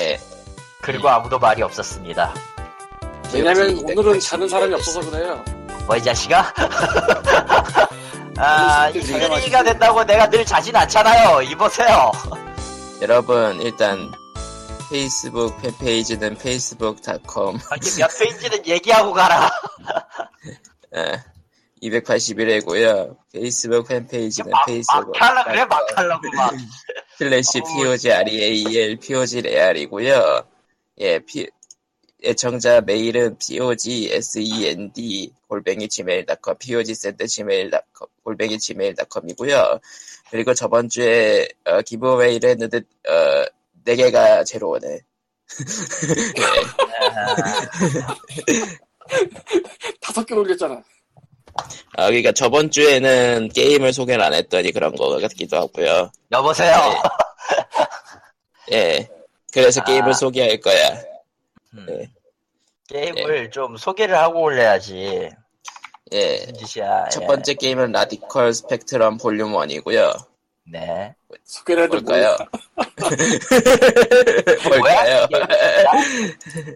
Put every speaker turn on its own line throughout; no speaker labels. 예.
그리고 아무도 말이 없었습니다.
왜냐면 오늘은 자는 사람이 없어서 그래요.
뭐 이 자식아? 아,
무슨 소리야,
이가 된다고 내가 늘 자진 않잖아요. 입으세요.
여러분 일단 페이스북 팬페이지는 facebook.com
이게 몇 페이지는 얘기하고 가라.
281회고요. 페이스북 네, 팬페이지는
막,
페이스북
아, 막 하려고
어,
그래, 막 하려고 막.
슬래시
어우.
E POGREAL POGREAL이고요. E 예, 피, 애청자 메일은 POGSEND E 골뱅이 gmail.com POGSEND gmail.com 골뱅이 gmail.com이고요. 그리고 저번 주에 어, 기브웨이를 했는데 어, 4개가 제로 오네. 네.
다섯 개 올렸잖아.
아, 그러니까 저번 주에는 게임을 소개를 안 했더니 그런 거 같기도 하고요.
여보세요.
예. 그래서
아.
게임을 소개할 거야. 네.
음. 게임을 좀 소개를 하고 올려야지.
예.
무슨 짓이야.
첫
예.
번째 게임은 라디컬 스펙트럼 볼륨 1이고요.
네.
소개를 해도
뭘까요?
모르겠다.
뭘까요?
뭐야? 이게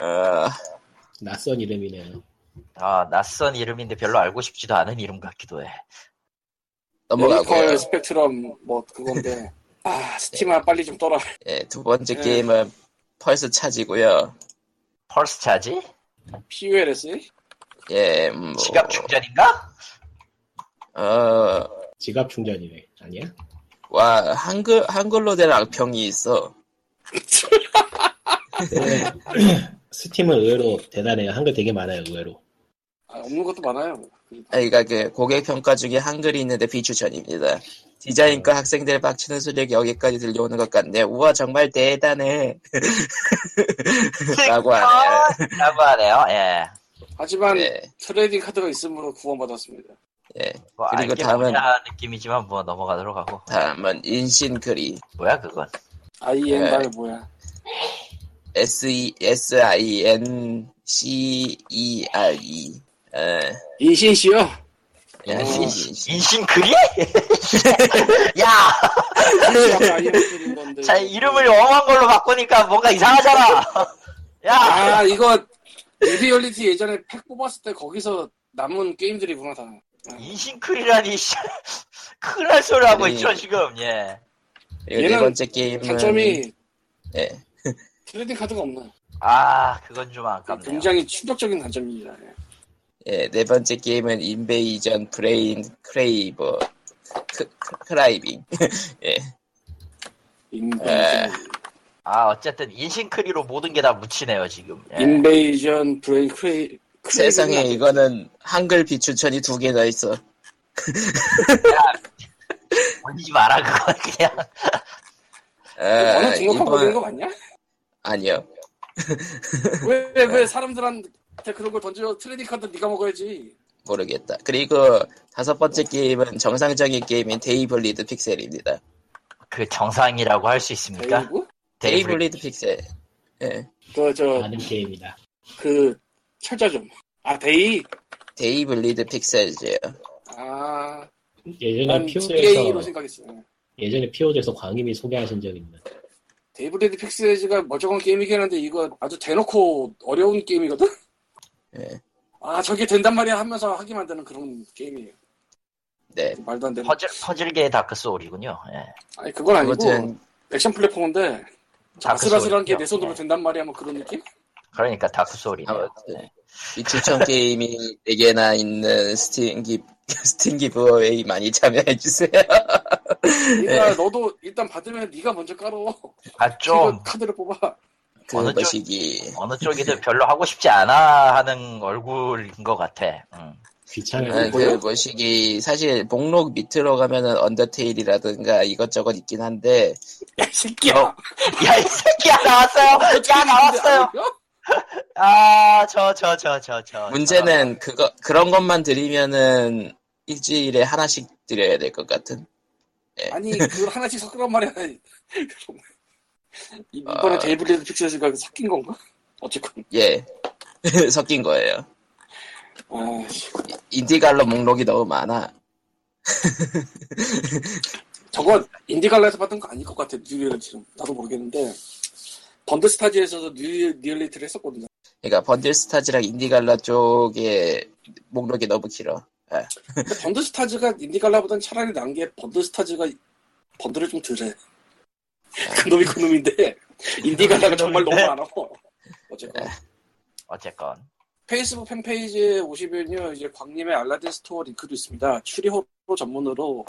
뭐야?
어,
낯선 이름이네요.
아, 낯선 이름인데 별로 알고 싶지도 않은 이름 같기도 해.
넘어가고요.
메리컬 뭐 스펙트럼 뭐 그건데 아 스팀아 빨리 좀 떠라.
예, 두 번째
네.
게임은 펄스 차지고요.
펄스 차지?
PULS
예, 음, 뭐,
지갑 충전인가?
어,
지갑 충전이네. 아니야?
와, 한글, 한글로 된 악평이 있어.
스팀은 의외로 대단해요. 한글 되게 많아요, 의외로.
아, 없는 것도 많아요.
아, 그러니까 그 고객 평가 중에 한글이 있는데 비추천입니다.
네.
디자인과 학생들 박치는 소리가 여기까지 들려오는 것 같네. 우와, 정말 대단해. 라고 하네요.
라고 하네요. 예.
하지만
예,
트레이딩 카드가 있으므로 구원받았습니다.
예.
뭐
그리고
알게
다음은-
뭐냐 느낌이지만 뭐 넘어가도록 하고.
다음은 인신그리.
뭐야 그건?
IEN
예.
다음에 뭐야?
S E S I N C E R E. 네, 에,
인신시요.
야,
어.
씨,
인신 그리? 야, 자 이름을 엄한 걸로 바꾸니까 뭔가 이상하잖아. 야,
아 이거 리얼리티 예전에 팩 뽑았을 때 거기서 남은 게임들이구나 다.
인신 그리라니 씨. 큰일 날 소리 하고
아니.
있죠 지금. 예.
그리고 네
얘는
번째 게임은
단점이
예,
트레이딩 카드가 없나?
아, 그건 좀 아깝네요.
굉장히 충격적인 단점입니다. 예.
예, 네 번째 게임은 인베이전 브레인 크레이버 크, 크- 크라이빙. 예,
인베이전,
예.
아, 어쨌든 인신 크리로 모든 게 다 묻히네요 지금. 예.
인베이전 브레인 크레이 크레이브는
세상에
아니-
이거는 한글 비추천이 두 개나 있어. 아,
올리지 마라 그건 그냥.
너는
아,
등록하고
이번
있는 거 맞냐?
아니요.
왜 왜
예.
사람들한테 그런 걸 던져 트레이딩 카드 네가 먹어야지.
모르겠다. 그리고 다섯 번째 게임은 정상적인 게임인 데이블리드 픽셀입니다.
그 정상이라고 할 수 있습니까?
그리고
데이블리드 픽셀. 예.
그저그 그,
아는 게임이다.
철자 좀. 아 데이.
데이블리드 픽셀즈예요.
아.
예전에
난 DA로
피오즈에서
생각했어. 요
예전에 피오즈에서 광임이 소개하신 적 있는.
데이브레드 픽스에즈가 멀쩡한 게임이긴 한데 이거 아주 대놓고 어려운 게임이거든.
예.
아 저게 된단 말이야 하면서 하게 만드는 그런 게임이에요.
네.
말도 안 되는.
퍼즐 퍼즐계의 다크 소울이군요. 예.
아니 그건 아니고
아무튼
액션 플랫폼인데
다크
아슬아슬한 게
소울이군요.
내 손으로
예.
된단 말이야 뭐 그런 느낌?
그러니까 다크 소울이네요.
아무튼 이 추천 게임이 4개나 있는 스팀 기 스팀 기브웨이 많이 참여해 주세요.
그러니까 너도 일단 받으면 네가 먼저 깔어.
아, 네. 좀
지금 카드를 뽑아.
그
어느 쪽-
그것이기.
어느 쪽이든 별로 하고 싶지 않아 하는 얼굴인 것 같아. 음.
아,
귀찮아요.
그 뭐요?
그것이기 사실 목록 밑으로 가면은 언더테일이라든가 이것저것 있긴 한데
야, 이 새끼야.
어, 야, 이 새끼야, 나왔어요! 야, 나왔어요! 아, 저, 저, 저, 저, 저.
문제는 그거 그런 것만 드리면은 일주일에 하나씩 드려야 될 것 같은.
네.
아니, 그걸 하나씩 섞으란 말이야. 이- 이번에
아.
어.
데이블리드 픽스가 섞인 건가? 어쨌건.
예. 섞인 거예요.
아, 씨.
인디갈로 목록이 너무 많아.
저건 인디갈라에서 받은 거 아닐 것 같아, 뉴리얼 지금. 나도 모르겠는데. 번드스타즈에서도 뉴, 뉴얼리티를 했었거든요.
그러니까 번들스타즈랑 인디갈라 쪽의 목록이 너무 길어.
근데 번드스타즈가 인디갈라보단 차라리 난 게 번드스타즈가 번드를 좀 덜해. 그놈이 그놈인데 인디갈라가 정말 너무 안 하고. 어쨌건
어쨌건
페이스북 팬페이지에 오시면요 이제 광림의 알라딘 스토어 링크도 있습니다. 추리호로 전문으로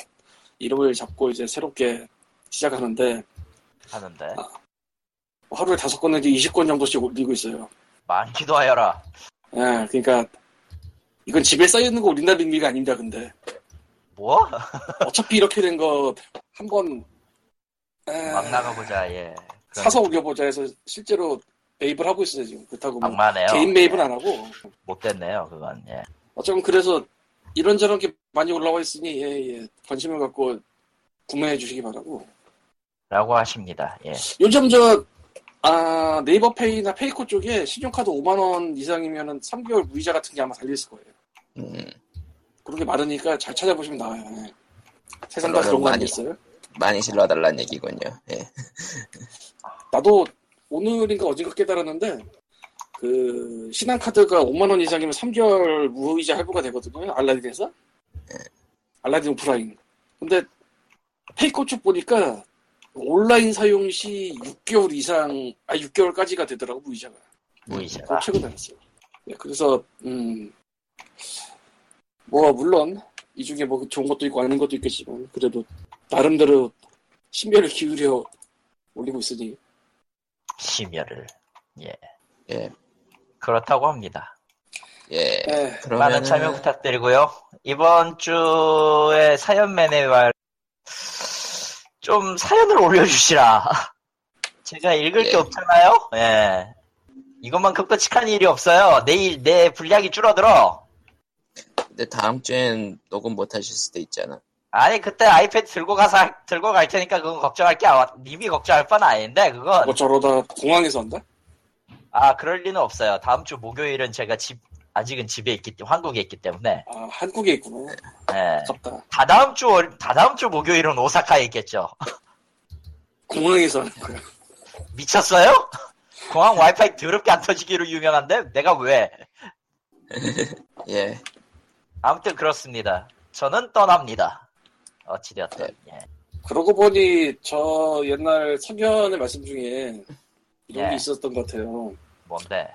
이름을 잡고 이제 새롭게 시작하는데
하는데
하루에 다섯 건에 이제 20건 정도씩 올리고 있어요.
많기도 하여라.
예, 그러니까 이건 집에 쌓여 있는 거 올린다는 의미가 아닙니다. 근데
뭐?
아. 어차피 이렇게 된 거 한번 예.
막 나가보자 예. 그럼
사서 올려보자 해서 실제로 매입을 하고 있어요 지금 그렇다고 뭐
아, 막마네요.
개인 매입은 안 하고
못 됐네요 그건 예.
어쩌면 그래서 이런저런 게 많이 올라와 있으니 예, 예. 관심을 갖고 구매해 주시기 바라고
라고 하십니다. 예.
요즘 저 아, 네이버 페이나 페이코 쪽에 신용카드 5만 원 이상이면은 3개월 무이자 같은 게 아마 달려 있을 거예요.
음,
그런 게 많으니까 잘 찾아보시면 나와요. 예. 세상 다 그런 거
많이.
아니겠어요?
많이 실러달라는 얘기군요. 예.
나도 오늘인가 어젠가 깨달았는데 그 신한카드가 5만 원 이상이면 3개월 무이자 할부가 되거든요. 알라딘에서 알라딘 오프라인. 근데 페이코 쪽 보니까 온라인 사용 시 6개월 이상 아 6개월까지가 되더라고 무이자가.
무이자가
그거 최근에 알았어요. 네, 그래서 음. 뭐 물론 이 중에 뭐 좋은 것도 있고 아닌 것도 있겠지만 그래도 나름대로 신비를 기울여 올리고 있으니
심혈을 예.
예.
그렇다고 합니다.
예.
에,
많은 참여
그러면
부탁드리고요. 이번 주에 사연 매네왈 좀 사연을 올려주시라. 제가 읽을
예.
게 없잖아요. 예. 이것만큼 끔찍한 일이 없어요. 내일 내 분량이 줄어들어.
근데 다음 주엔 녹음 못 하실 수도 있잖아.
아니 그때 아이패드 들고 가서 할- 들고 갈 테니까 그건 걱정할 게 아, 님이 걱정할 건 아닌데 그건
뭐 저러다 공항에서 한다?
아 그럴 리는 없어요. 다음 주 목요일은 제가 집 아직은 집에 있기 때- 한국에 있기 때문에
아 한국에 있구나.
예.
아깝다.
다다음 주 월- 다다음 주 목요일은 오사카에 있겠죠.
공항에서 하는 거야.
미쳤어요? 공항 와이파이 더럽게 안 터지기로 유명한데 내가 왜?
예.
아무튼 그렇습니다. 저는 떠납니다. 어찌되었든 예.
그러고 보니 저 옛날 성현의 말씀 중에 이런
예.
게 있었던 것 같아요.
뭔데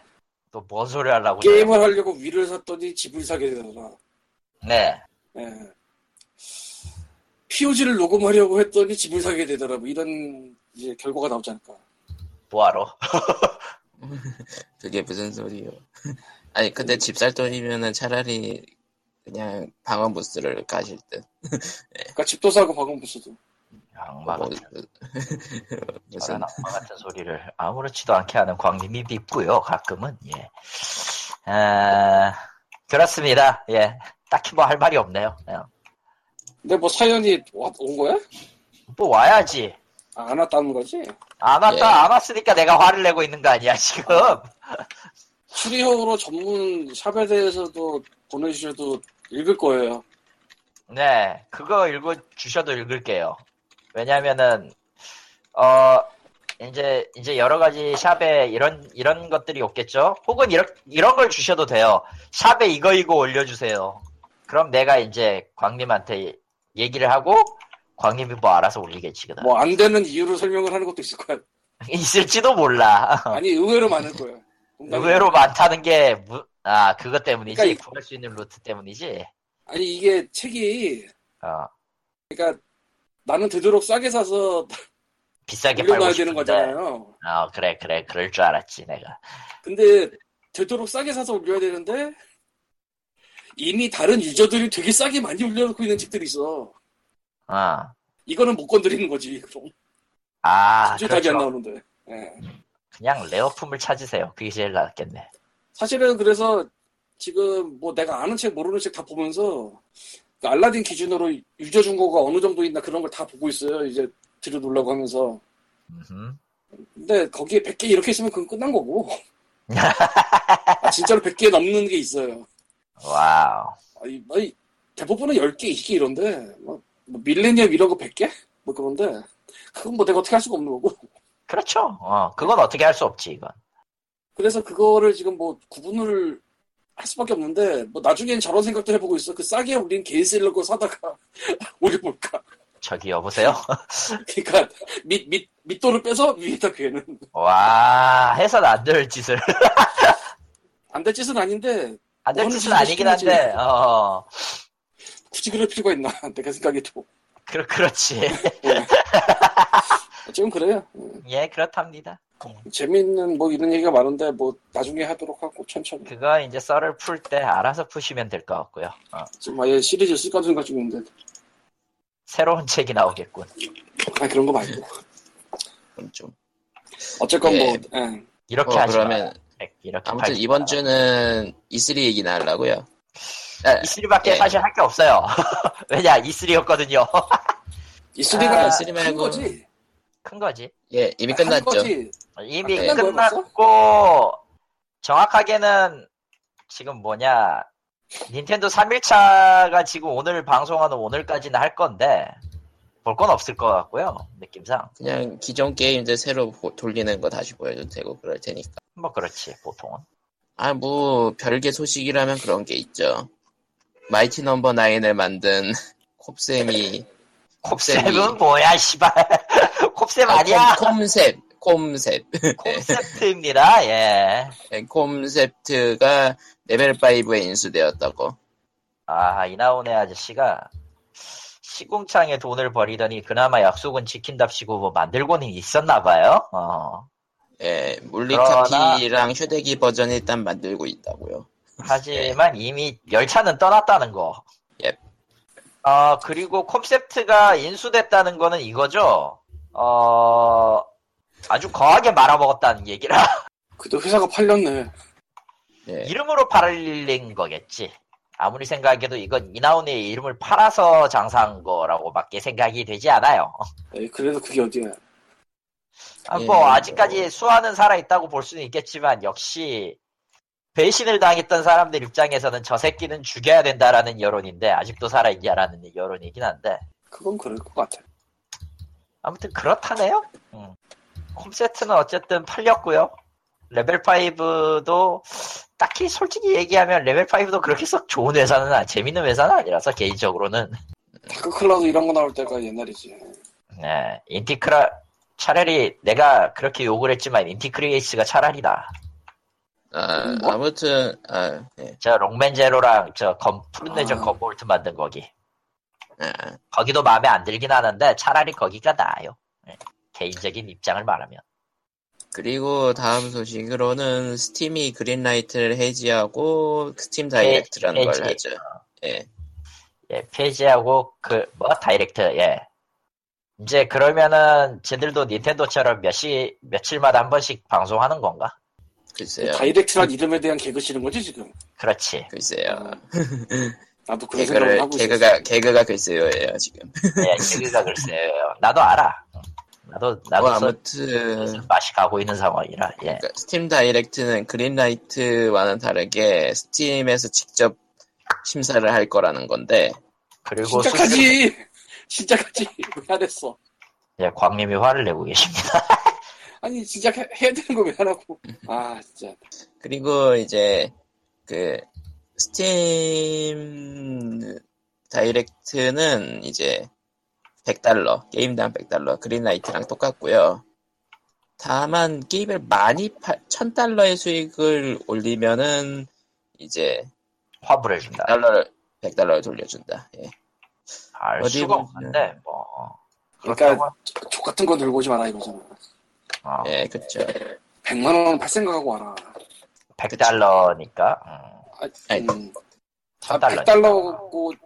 또 뭔 소리 하려고 그래요?
게임을 하려고 위를 샀더니 집을 사게 되더라.
네
예. POG를 녹음하려고 했더니 집을 사게 되더라. 뭐 이런 이제 결과가 나오지 않을까.
뭐하러?
그게 무슨 소리요? 아니 근데 집 살 돈이면은 차라리 그냥 방어 부스를 가실 듯.
그러니까 집도 사고 방금 부스도.
악마
뭐,
같은
무슨
저런 악마 같은 소리를 아무렇지도 않게 하는 광님이 믿고요. 가끔은 예. 아, 그렇습니다. 예. 딱히 뭐 할 말이 없네요. 예.
근데 뭐 사연이 와- 온 거야?
뭐 와야지.
아, 안 왔다는 거지?
안 왔다
예.
안 왔으니까 내가 화를 내고 있는 거 아니야 지금?
수리형으로 전문 샵에 대해서도 보내주셔도 읽을 거예요.
네, 그거 읽어 주셔도 읽을게요. 왜냐면은 어 이제 이제 여러 가지 샵에 이런 이런 것들이 없겠죠. 혹은 이런 이런 걸 주셔도 돼요. 샵에 이거 이거 올려주세요. 그럼 내가 이제 광님한테 얘기를 하고 광님이 뭐 알아서 올리겠지 그다.
뭐 안 되는 이유를 설명을 하는 것도 있을 거야.
있을지도 몰라.
아니 의외로 많을 거야. 농담이
의외로 많다는 게 무, 아, 그것 때문이지.
그러니까 이-
구할 수 있는 루트 때문이지.
아니 이게 책이
어,
그러니까 나는 되도록 싸게 사서
비싸게
올려놔야
팔고
되는
싶은데.
거잖아요.
어, 그래, 그래. 그럴 줄 알았지, 내가.
근데 되도록 싸게 사서 올려야 되는데 이미 다른 유저들이 되게 싸게 많이 올려놓고 있는 책들이 있어.
어.
이거는 못 건드리는 거지. 그럼
아,
쭈딱이
그렇죠.
안 나오는데. 예.
그냥 레어품을 찾으세요. 그게 제일 낫겠네.
사실은 그래서 지금 뭐 내가 아는 책 모르는 책 다 보면서 그 알라딘 기준으로 유저 중고가 어느 정도 있나 그런 걸 다 보고 있어요. 이제 들여놓으려고 하면서.
음흠.
근데 거기에 100개 이렇게 있으면 그건 끝난 거고. 아, 진짜로 100개 넘는 게 있어요.
와우.
아니, 아니, 대부분은 10개, 20개 이런데 뭐, 뭐 밀레니엄 이런 거 100개? 뭐 그런데 그건 뭐 내가 어떻게 할 수가 없는 거고.
그렇죠. 어, 그건 어떻게 할 수 없지, 이건.
그래서 그거를 지금 뭐 구분을 할 수밖에 없는데 뭐 나중엔 저런 생각도 해보고 있어. 그 싸게 우린 게이셀러 거 사다가 올려볼까.
저기 여보세요?
그러니까 밑 밑 밑도를 빼서 위에다 괴는
와, 해서는 안 될 짓을.
안 될 짓은 아닌데
안 될
어느
짓은
정도
아니긴 한데,
시키는지.
어,
굳이 그럴 필요가 있나 내가 생각해도
그, 그렇지.
지금 그래요.
예, 그렇답니다.
재미있는 뭐 이런 얘기가 많은데 뭐 나중에 하도록 하고 천천히
그거 이제 썰을 풀 때 알아서 푸시면 될 것 같고요. 어,
지금 아예 시리즈 쓸까 생각 중인데
새로운 책이 나오겠군.
아 그런 거 말고
좀.
어쨌건
예.
뭐 예.
이렇게
어,
하지
그러면
마. 이렇게
아무튼
팔지
이번
마라.
주는 E3 얘기나 하려고요. 아,
E3밖에
예.
사실 할 게 없어요. 왜냐, E3였거든요.
이 소리가
아,
쓰리
큰
말고
거지.
큰 거지.
예, 이미
아, 큰
끝났죠.
거지.
이미
아, 네.
끝난 거였어?
끝났고, 정확하게는 지금 뭐냐, 닌텐도 3일차가 지금 오늘 방송하는 오늘까지는 할 건데, 볼 건 없을 것 같고요, 느낌상.
그냥 기존 게임들 새로 보- 돌리는 거 다시 보여도 되고 그럴 테니까.
뭐 그렇지, 보통은.
아, 뭐 별개 소식이라면 그런 게 있죠. 마이티 넘버 나인을 만든 콥셈이
콥셉은 뭐야, 씨발. 콥셉 아니야?
콤- 콤셉, 콤셉.
콘셉트입니다, 예.
네, 콤셉트가 레벨 5에 인수되었다고.
아, 이나오네 아저씨가 시궁창에 돈을 버리더니 그나마 약속은 지킨답시고 뭐 만들고는 있었나봐요. 어.
예,
그러나-
물리카피랑 휴대기 버전 일단 만들고 있다고요.
하지만 이미 열차는 떠났다는 거.
예.
아, 그리고 콘셉트가 인수됐다는 거는 이거죠. 어, 아주 거하게 말아먹었다는 얘기라.
그래도 회사가 팔렸네.
예,
이름으로 팔린 거겠지. 아무리 생각해도 이건 이나온의 이름을 팔아서 장사한 거라고밖에 생각이 되지 않아요.
에이, 예, 그래도 그게 어디야.
아,
예,
뭐 아직까지
뭐.
수아는 살아있다고 볼 수는 있겠지만 역시 배신을 당했던 사람들 입장에서는 저 새끼는 죽여야 된다라는 여론인데 아직도 살아있냐라는 여론이긴 한데
그건 그럴 것 같아.
아무튼 그렇다네요. 음. 홈세트는 어쨌든 팔렸고요. 레벨 5도 딱히 솔직히 얘기하면 레벨 5도 그렇게 썩 좋은 회사는 아- 재밌는 회사는 아니라서 개인적으로는
다크 클라우드 이런 거 나올 때가 옛날이지.
네, 인티크라 차라리 내가 그렇게 욕을 했지만 인티크리에이스가 차라리다.
아,
뭐?
아무튼, 아, 예,
저 롱맨 제로랑 저 검, 푸른 내전
아.
검볼트 만든 거기.
아,
거기도 마음에 안 들긴 하는데 차라리 거기가 나아요. 예, 개인적인 입장을 말하면.
그리고 다음 소식으로는 스팀이 그린라이트를 해지하고 그 스팀
네,
다이렉트라는
해지.
걸 하죠. 예,
예, 페이지하고 그 뭐 다이렉트 예. 이제 그러면은 쟤들도 닌텐도처럼 몇 시 며칠마다 한 번씩 방송하는 건가?
글쎄요,
네, 다이렉트란 이름에 대한 개그 치는 거지 지금.
그렇지.
글쎄요.
나도 음, 그런 생각을
개그를
하고
개그가 개그가 글쎄요예요 지금.
예, 얘기가 글쎄요. 나도 알아. 나도 나도
뭐
서-
네.
아무튼
맛이 가고 있는 상황이라. 예.
그러니까 스팀 다이렉트는 그린라이트와는 다르게 스팀에서 직접 심사를 할 거라는 건데
그리고 수수료-
진짜까지 진짜까지 왜 안 했어?
예, 광님이 화를 내고 계십니다.
아니 진짜 해- 해야 되는 거 왜 안 하고? 아 진짜.
그리고 이제 그 스팀 다이렉트는 이제 100달러 게임당 100달러 그린라이트랑 똑같고요. 다만 게임을 많이 팔 1000달러의 수익을 올리면은 이제
화불을 준다.
100달러를 100달러를 돌려준다. 예.
알
어디
수가
보면-
없는데 뭐.
그러니까
그렇다고-
족 같은 거 들고 오지 마라 이거잖아.
어,
예, 그렇죠.
100만 원팔 생각하고 와라.
100달러니까. 음,
아,
아니,
음. 다
아,
1000달러.
100달러고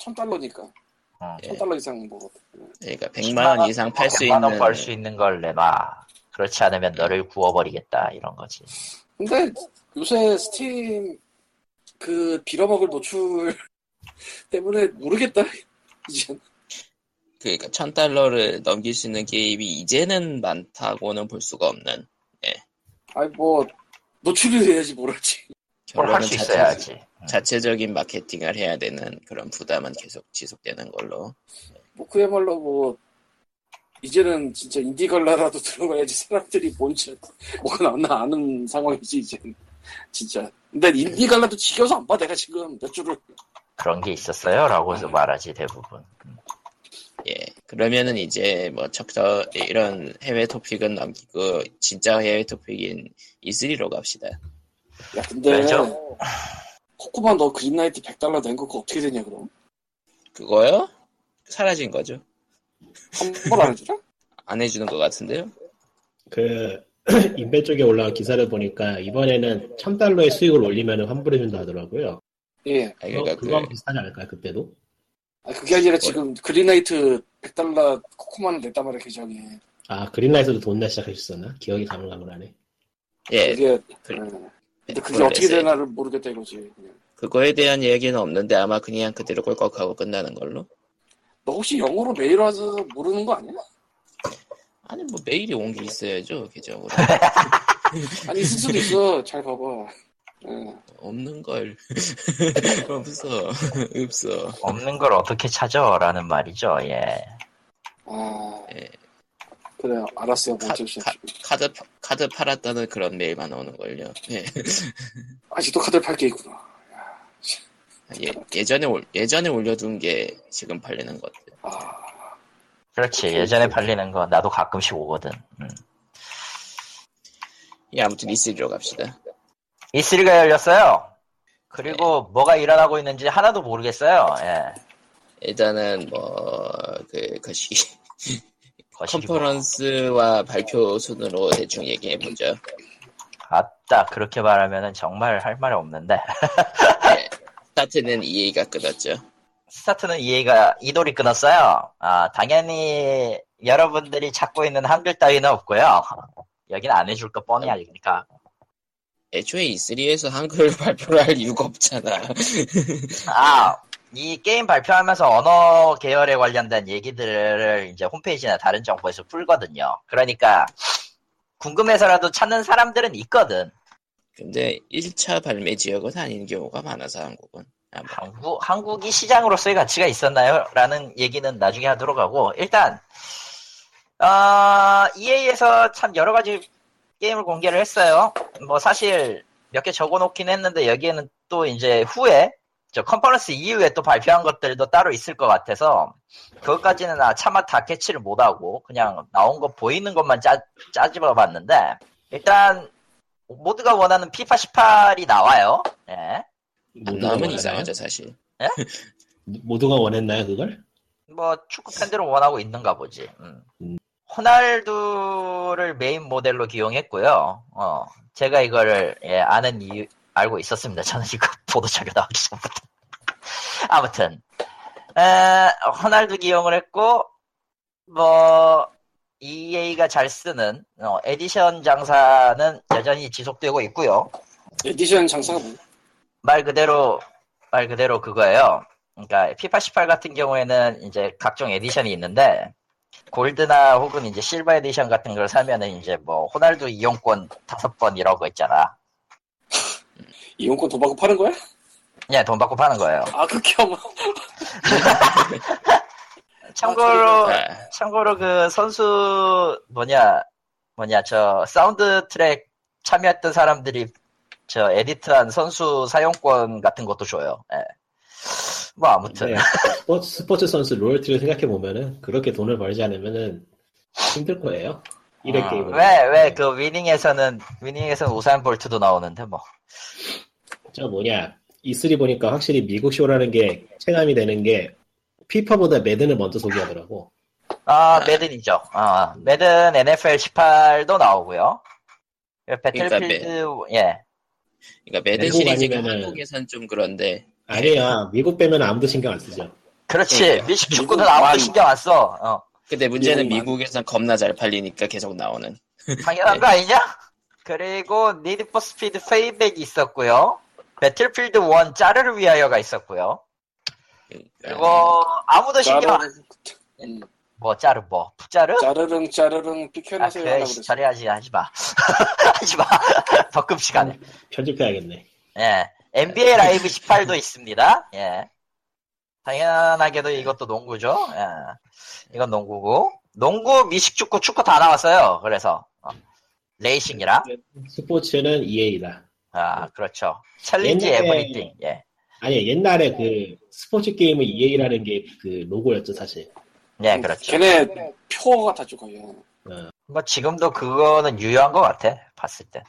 1000달러니까
음.
예.
1000달러 이상 뭐
그러니까 100만 원 이상 팔 수
100만
있는
원 벌 수 있는 걸 내놔. 그렇지 않으면 너를 구워버리겠다 이런 거지.
근데 요새 스팀 그 빌어먹을 노출 때문에 모르겠다. 이제
그러니까 1000달러를 넘길 수 있는 게임이 이제는 많다고는 볼 수가 없는
아이 뭐 노출이 돼야지 뭐랄지.
뭘 할
결론은
수
자체-
있어야지.
아.
음.
자체적인 마케팅을 해야 되는 그런 부담은 계속 지속되는 걸로
뭐 그야말로 뭐 이제는 진짜 인디걸라라도 들어가야지 사람들이 뭔지 뭐가 나오나 아는 상황이지 이제는 진짜 근데 인디걸라도 지겨워서 안봐 내가 지금 몇 줄을
그런 게 있었어요? 라고
음.
해서 말하지 대부분
예. 그러면은 이제 뭐 척저 이런 해외 토픽은 넘기고 진짜 해외 토픽인 E3로 갑시다.
야
네.
근데
왜죠?
코코마 너 그린라이트 100달러 낸 거 그거 어떻게 되냐 그럼
그거요? 사라진 거죠.
환불 안 해주나?
안 해주는 것 같은데요? 아,
그 인벤 쪽에 올라온 기사를 보니까 이번에는 1000달러의 수익을 올리면 환불해준다 하더라고요. 어,
예
아,
그거,
그러니까
그거
그,
비슷하지 않을까요? 그때도?
아, 그게 아니라 지금 그린라이트 100달러 코코마는 냈단 말이야 그 계정에
아 그린라이트도 돈 내 시작했었나? 기억이 가물가물하네.
예.
그게
그래.
예. 근데 그게 어떻게 되나를 모르겠다 이거지 그냥.
그거에 대한 얘기는 없는데 아마 그냥 그대로 꿀꺽하고 끝나는 걸로.
너 혹시 영어로 메일 와서 모르는 거 아니야?
아니 뭐 메일이 온 게 있어야죠 계정으로
아니 있을 수도 있어 잘 봐봐 예.
없는 걸 없어 없어
없는 걸 어떻게 찾아? 라는 말이죠 예
아
예.
그래요 알았어요 뭐 어쩔 수
카-
없이
카드 파- 카드 팔았다는 그런 메일만 오는 걸요. 예.
아직도 카드를 팔 게 있구나
예, 예전에 올, 예전에 올려둔 게 지금 팔리는 것들.
아
그렇지 예전에 팔리는 거 나도 가끔씩 오거든 음.
예, 아무튼 E3로 갑시다.
E3가 열렸어요
네.
그리고 뭐가 일어나고 있는지 하나도 모르겠어요 예
일단은 뭐, 뭐그 것이
거시기 뭐.
컨퍼런스와 발표 순으로 대충 얘기해 보죠.
아따 그렇게 말하면은 정말 할 말이 없는데
예. 스타트는 EA가 끊었죠.
스타트는 이해가 이돌이 끊었어요. 아 당연히 여러분들이 찾고 있는 한글 따위는 없고요. 여긴 안 해줄 거 뻔히 아니니까.
애초에 E3에서 한글 발표를 할 이유가 없잖아.
아, 아이 게임 발표하면서 언어 계열에 관련된 얘기들을 이제 홈페이지나 다른 정보에서 풀거든요. 그러니까 궁금해서라도 찾는 사람들은 있거든.
근데 1차 발매 지역은 아닌 경우가 많아서 한국은. 아마.
한국 한국이 시장으로서의 가치가 있었나요?라는 얘기는 나중에 하도록 하고 일단 아, EA에서 참 여러 가지 게임을 공개를 했어요. 뭐 사실 몇 개 적어놓긴 했는데 여기에는 또 이제 후에 저 컨퍼런스 이후에 또 발표한 것들도 따로 있을 것 같아서 그것까지는 아, 차마 다 캐치를 못하고 그냥 나온 거 보이는 것만 짜, 짜집어봤는데 일단 모두가 원하는 피파 18이 나와요. 예.
안
모두가
나오면
원하나요?
뭐, 이상하죠 사실.
뭐, 어? 모두가 원했나요 그걸?
뭐 축구 팬들은 원하고 있는가 보지. 음.
음.
호날두를 메인 모델로 기용했고요. 어, 제가 이거를 예, 아는 이유 알고 있었습니다. 저는 이거 보도 자료 나오기 전부터. 아무튼 에, 호날두 기용을 했고 뭐 EA가 잘 쓰는 어, 에디션 장사는 여전히 지속되고 있고요.
에디션 장사가 뭐야
말 그대로 말 그대로 그거예요. 그러니까 피파 18 같은 경우에는 이제 각종 에디션이 있는데 골드나 혹은 이제 실버 에디션 같은 걸 사면은 이제 뭐 호날두 이용권 다섯 번 이런 거 있잖아.
이용권 돈 받고 파는 거야?
그냥 돈 받고 파는 거예요.
아 그렇게 하면
뭐.
참고로
아,
참고로 그 선수 뭐냐 뭐냐 저 사운드 트랙 참여했던 사람들이 저 에디트한 선수 사용권 같은 것도 줘요. 예. 뭐 아무튼
네, 스포츠, 스포츠 선수 로열티를 생각해 보면은 그렇게 돈을 벌지 않으면은 힘들 거예요. 1회 게임은.
왜왜 그 위닝에서는 위닝에서는 우사인 볼트도 나오는데 뭐
저 뭐냐 E3 보니까 확실히 미국 쇼라는 게 체감이 되는 게 피파보다 매든을 먼저 소개하더라고.
아, 매든이죠. 아, 매든 NFL 18도 나오고요. 배틀필드 예.
그러니까 매든
외국
시리즈가
아니면은-
한국에선 좀 그런데
아니야 미국 빼면 아무도 신경 안 쓰죠.
그렇지.
그러니까.
미식
미국
축구는 아무도
만.
신경 안 써. 어.
근데 문제는
미국만.
미국에선 겁나 잘 팔리니까 계속 나오는.
당연한
예.
거 아니냐? 그리고 니드 포 스피드 페이백이 있었고요. 배틀필드 1 짜르를 위하여가 있었고요.
네.
그리고 아무도 신경 안...
짜르릉 음,
뭐 짜르 뭐? 푸짜르?
짜르릉 짜르릉
아,
비켜내세요
그래,
하려고
씨,
그랬어
저리 하지, 하지 마. 하지 마. 더 끔 시간에.
편집해야겠네.
예. NBA 라이브 18도 있습니다. 예. 당연하게도 이것도 농구죠. 예. 이건 농구고. 농구, 미식축구, 축구 다 나왔어요. 그래서 어, 레이싱이라.
네. 스포츠는 E EA다.
아 그렇죠. 챌린지
옛날에-
에브리띵. 예.
아니 옛날에 그 스포츠 게임은 EA라는 게 그 로고였죠 사실.
예, 그렇죠.
걔네 표어가 다죠 거의.
뭐 지금도 그거는 유효한 것 같아. 봤을 때.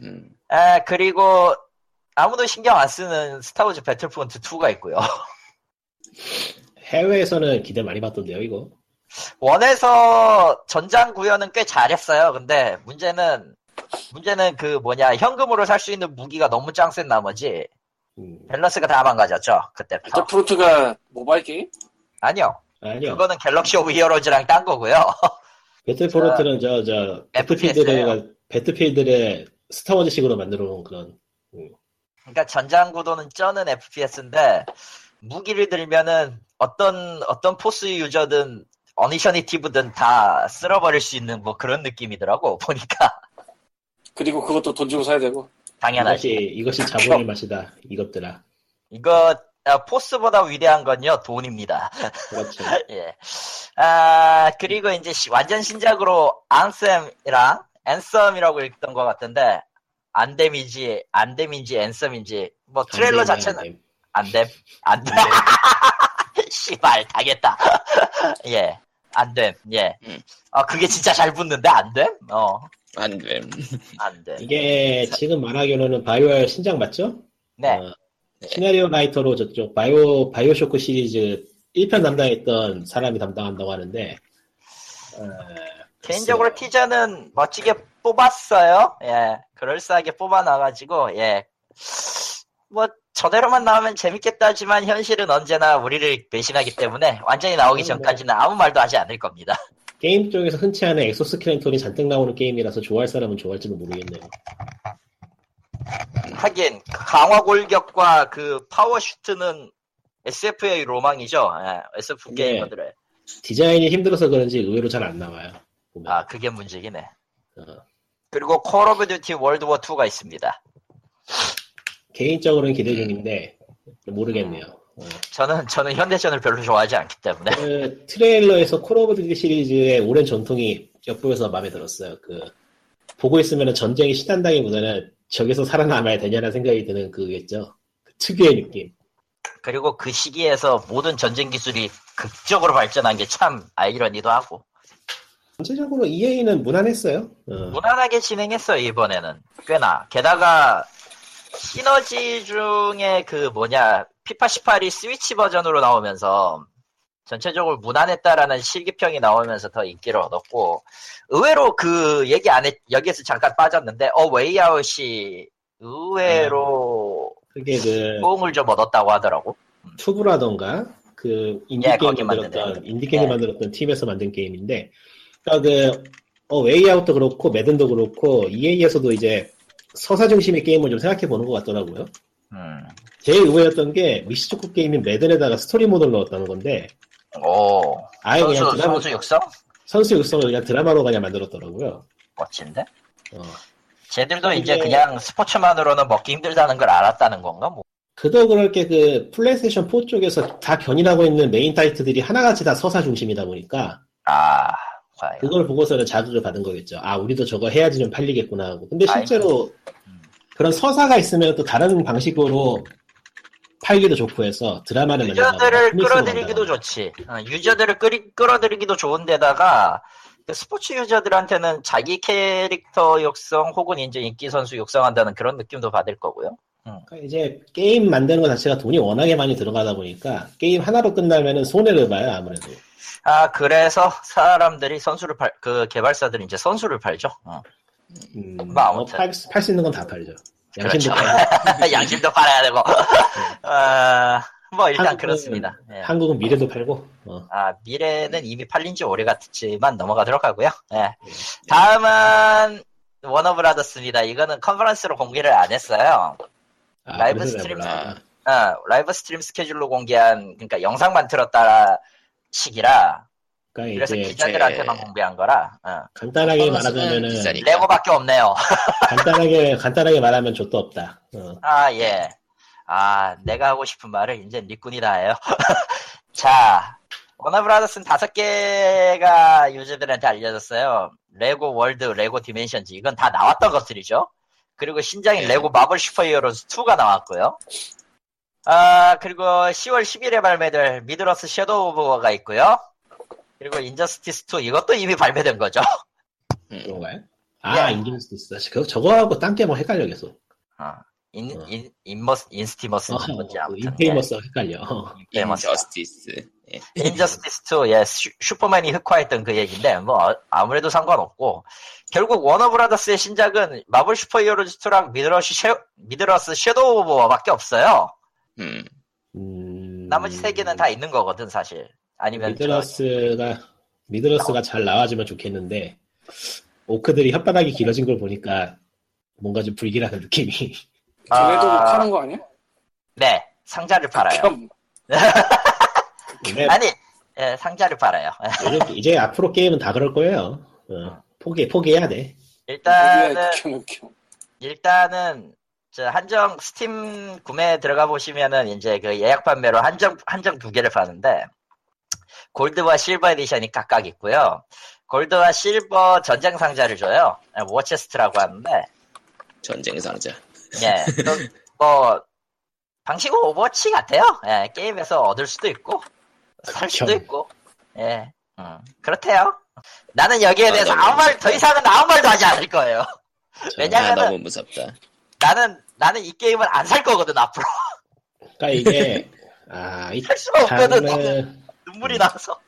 음.
아 그리고 아무도 신경 안 쓰는 스타워즈 배틀프론트 2가 있고요.
해외에서는 기대 많이 받던데요 이거.
원에서 전장 구현은 꽤 잘했어요. 근데 문제는 문제는 그 뭐냐 현금으로 살 수 있는 무기가 너무 짱센 나머지
음.
밸런스가 다 망가졌죠 그때부터.
배틀프론트가 모바일 게임?
아니요,
아, 아니요.
그거는 갤럭시 오브 히어로즈랑 딴 거고요.
배틀포르트는 저 저
FPS 예요.
배틀필드가 배틀필드를 스타워즈식으로 만들어 놓은 그런
그러니까 전장 구도는 쩌는 FPS인데 무기를 들면은 어떤 어떤 포스 유저든 어니셔니티브든 다 쓸어버릴 수 있는 뭐 그런 느낌이더라고 보니까
그리고 그것도 돈 주고 사야 되고.
당연하지.
이것이 이것이 자본의 맛이다 이것들아.
이거 아, 포스보다 위대한 건요 돈입니다.
그렇죠.
예. 아, 그리고 이제 시- 완전 신작으로 앙셈이랑 앤썸이라고 읽던 것 같은데, 안됨이지, 안됨인지 앤썸인지, 뭐 트레일러 자체는 안됨, 안됨. 씨발, 당했다. 예. 안됨, 예.
음.
아, 그게 진짜 잘 붙는데, 안됨? 어,
안 돼.
안됨.
이게 지금 말하기로는 바이오의 신작 맞죠?
네.
어, 시나리오 라이터로 저쪽 바이오 바이오쇼크 시리즈 1편 담당했던 사람이 담당한다고 하는데 어,
개인적으로
글쎄요.
티저는 멋지게 뽑았어요. 예. 그럴싸하게 뽑아놔가지고, 예. 뭐, 저대로만 나오면 재밌겠다지만 현실은 언제나 우리를 배신하기 때문에 완전히 나오기 전까지는 아무 말도 하지 않을 겁니다.
게임 쪽에서 흔치 않은 엑소스켈레톤이 잔뜩 나오는 게임이라서 좋아할 사람은 좋아할지도 모르겠네요.
하긴, 강화 골격과 그 파워슈트는 SF의 로망이죠. 예, SF
네.
게이머들의.
디자인이 힘들어서 그런지 의외로 잘 안 나와요. 보면.
아, 그게 문제긴 해.
어,
그리고 콜 오브 듀티 월드워 2가 있습니다.
개인적으로는 기대 중인데 모르겠네요. 어.
저는, 저는 현대전을 별로 좋아하지 않기 때문에.
그 트레일러에서 콜 오브 듀티 시리즈의 오랜 전통이 엿보여서 마음에 들었어요. 그 보고 있으면 전쟁이 신난다기보다는 저기서 살아남아야 되냐는 생각이 드는 그겠죠. 그 특유의 느낌.
그리고 그 시기에서 모든 전쟁 기술이 극적으로 발전한 게 참 아이러니도 하고
전체적으로 EA는 무난했어요. 어.
무난하게 진행했어요 이번에는 꽤나 게다가 시너지 중에 그 뭐냐 피파 18이 스위치 버전으로 나오면서 전체적으로 무난했다라는 실기평이 나오면서 더 인기를 얻었고 의외로 그 얘기 안 했, 여기에서 잠깐 빠졌는데 어 웨이아웃이 의외로
그게 그
호응을 좀 얻었다고 하더라고
투브라던가 그 인디
예,
게임
거기
만들었던
만드는.
인디 게임
예.
만들었던 팀에서 만든 게임인데 그러니까 그 어, 웨이아웃도 그렇고 매든도 그렇고 EA에서도 이제 서사 중심의 게임을 좀 생각해 보는 것 같더라고요.
음.
제일 의외였던 게 미시초코 게임인 매든에다가 스토리 모드를 넣었다는 건데
오
아예 그냥
선수,
드라마
선수 육성?
선수 육성을 그냥 드라마로 그냥 만들었더라고요.
멋진데?
어.
쟤들도
이게-
이제 그냥 스포츠만으로는 먹기 힘들다는 걸 알았다는 건가? 뭐.
그도 그럴 게 그 플레이스테이션 4 쪽에서 다 견인하고 있는 메인 타이틀들이 하나같이 다 서사 중심이다 보니까
아, 과연.
그걸 보고서는 자극을 받은 거겠죠. 아 우리도 저거 해야지 좀 팔리겠구나 하고. 근데 실제로
음.
그런 서사가 있으면 또 다른 방식으로 팔기도 좋고 해서 드라마를
유저들을
만들다가
끌어들이기도 좋지. 어, 유저들을 끌이, 끌어들이기도 좋은데다가 그 스포츠 유저들한테는 자기 캐릭터 육성 혹은 이제 인기 선수 육성한다는 그런 느낌도 받을 거고요.
그러니까 이제 게임 만드는 것 자체가 돈이 워낙에 많이 들어가다 보니까 게임 하나로 끝나면은 손해를 봐요 아무래도.
아 그래서 사람들이 선수를 팔, 그 개발사들이 이제 선수를 팔죠. 어.
음,
뭐 아무튼.
팔 수 있는 건 다 팔죠.
그렇죠.
양심도 팔.
양심도 팔아야 되고. 아, 뭐 일단
한국은-
그렇습니다. 예.
한국은 미래도 팔고. 어.
아, 미래는 이미 팔린 지 오래 같지만 넘어가도록 하고요. 예. 다음은 워너브라더스입니다. 이거는 컨퍼런스로 공개를 안 했어요.
아,
라이브
그래서 내가
스트림.
몰라.
아, 라이브 스트림 스케줄로 공개한 그러니까 영상만 틀었다 식이라
그러니까
그래서
이제 그러니까.
기자들한테만
제-
공개한 거라 어.
간단하게
컨퍼런스는
말하자면은
디자인이-
레고밖에 없네요.
간단하게 간단하게 말하면 좆도 없다. 어.
아 예. 아 내가 하고 싶은 말을 이제 니꾼이 다 해요. 자 워너브라더스는 다섯 개가 유저들한테 알려졌어요. 레고 월드, 레고 디멘션즈 이건 다 나왔던 것들이죠. 그리고 신작인
네.
레고 마블 슈퍼히어로즈 2가 나왔고요. 아 그리고 10월 10일에 발매될 미드러스 섀도우 오브 워가 있고요. 그리고 인저스티스 2 이것도 이미 발매된 거죠.
음.
그런가요? 아,
예.
인기일 수도 있어. 그 저거하고 딴 게임하고 헷갈려 계속.
아, 인,
어.
인, 인머스, 인스티머스
어,
뭔지
그
아무튼
인페이머스하고 헷갈려. 어.
예, 인저스티스
인저스티스. 예.
인저스티스 2, 예, 슈- 슈퍼맨이 흑화했던 그 얘기인데, 뭐, 아- 아무래도 상관없고, 결국 워너브라더스의 신작은 마블 슈퍼히어로즈 2랑 미드러시 쉐, 미드러스 섀도우 오브 워밖에 없어요.
음.
음...
나머지 세 개는 다 있는 거거든, 사실. 아니면,
미드러스가 미드러스가 잘 나와주면 좋겠는데 오크들이 혓바닥이 길어진 걸 보니까 뭔가 좀 불길하는 느낌이.
걔네도 뭐
아.
파는 거 아니야?
네, 상자를 팔아요.
그럼
근데
아니, 예, 상자를 팔아요.
요즘 이제 앞으로 게임은 다 그럴 거예요. 어, 포기 포기해야 돼.
일단은,
우리가 극혐,
일단은 저 한정 스팀 구매 들어가 보시면은 이제 그 예약 판매로 한정 한정 두 개를 파는데 골드와 실버 에디션이 각각 있고요. 골드와 실버 전쟁 상자를 줘요. 예, 워체스트라고 하는데
전쟁 상자. 음,
예. 또뭐 방식은 오버워치 같아요. 예, 게임에서 얻을 수도 있고 살 수도
그쵸.
있고. 예. 음, 그렇대요. 나는 여기에
아,
대해서
너무
아무 말 더 이상은 아무 말도 하지 않을 거예요.
아,
왜냐면은
너무 무섭다.
나는 나는 이 게임을 안 살 거거든 앞으로
그러니까 이게 아이
할 수가 없거든 나는
장르
음.
눈물이 나서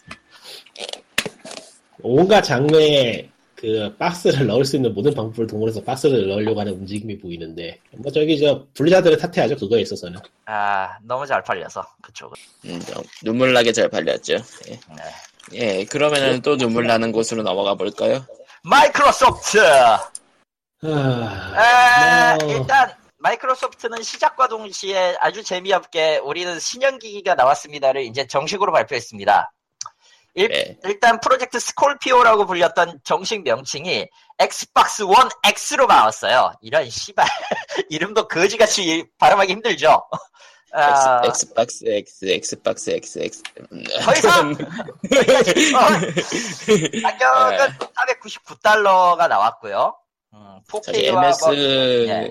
온갖 장르에 그 박스를 넣을 수 있는 모든 방법을 동원해서 박스를 넣으려고 하는 움직임이 보이는데 뭐 저기 저 분리자들을 탓해야죠 그거에 있어서는.
아 너무 잘 팔려서 그쪽은
음, 너- 눈물 나게 잘 팔렸죠. 예.
네.
예, 그러면은 또 눈물 나는 곳으로 넘어가 볼까요?
마이크로소프트
아,
네.
뭐
아, 일단 마이크로소프트는 시작과 동시에 아주 재미없게 우리는 신형기기가 나왔습니다를 이제 정식으로 발표했습니다 일,
예.
일단 프로젝트 스콜피오라고 불렸던 정식 명칭이 엑스박스 원 X로 나왔어요 이런 씨발 이름도 거지같이 발음하기 힘들죠 아,
엑스, 엑스박스 X, 엑스박스 X, 엑스. 음,
더 이상! 어, 가격은 아.
네.
499달러가 나왔고요. 음,
사실
4K와
MS 그
예.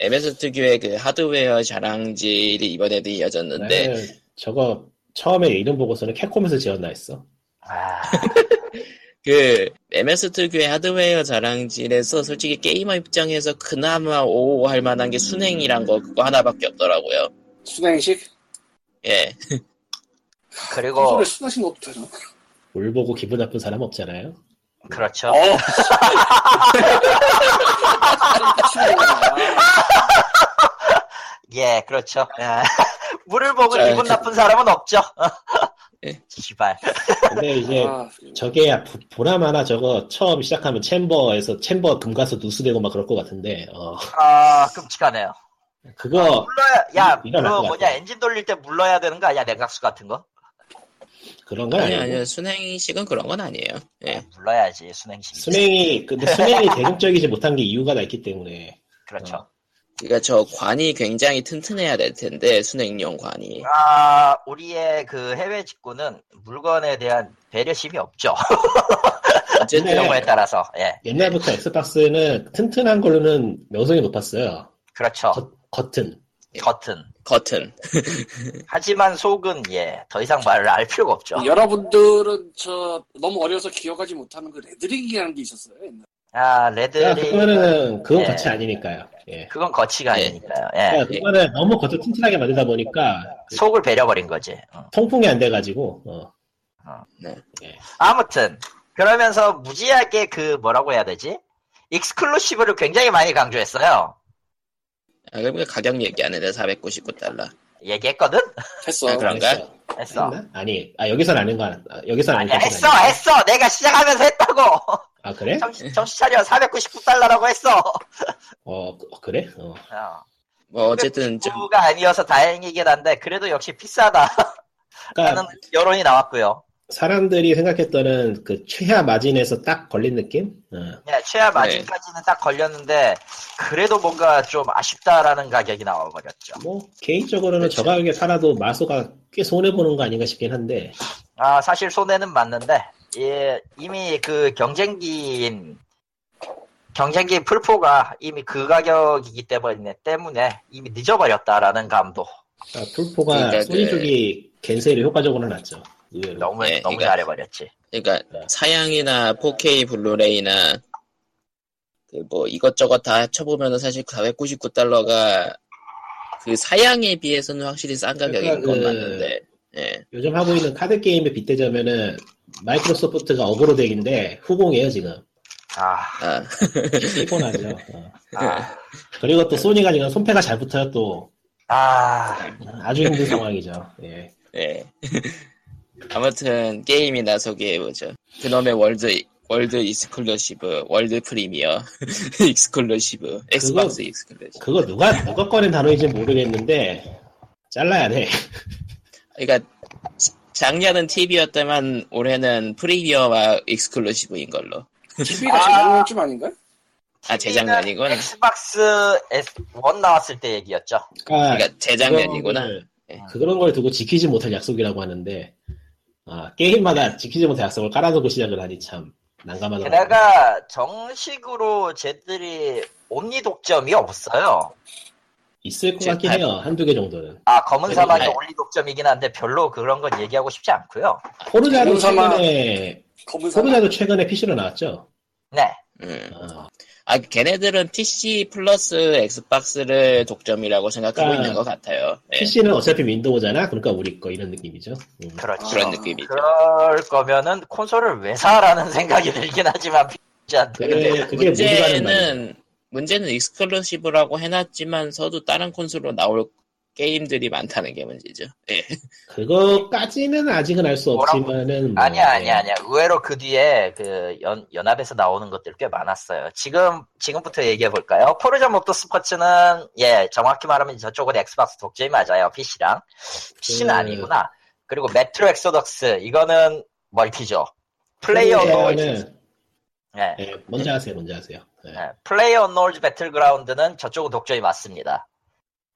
MS 특유의 그 하드웨어 자랑질이 이번에도
네.
이어졌는데
나는 네, 저거 처음에 이름 보고서는 캡콤에서 지었나 했어.
아,
그 MS 특유의 하드웨어 자랑질에서 솔직히 게이머 입장에서 그나마 오오 할 만한 게 순행이란 거 그거 하나밖에 없더라고요.
순행식?
예.
그리고
소리 순행식 것도 되나?
울 보고 기분 나쁜 사람 없잖아요.
그렇죠.
어!
예, 그렇죠. 예. 물을 보고
자,
기분
그-
나쁜 사람은 없죠.
예.
지발.
근데 이제
아,
네. 저게 보- 보라마나 저거 처음 시작하면 챔버에서 챔버 금가서 누수되고 막 그럴 것 같은데 어
아, 끔찍하네요.
그거
물러야, 야,
이- 일어날
그거
것
뭐냐,
같아요.
엔진 돌릴 때 물러야 되는 거 아니야, 냉각수 같은 거?
그런 건
아니
아니고
아니요 순행식은 그런 건 아니에요. 예.
물러야지, 순행식.
수맹이 근데 수맹이 대중적이지 못한 게 이유가 다 있기 때문에
그렇죠.
그러니까 저 관이 굉장히 튼튼해야 될 텐데 순행용 관이.
아, 우리의 그 해외 직구는 물건에 대한 배려심이 없죠.
어쨌든
경우에 따라서. 예,
옛날부터 엑스박스는 튼튼한 걸로는 명성이 높았어요.
그렇죠.
겉, 겉은
겉은.
커튼.
하지만 속은 예, 더 이상 말을 알 필요가 없죠.
여러분들은 저 너무 어려서 기억하지 못하는 그 레드링이라는 게 있었어요. 옛날에.
아,
그러니까
레드리
그거는 그건
예.
겉이 아니니까요. 예.
그건 거치가
예.
아니니까요.
그러니까
예.
그거는 너무 겉을 튼튼하게 만들다 보니까
속을 베려버린 거지. 어.
통풍이 안 돼가지고 어.
아무튼 그러면서 무지하게 그 뭐라고 해야 되지? 익스클루시브를 굉장히 많이 강조했어요.
아, 그러니까 가격 얘기하는데 499달러.
얘기했거든?
했어.
아, 그런가요?
했어.
했어.
했나? 아니, 아, 여기선 아닌 거, 아, 여기선 아닌
아니
거.
했어 했어 내가 시작하면서 했다고
아, 그래?
정신, 정신 차려 499달러라고 했어
어, 그- 어, 그래? 어.
어.
뭐 어쨌든 좀
부가 아니어서 다행이긴 한데 그래도 역시 비싸다라는
그니까,
여론이 나왔고요
그러니까 사람들이 생각했던 그 최하 마진에서 딱 걸린 느낌? 어.
네, 최하 마진까지는 딱 걸렸는데 그래도 뭔가 좀 아쉽다라는 가격이 나와버렸죠.
뭐 개인적으로는
그렇죠.
그치.
저 가격에 살아도 마소가 꽤 손해 보는 거 아닌가 싶긴 한데
아 사실 손해는 맞는데 예, 이미 그 경쟁기인 경쟁기 풀포가 이미 그 가격이기 때문에 때문에 이미 늦어버렸다라는 감도
아, 풀포가
그러니까
소니
그-
쪽이 겐세이를 효과적으로 놨죠. 의외로.
너무
네,
너무
그러니까-
잘해버렸지.
그러니까
네.
사양이나 4K 블루레이나 그 뭐 이것저것 다 합쳐보면은 사실 499달러가 그 사양에 비해서는 확실히 싼 가격인
그러니까
건
그-
맞는데 예
요즘 하고 있는 카드 게임에 빗대자면은 마이크로소프트가 어그로 덱인데 후공이에요 지금.
아,
아,
피곤하죠. 어.
아,
그리고 또 소니가 지금 손패가 잘 붙어요 또
아,
아주 힘든 상황이죠. 예.
예. 아무튼 게임이나 소개해보죠 그놈의 월드 월드 익스클루시브 월드 프리미어 익스클루시브 엑스박스 익스클루시브
그거 누가 누가 꺼낸 단어인지 모르겠는데 잘라야 돼.
그러니까 자- 작년은 TV였다면 올해는 프리미어와 익스클루시브인 걸로
TV가 재작년쯤 아닌가?
아 재작년이군
엑스박스 S1 나왔을 때 얘기였죠.
그러니까
그러니까 재작년이구나
그거를-
예.
그런 걸 두고 지키지 못할 약속이라고 하는데 아, 게임마다 지키지 못할 약속을 깔아놓고 시작을 하니 참
어, 네.
난감하더라고요.
게다가 정식으로 쟤들이 옴니 독점이 없어요.
있을 것 같긴 해요. 한두 개 정도는.
아 검은
그리고
사막의
나-
옴니 독점이긴 한데 별로 그런 건 얘기하고 싶지 않고요.
포르자도
검은사막.
최근에
검은
그
사막.
포르자도 최근에 PC로 나왔죠.
네,
음.
아,
아, 걔네들은 PC 플러스 엑스박스를 독점이라고 생각하고
아.
있는 것 같아요. 예,
네.
PC는 어차피 윈도우잖아. 그러니까 우리 거 이런 느낌이죠. 음.
그렇죠.
아, 그런 느낌이죠.
그럴 거면은 콘솔을 왜 사라는 생각이 들긴 하지만 비지
네.
않는데
그게 그게 모두가는 말이에요.
문제는, 문제는 익스클루시브라고 해놨지만서도 다른 콘솔로 나올 게임들이 많다는 게 문제죠. 예.
그거까지는 아직은 알 수
뭐라고?
없지만은 뭐,
아니야 아니야
예.
아니야 의외로 그 뒤에 그 연, 연합에서 나오는 것들 꽤 많았어요 지금 지금부터 얘기해 볼까요 포르자 모토 스포츠는 예 정확히 말하면 저쪽은 엑스박스 독점이 맞아요 PC랑 PC는
그-
아니구나 그리고 메트로 엑소덕스 이거는 멀티죠
네,
플레이어도 그
포르자는-
예.
예, 먼저 하세요. 먼저 하세요. 예.
네. 플레이 언노즈 배틀그라운드는 저쪽은 독점이 맞습니다.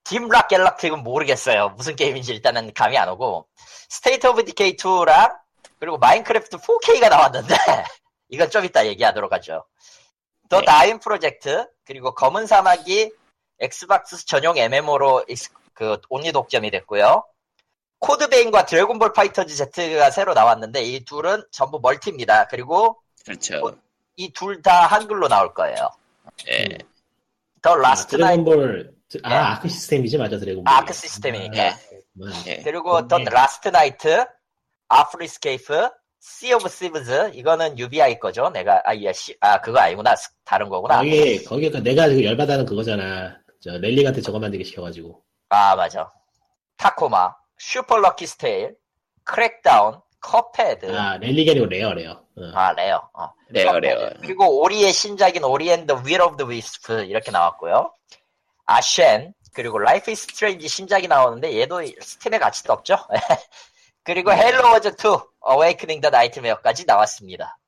딥락 갤럭틱은 모르겠어요. 무슨 게임인지 일단은 감이 안 오고 스테이트 오브 디케이 2랑 그리고 마인크래프트 4K가 나왔는데 이건 좀 이따 얘기하도록 하죠. 더
네.
나인 프로젝트 그리고 검은 사막이 엑스박스 전용 MMO로 그 온리 독점이 됐고요. 코드베인과 드래곤볼 파이터즈 Z가 새로 나왔는데 이 둘은 전부 멀티입니다. 그리고
그렇죠.
이 둘 다 한글로 나올 거예요.
예.
더
음. 아,
라스트 네. 나인
드래곤볼 드-
예.
아 아크 시스템이지 맞아 드래곤볼.
아, 아크 시스템이.
아,
예.
그렇구만.
예.
그리고 더
네.
라스트 나이트, 아프리스케이프, 시 오브 시브즈 이거는 UBI 거죠. 내가 아, 예, 시, 아 그거 아니구나. 스- 다른 거구나.
거기 거기 그 내가 지금 열받아는 그거잖아. 저 렐릭한테 저거 만들게 시켜가지고.
아 맞아. 타코마, 슈퍼 럭키 스테일, 크랙다운, 컵헤드. 아,
아 렐릭이 아니고 레어 레어. 어.
레어. 어.
레어, 레어.
컵헤드. 그리고 오리의 신작인 오리 앤 더 윌 오브 더 위스프 이렇게 나왔고요. 아쉔 그리고 라이프 이스 트레인지 신작이 나오는데 얘도 스팀에 같이 떴죠. 그리고
네.
헬로 워즈 2 어웨이크닝 더 나이트메어까지 나왔습니다.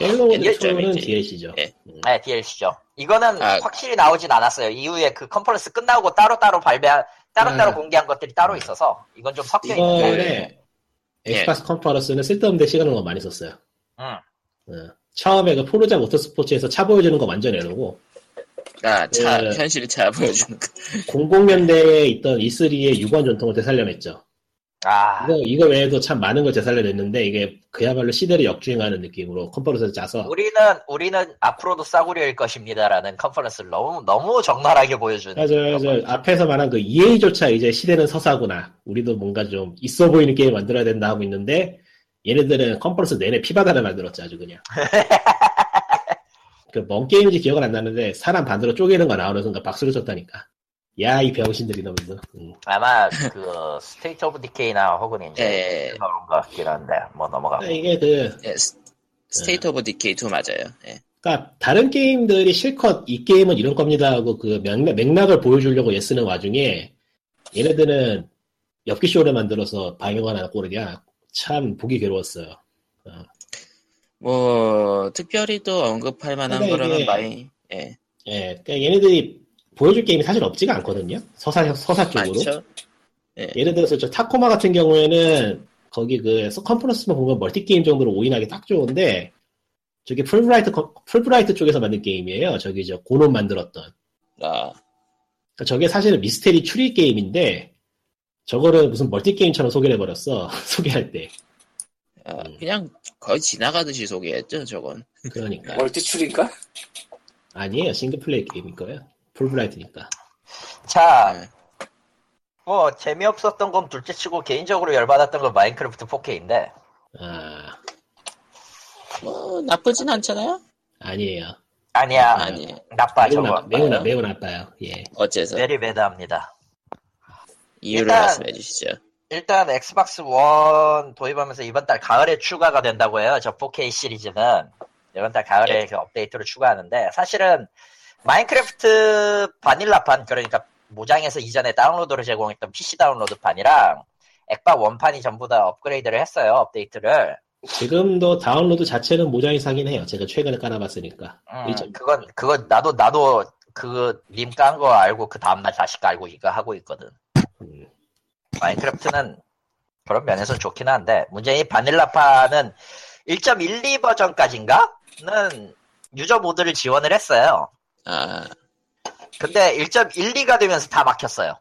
헬로우
예,
는
점이지.
DLC죠. 음.
예.
네, DLC죠. 이거는
아.
확실히 나오진 않았어요. 이후에 그 컨퍼런스 끝나고 따로따로 발매, 따로따로
아.
공개한 것들이 따로 있어서 이건 좀 섞여 있는데.
이번에
예.
엑스박스 컨퍼런스는 쓸데없는 시간을 너무 많이 썼어요.
응.
어. 처음에 그 포르자 모터스포츠에서 차 보여주는 거 완전 내놓고
아, 차,
예.
현실 차 보여주는 거.
00년대에 있던 E3의 6번 전통을 되살려냈죠.
아,
이거, 이거 외에도 참 많은 걸 되살려냈는데 이게 그야말로 시대를 역주행하는 느낌으로 컨퍼런스를 짜서
우리는, 우리는 앞으로도 싸구려일 것입니다라는 컨퍼런스를 너무, 너무 적나라하게 보여주는.
어, 맞아요, 맞아요. 앞에서 말한 그 EA조차 이제 시대는 서사구나. 우리도 뭔가 좀 있어 보이는 게임 만들어야 된다 하고 있는데 얘네들은 컨퍼런스 내내 피바다를 만들었지 아주 그냥. 그 뭔 게임인지 기억은 안 나는데 사람 반대로 쪼개는 거 나오는 순간 박수를 쳤다니까. 야 이 병신들이 너무. 음.
아마 그 스테이트 오브 디케이나 혹은 이제
예.
그런 것 같긴 한데, 뭐 넘어가고.
그러니까 이게 그
예, 스- 스테이트 오브 디케이 2 맞아요. 예.
그러니까 다른 게임들이 실컷 이 게임은 이런 겁니다 하고 그 맥락, 맥락을 보여주려고 애쓰는 와중에 얘네들은 엽기쇼를 만들어서 방영을 하는 꼴이야. 참 보기 괴로웠어요.
뭐 특별히 또 언급할 만한
근데
거라면
이게-
많이 예
예, 그러니까 얘네들이 보여줄 게임이 사실 없지가 않거든요. 서사 서사 쪽으로.
많죠.
예를 들어서 저 타코마 같은 경우에는 거기 그 컨퍼런스만 보면 멀티 게임 정도로 오인하기 딱 좋은데 저게 풀브라이트 컨- 풀브라이트 쪽에서 만든 게임이에요. 저기 저 고놈 만들었던.
아
그러니까 저게 사실은 미스테리 추리 게임인데 저거를 무슨 멀티 게임처럼 소개를 해버렸어 소개할 때.
아,
음.
그냥 거의 지나가듯이 소개했죠, 저건.
그러니까
멀티출인가?
아니에요 싱글 플레이 게임일 거예요. 풀브라이트니까.
자,
네.
뭐 재미없었던 건 둘째치고 개인적으로 열받았던 건 마인크래프트 4K인데
아
뭐, 나쁘진 않잖아요?
아니에요.
아니야 네.
아니,
나빠
매우,
저거
나, 매우, 나,
나빠요?
매우 나빠요. 예.
어째서
메리 배드합니다.
이유를
네, 일단-
말씀해 주시죠.
일단 엑스박스 원 도입하면서 이번 달 가을에 추가가 된다고 해요. 저 4K 시리즈는 이번 달 가을에 그 업데이트로 추가하는데 사실은 마인크래프트 바닐라판 그러니까 모장에서 이전에 다운로드를 제공했던 PC 다운로드판이랑 액박 원판이 전부 다 업그레이드를 했어요. 업데이트를.
지금도 다운로드 자체는 모장 이상이긴 해요. 제가 최근에 깔아봤으니까.
음,
일점-
그건 그건 나도 나도 그 님 깐 거 알고 그 다음날 다시 깔고 이거 하고 있거든.
음.
마인크래프트는 그런 면에서 좋긴 한데 문제는 바닐라파는 1.12 버전까지인가는 유저 모드를 지원을 했어요.
아,
근데 1.12가 되면서 다 막혔어요.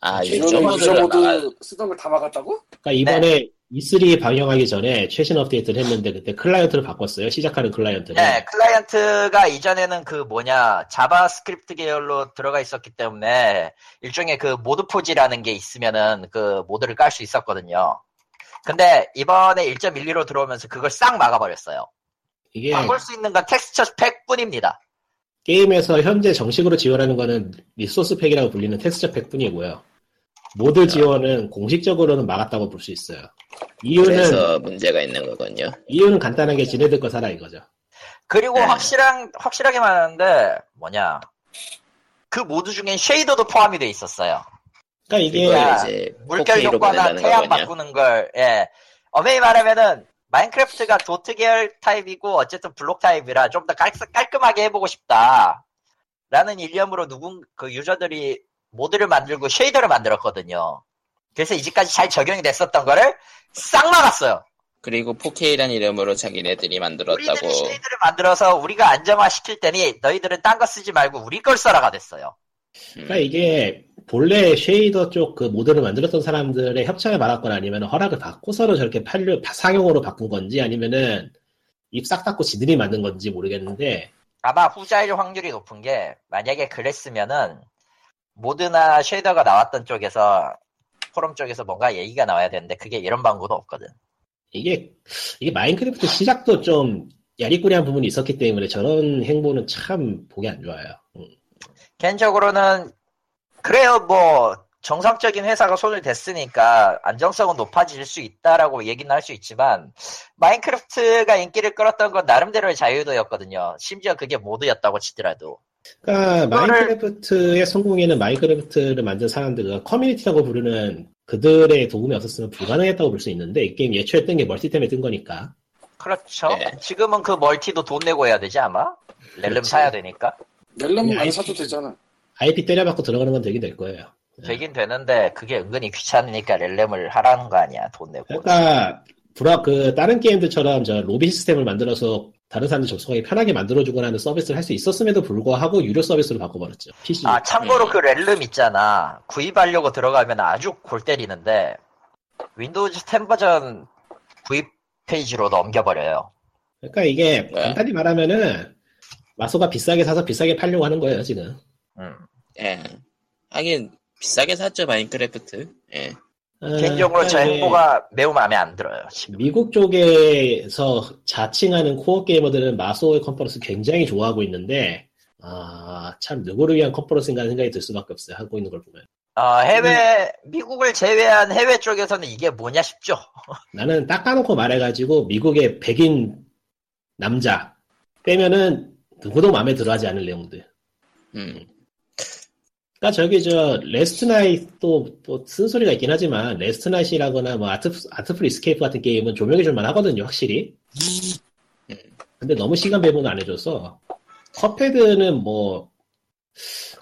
아,
이거는
유저모드를 막아-
유저모드 쓰던 걸 다 막았다고?
그러니까 이번에 E3 방영하기 전에 최신 업데이트를 했는데 그때 클라이언트를 바꿨어요. 시작하는 클라이언트를.
네, 클라이언트가 이전에는 그 뭐냐 자바스크립트 계열로 들어가 있었기 때문에 일종의 그 모드 포지라는 게 있으면은 그 모드를 깔 수 있었거든요. 근데 이번에 1.12로 들어오면서 그걸 싹 막아버렸어요.
이게
바꿀 수 있는 건 텍스처 팩뿐입니다.
게임에서 현재 정식으로 지원하는 거는 리소스 팩이라고 불리는 텍스처 팩 뿐이고요. 모드 지원은 공식적으로는 막았다고 볼 수 있어요. 이유는
그래서 문제가 있는 거군요.
이유는 간단하게 지네들 거 사라 이거죠.
그리고
네.
확실한 확실하게 말하는데 뭐냐 그 모드 중엔 쉐이더도 포함이 돼 있었어요.
그러니까 이게
그걸
야,
이제
아, 물결
4K로
효과나
보낸다는
태양
거군요.
바꾸는 걸 예. 엄밀히 말하면은 마인크래프트가 도트 계열 타입이고 어쨌든 블록 타입이라 좀 더 깔끔하게 해보고 싶다. 라는 일념으로 누군 그 유저들이 모드를 만들고 쉐이더를 만들었거든요. 그래서 이제까지 잘 적용이 됐었던 거를 싹 막았어요.
그리고 4K란 이름으로 자기네들이 만들었다고.
우리들이 쉐이드를 만들어서 우리가 안정화 시킬 때니 너희들은 딴 거 쓰지 말고 우리 걸 써라가 됐어요.
그러니까
음.
이게 본래 쉐이더 쪽 그 모드를 만들었던 사람들의 협찬을 받았거나 아니면 허락을 받고서는 저렇게 판류 상용으로 바꾼 건지 아니면은 입 싹 닫고 지들이 만든 건지 모르겠는데
아마 후자일 확률이 높은 게 만약에 그랬으면은 모드나 쉐이더가 나왔던 쪽에서 포럼 쪽에서 뭔가 얘기가 나와야 되는데 그게 이런 방구도 없거든.
이게 이게 마인크래프트 시작도 좀 야리꾸리한 부분이 있었기 때문에 저런 행보는 참 보기 안 좋아요. 음.
개인적으로는 그래요 뭐 정상적인 회사가 손을 댔으니까 안정성은 높아질 수 있다라고 얘기는 할 수 있지만 마인크래프트가 인기를 끌었던 건 나름대로의 자유도였거든요. 심지어 그게 모드였다고 치더라도.
그러니까
이거를-
마인크래프트의 성공에는 마인크래프트를 만든 사람들과 커뮤니티라고 부르는 그들의 도움이 없었으면 불가능했다고 볼 수 있는데 이 게임 예초에 뜬 게 멀티 때문에 뜬 거니까
그렇죠.
예.
지금은 그 멀티도 돈 내고 해야 되지 아마? 렐름
그렇지.
사야 되니까?
멜론만
아니,
안 사도 되잖아.
IP 때려받고 들어가는 건 되긴 될 거예요. 예.
되긴 되는데 그게 은근히 귀찮으니까 렐름을 하라는 거 아니야 돈 내고.
그러니까 불화 그 다른 게임들처럼 저 로비 시스템을 만들어서 다른 사람들 접속하기 편하게 만들어주거나 하는 서비스를 할 수 있었음에도 불구하고 유료 서비스로 바꿔버렸죠. PC.
아 참고로
예.
그 렐름 있잖아. 구입하려고 들어가면 아주 골 때리는데 윈도우즈 10 버전 구입 페이지로 넘겨버려요.
그러니까 이게
네.
간단히 말하면은 마소가 비싸게 사서 비싸게 팔려고 하는 거예요 지금.
음.
예. 하긴, 비싸게 샀죠, 마인크래프트. 예.
개인적으로
아,
저
그러니까
행보가 매우 마음에 안 들어요. 지금.
미국 쪽에서 자칭하는 코어 게이머들은 마소의 컨퍼런스 굉장히 좋아하고 있는데 아참 누구를 위한 컨퍼런스인가 하는 생각이 들 수밖에 없어요 하고 있는 걸 보면
어, 해외
음.
미국을 제외한 해외 쪽에서는 이게 뭐냐 싶죠.
나는 딱 까놓고 말해가지고 미국의 백인 남자 빼면은 누구도 마음에 들어하지 않을 내용들
음.
그러니까 저기 저 레스트 나잇도 뭐 쓴소리가 있긴 하지만 레스트 나잇이라거나 뭐 아트 아트풀 이스케이프 같은 게임은 조명해 줄만 하거든요 확실히 예. 근데 너무 시간 배분을 안 해줘서 컵헤드는 뭐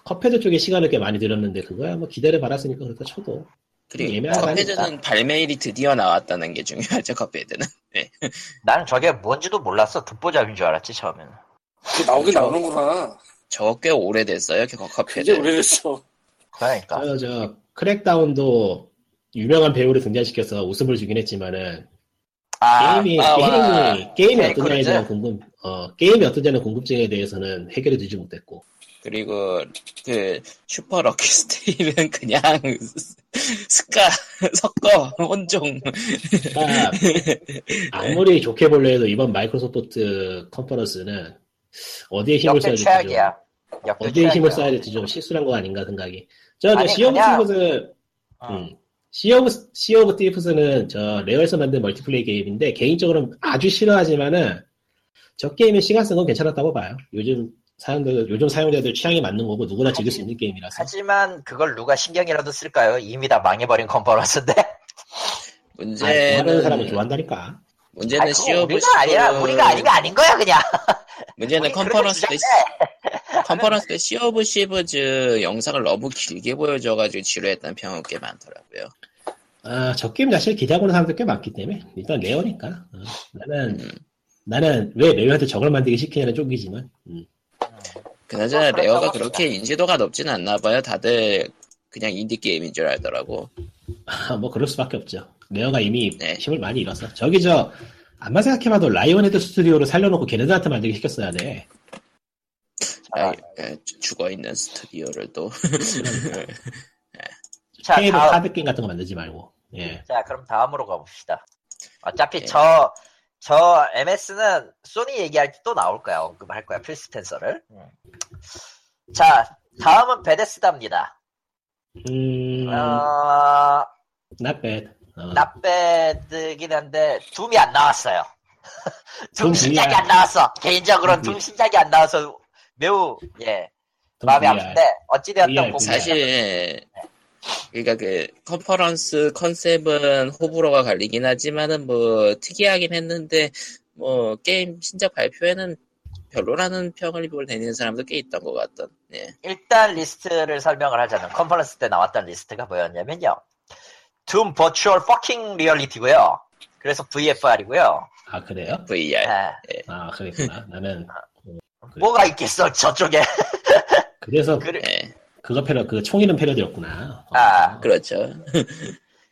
컵헤드 쪽에 시간을 꽤 많이 들였는데 그거야 뭐 기대를 받았으니까 그렇다 쳐도
그리고
예매하다니까.
컵헤드는 발매일이 드디어 나왔다는 게 중요하죠. 컵헤드는
난 저게 뭔지도 몰랐어. 듣보잡인 줄 알았지, 처음에는.
그게 나오긴
그렇죠.
나오는구나.
저거 꽤 오래됐어요. 그거
이제
컵헤드.
오래됐어.
그러니까.
저, 저 크랙다운도 유명한 배우를 등장시켜서 웃음을 주긴 했지만은
아,
게임이
아,
게임이
와.
게임이
네,
어떤지에
그러죠.
대한 궁금 어 게임이 어떤지는 궁금증에 대해서는 해결이 되지 못했고
그리고 그 슈퍼 럭키 스테이는 그냥 스카 섞어 혼종
그러니까
네.
아무리 좋게 볼래 해도 이번 마이크로소프트 컨퍼런스는 어디에 힘을
역대
써야 될지 좀-
최악이야. 역대
어디에 힘을 써야
최악이야.
될지 좀 실수한 거 아닌가 생각이 저저
아니,
시어브
그냥-
스티브스
어.
음, 시 오브 시 오브 스티브스는 저 레어에서 만든 멀티플레이 게임인데 개인적으로는 아주 싫어하지만은 저 게임의 시간성은 괜찮았다고 봐요 요즘 사용자들 요즘 사용자들 취향에 맞는 거고 누구나 즐길 수 있는 게임이라서
하지만 그걸 누가 신경이라도 쓸까요? 이미 다 망해버린 컨퍼런스인데.
네,
네,
아니, 좋아하는 사람은
문제는
좋아한다니까
아니,
문제는
그거
네, 시오브
우리가 아니야. 우리가 아니가 아닌 거야, 그냥.
문제는
우리
컨퍼런스 때
그렇게
시- 컨퍼런스 때 시오브 시브즈 영상을 너무 길게 보여줘가지고 지루했다는 평은 꽤 많더라고요.
아, 저 게임 자체를 기대하고 있는 사람들 꽤 많기 때문에 일단 레어니까 어, 나는
음.
나는 왜 레어한테 저걸 만들기 시키냐는 쪽이지만 음.
그나저나
아, 그렇다고
레어가
합시다.
그렇게 인지도가 높진 않나 봐요. 다들 그냥 인디 게임인 줄 알더라고.
아, 뭐 그럴 수밖에 없죠 레어가 이미
네.
힘을 많이 잃었어 저기 저 암만 생각해봐도 라이온헤드 스튜디오를 살려놓고 걔네들한테 만들기 시켰어야 돼
아, 예, 죽어 있는 스튜디오를 또
자,
테이블
다음.
카드 게임 같은 거 만들지 말고 예.
자, 그럼 다음으로 가봅시다. 어차피
예.
저, 저 MS는 소니 얘기할 때 또 나올 거야. 언급할 거야. 필 스펜서를. 음. 자, 다음은 베데스다입니다.
음,
어,
not bad 어,
나빼드긴 한데, 둠이 안 나왔어요. 둠
둠이야.
신작이 안 나왔어. 개인적으로는
둠이.
둠 신작이 안 나와서 매우, 예,
좀
마음이
VR.
아픈데, 어찌되었든
VR.
공
사실 그러니까 그 컨퍼런스 컨셉은 호불호가 갈리긴 하지만은 뭐 특이하긴 했는데 뭐 게임 신작 발표에는 별로라는 평을 내는 사람도 꽤 있던 것 같던. 예.
일단 리스트를 설명을 하자면 컨퍼런스 때 나왔던 리스트가 뭐였냐면요. 둠 버추얼 퍼킹 리얼리티고요. 그래서 VFR이고요. 예.
아
네.
그래요?
VR.
아 그랬구나 나는
뭐가 있겠어 저쪽에.
그래서
그리,
예,
그거 패러 그 총이는 패러디였구나 어.
아,
그렇죠.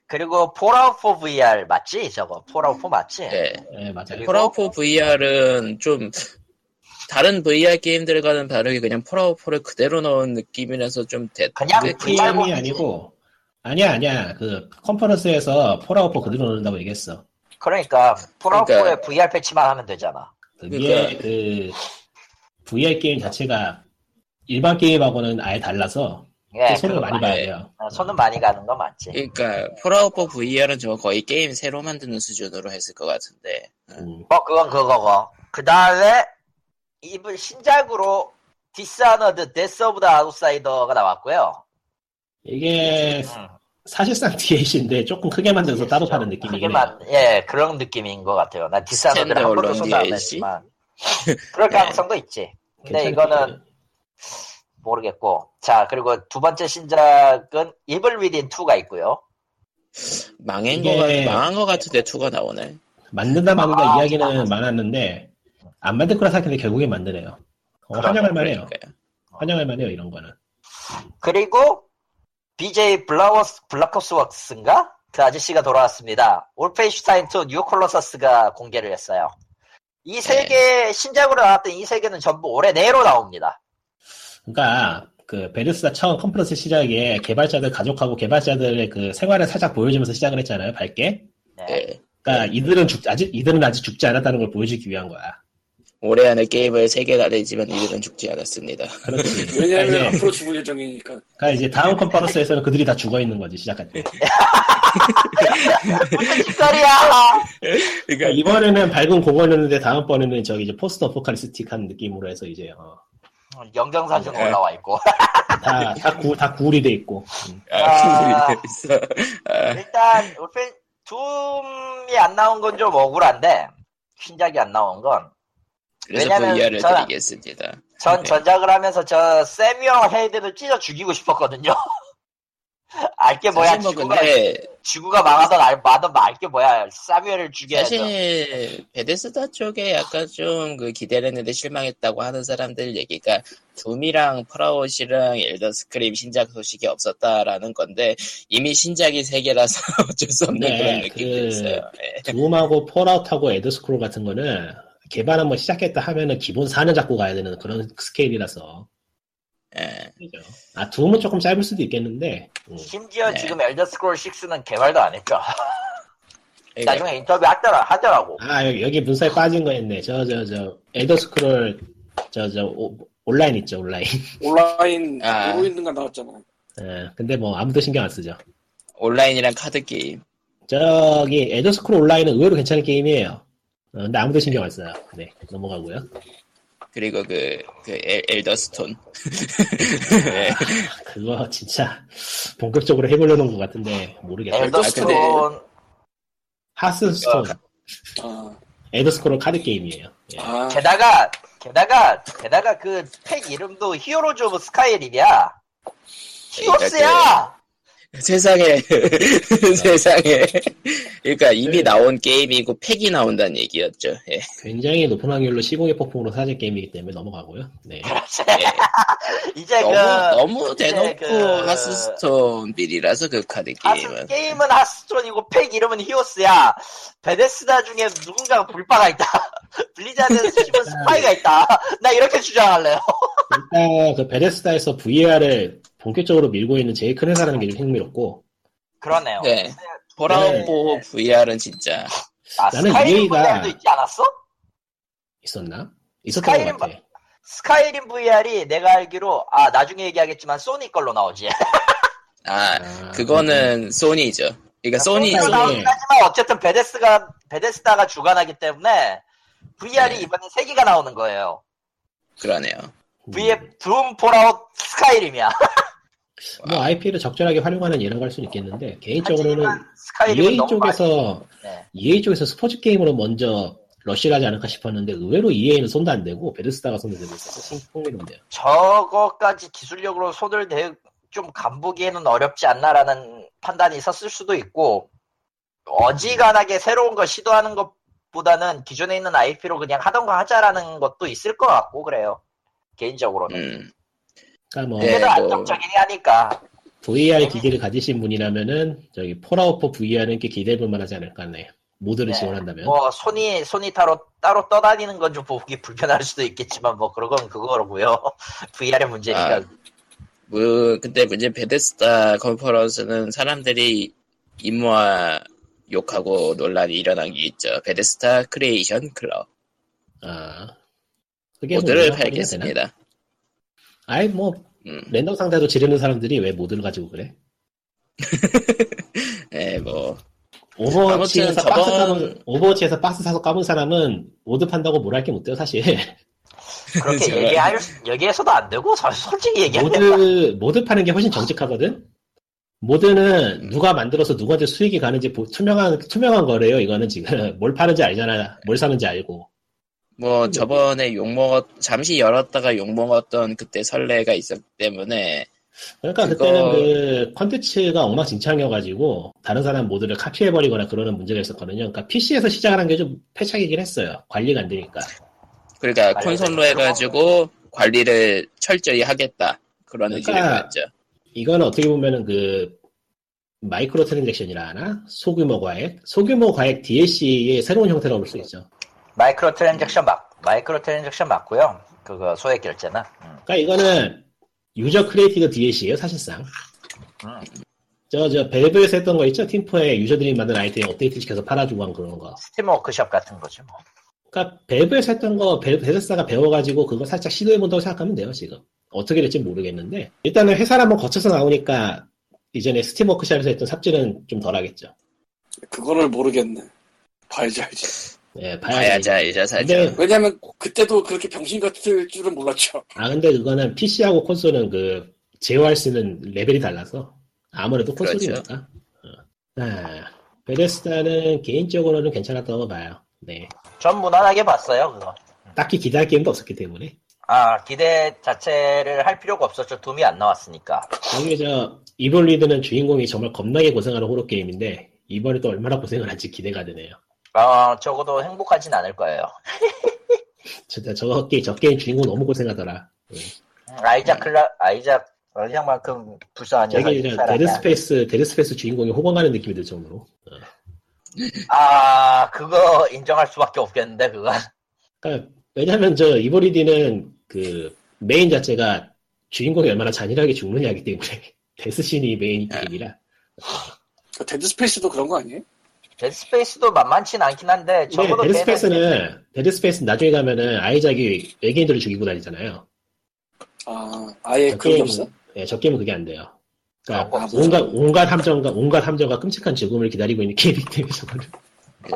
그리고 폴아웃 4 VR 맞지? 저거 폴아웃 4 맞지?
예.
예, 맞아요
그리고-
폴아웃4 VR은 좀 다른 VR 게임들과는 다르게 그냥 폴아웃4를 그대로 넣은 느낌이라서 좀 대,
그냥
그
VR
게임이
고
게임-
아니고 아니야 아니야 그 컨퍼런스에서 폴아웃포 그대로 넣는다고 얘기했어
그러니까 폴아웃
그러니까-
4에 VR 패치만 하면 되잖아. 그러니까
그게 그 VR 게임 자체가 일반 게임하고는 아예 달라서
예,
손을
그거
많이
맞-
봐야 돼요
어, 손은 많이 가는 거
예.
맞지.
그러니까 폴아웃4 VR은 저거 거의 게임 새로 만드는 수준으로 했을 것 같은데.
음,
어 그건 그거고. 그 다음에 이분 신작으로 디스아너드 데스 오브 더 아웃사이더가 나왔고요.
이게
음. 그렇죠.
사실상 DLC인데 조금 크게 만들어서 네. 따로 파는
그게
느낌이긴 해요
맞, 예, 그런 느낌인 것 같아요. 난 디스아너드를 한
스탠드얼론
번도 소개 안
DLC?
했지만. 그럴
네.
가능성도 있지. 근데
괜찮을
이거는
거예요.
모르겠고. 자, 그리고 두 번째 신작은 이블 위딘 2가 있고요.
망한
이게-
거 같, 망한 거 같은데 2가 나오네.
만든다 만든다
아,
이야기는 많았는데 안 만들 거라 생각했는데 결국에 만드네요 어,
그러네,
환영할 만해요
그러니까요.
환영할 만해요 이런 거는
그리고 BJ 블라워스, 블라커스 웍스인가? 그 아저씨가 돌아왔습니다. 올페인슈타인 2 뉴 콜로서스가 공개를 했어요. 이 세
네.
개, 신작으로 나왔던 이 세 개는 전부 올해 내로 나옵니다.
그러니까 그 베르스다 처음 컨퍼런스 시작에 개발자들 가족하고 개발자들의 그 생활을 살짝 보여주면서 시작을 했잖아요 밝게.
네.
예.
그러니까 이들은 죽 아직 이들은 아직 죽지 않았다는 걸 보여주기 위한 거야.
올해 안에 게임을 3개 다 내지만 이들은 죽지 않았습니다.
그렇지. 그러니까
왜냐하면
이제,
앞으로 죽을 예정이니까.
그러니까 이제 다음 컨퍼런스에서는 그들이 다 죽어 있는 거지 시작할 때.
그러니까
무슨 짓거리야!
그러니까 이번에는 밝은 공원이었는데 다음 번에는 저기 이제 포스트 어포칼리스틱한 느낌으로 해서 이제 어,
영정사진
네.
올라와 있고
다, 다, 구, 다 구울이 돼 있고. 음.
아.
아, 그분이 있어. 아,
일단 우펜 둠이 안 나온 건 좀 억울한데 신작이 안 나온 건 전
그래서
왜냐면
VR을
저는-
드리겠습니다. 네.
전작을 하면서 저 세미얼 헤이드를 찢어 죽이고 싶었거든요. 알게 뭐야
사실 뭐
지구가
근데
지구가 망하던 알 마던 알게 뭐야 사미얼을 죽여야죠.
사실 베데스다 쪽에 약간 좀 그 기대를 했는데 실망했다고 하는 사람들 얘기가 둠이랑 프라웃이랑 엘더 스크림 신작 소식이 없었다라는 건데 이미 신작이 세 개라서 어쩔 수 없는
네,
그런 느낌도
그-
있어요. 예.
둠하고 폴아웃하고 에드스크롤 같은 거는 개발 한번 시작했다 하면은 기본 4년 잡고 가야 되는 그런 스케일이라서.
예.
아, 둠은 조금 짧을 수도 있겠는데. 음.
심지어
네.
지금 엘더 스크롤 6는 개발도 안 했죠.
그러니까
나중에 인터뷰 하더라 하더라고.
아, 여기, 여기 문서에 빠진 거 있네. 저, 저, 저, 에더스크롤, 저, 저, 오- 온라인 있죠, 온라인.
온라인
아.
모르겠는가 나왔잖아.
예, 근데 뭐, 아무도 신경 안 쓰죠.
온라인이랑 카드 게임.
저기, 에더스크롤 온라인은 의외로 괜찮은 게임이에요. 어, 근데 아무도 신경 안 써요. 네, 넘어가고요.
그리고 그, 그 엘, 엘더스톤.
그거 진짜 본격적으로 해보려는 것 같은데,
네,
모르겠어요.
엘더
엘더
스크롤
하스스톤,
아,
에더스크롤 카드 게임이에요. 예.
네.
아,
게다가 게다가 게다가 그 팩 이름도 히어로즈 오브 스카이림이야. 히오스야.
세상에,
어.
세상에. 그러니까
네.
이미 나온 게임이고 팩이 나온다는 얘기였죠. 예.
굉장히 높은 확률로 시공의 폭풍으로 사진 게임이기 때문에 넘어가고요. 네.
이제
너무
그
너무 대놓고
그-
하스스톤 빌이라서 그 카드
하스,
게임은
게임은 하스톤이고 팩 이름은 히오스야. 베데스다 중에 누군가가 불바가 있다. 블리자드에서 씹은 스파이가 있다. 나 이렇게 주장할래요.
일단, 그 베데스다에서 VR을 본격적으로 밀고 있는 제일 큰 회사라는 게 좀 흥미롭고,
그러네요.
네 보라운보 VR은 진짜
아,
나는
스카이림
이해가-
VR도 있지 않았어?
있었나? 있었던
스카이림
것 같아.
스카이림 VR이 내가 알기로 아 나중에 얘기하겠지만 소니 걸로 나오지.
아
아,
그거는 소니죠. 그러니까 소니
소니로
소니.
나오긴 하지만 어쨌든 베데스가 베데스다가 주관하기 때문에 VR이
네.
이번에 세 개가 나오는 거예요.
그러네요.
음,
VF 둠 폴아웃 스카이림이야.
뭐 IP를 적절하게 활용하는 예라고 할 수는 있겠는데 개인적으로는
하지만 스카이림은
EA
너무
쪽에서
많이... 네.
EA 쪽에서 스포츠 게임으로 먼저 러쉬를 하지 않을까 싶었는데 의외로 EA는 손도 안 대고 베데스다가 손을 대고 있어서 신풍이던데요.
저거까지 기술력으로 손을 대, 좀 간보기에는 어렵지 않나라는 판단이 있었을 수도 있고, 어지간하게 새로운 걸 시도하는 것보다는 기존에 있는 IP로 그냥 하던 거 하자라는 것도 있을 것 같고, 그래요. 개인적으로는.
음
그러니까 뭐
그게
네.
더
뭐.
안정적이긴 하니까.
VR 기기를 가지신 분이라면은 저기 폴아웃포 VR은 꽤 기대해볼 만하지 않을까 네. 모드를
네.
지원한다면
뭐, 손이, 손이 따로, 따로 떠다니는 건 좀 보기 불편할 수도 있겠지만, 뭐, 그런 건 그거로고요. VR의 문제니까.
아. 뭐, 근데 문제 베데스다 컨퍼런스는 사람들이 임무와 욕하고 논란이 일어난 게 있죠. 베데스타 크리에이션 클럽
아 그게
모드를
얼마나 소리가 되나?
팔겠습니다.
아이 뭐
음.
랜덤 상자도 지르는 사람들이 왜 모드를 가지고 그래?
네, 뭐
오버워치에서
아무튼
박스
저번-
까본 오버워치에서 박스 사서 까본 사람은 모드 판다고 뭘 할 게 못 돼요 사실.
그렇게
제가-
얘기할, 수- 얘기해서도 안 되고, 사- 솔직히 얘기하면.
모드 모드 파는 게 훨씬 정직하거든.
음.
모드는 누가 만들어서 누구한테 수익이 가는지 보- 투명한 투명한 거래요. 이거는 지금 뭘 파는지 알잖아, 뭘 사는지 알고.
뭐 저번에 욕먹었 잠시 열었다가 욕먹었던 그때 설레가 있었기 때문에
그러니까
그거-
그때는그 컨텐츠가 엉망진창이어가지고 다른 사람 모드를 카피해버리거나 그러는 문제가 있었거든요. 그러니까 PC에서 시작하는 게 좀 패착이긴 했어요. 관리가 안 되니까.
그러니까
말로
콘솔로
해서
해가지고 관리를 철저히 하겠다 그런
그러니까-
의지를 보였죠.
이건 어떻게 보면은 그 마이크로 트랜잭션이라 하나 소규모 과액, 소규모 과액 DLC의 새로운 형태라고 볼 수 있죠.
마이크로 트랜잭션 막 마이크로 트랜잭션 맞고요. 그거 소액 결제는. 음.
그러니까 이거는 유저 크리에이티드 DLC예요 사실상.
음.
저 저 벨브에서 했던 거 있죠 팀포에 유저들이 만든 아이템 업데이트 시켜서 팔아주고 한 그런 거.
스팀 워크숍 같은 거죠. 뭐.
그러니까 벨브에서 했던 거 벨- 베데스다가 배워가지고 그거 살짝 시도해본다고 생각하면 돼요 지금. 어떻게 될지 모르겠는데 일단은 회사를 한번 거쳐서 나오니까 이전에 스팀 워크샵에서 했던 삽질은 좀 덜하겠죠.
그거를 모르겠네. 봐야지 알지.
예, 봐야지.
봐야자 이제 사죠.
근데,
왜냐면 그때도 그렇게 병신 같을 줄은 몰랐죠.
아, 근데 그거는 PC하고 콘솔은 그, 제어할 수 있는 레벨이 달라서. 아무래도
그렇죠.
콘솔이니까. 어. 아, 베데스다는 개인적으로는 괜찮았다고 봐요. 네.
전 무난하게 봤어요 그거.
딱히 기대할 게임도 없었기 때문에.
아 기대 자체를 할 필요가 없었죠. 둠이 안 나왔으니까.
여기 저 이번 리드는 주인공이 정말 겁나게 고생하는 호러 게임인데 이번에 또 얼마나 고생을 할지 기대가 되네요.
아 적어도 행복하진 않을 거예요.
진짜 저 게임 저 게임 주인공 너무 고생하더라. 네.
아이작 클라 아이작 아이작만큼 불쌍한
저기
녀석이
저
살아야.
네. 데드 스페이스 데드 스페이스 주인공이 호강하는 느낌이 들 정도로. 어.
아 그거 인정할 수밖에 없겠는데 그거.
그러니까 왜냐하면 저 이번 리드는 그 메인 자체가 주인공이 얼마나 잔인하게 죽느냐기 때문에 데스신이 메인
예.
게임이라.
그 데드 스페이스도 그런 거 아니에요?
데드 스페이스도 만만치는 않긴 한데
근데
적어도 걔는-
데드
네.
스페이스는 데드 스페이스 나중에 가면은 아이작이 외계인들을 죽이고 다니잖아요.
아,
네,
아예 뭐 그런
저
게 아,
게임은-
없어?
예, 저 게임은 그게 안 돼요.
그런
그러니까
거 아, 없어요.
온갖 온갖 함정과 온갖 함정과 끔찍한 죽음을 기다리고 있는 게임이기 때문에 저거는
그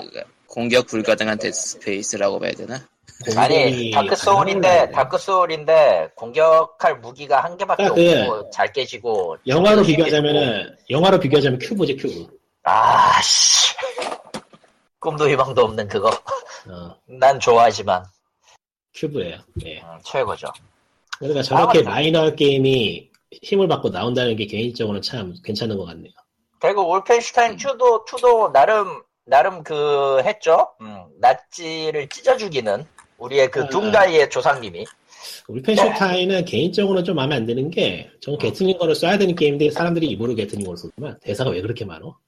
공격 불가능한 데스페이스라고 봐야 되나?
아니 다크 소울인데 다크 소울인데 공격할 무기가 한 개밖에
아, 그-
없고 잘 깨지고
영화로
뭐.
비교하자면은 영화로 비교하자면 큐브지 큐브.
아씨 꿈도 희망도 없는 그거
어,
난 좋아하지만
큐브예요. 예.
음, 최고죠.
그러니까 저렇게
아, 맞다.
마이너 게임이 힘을 받고 나온다는 게 개인적으로는 참 괜찮은 것 같네요.
그리고 울펜슈타인 2도 2도 나름 나름 그 했죠. 음, 낫지를 찢어 죽이는 우리의 그
아.
둥가이의 조상님이 네.
울펜슈타인은 개인적으로는 좀 마음에 안 드는 게,
어.
전 게틀린 거를 쏴야 되는 게임인데 사람들이 입으로 게틀린 걸 쏘지만 대사가 왜 그렇게 많어?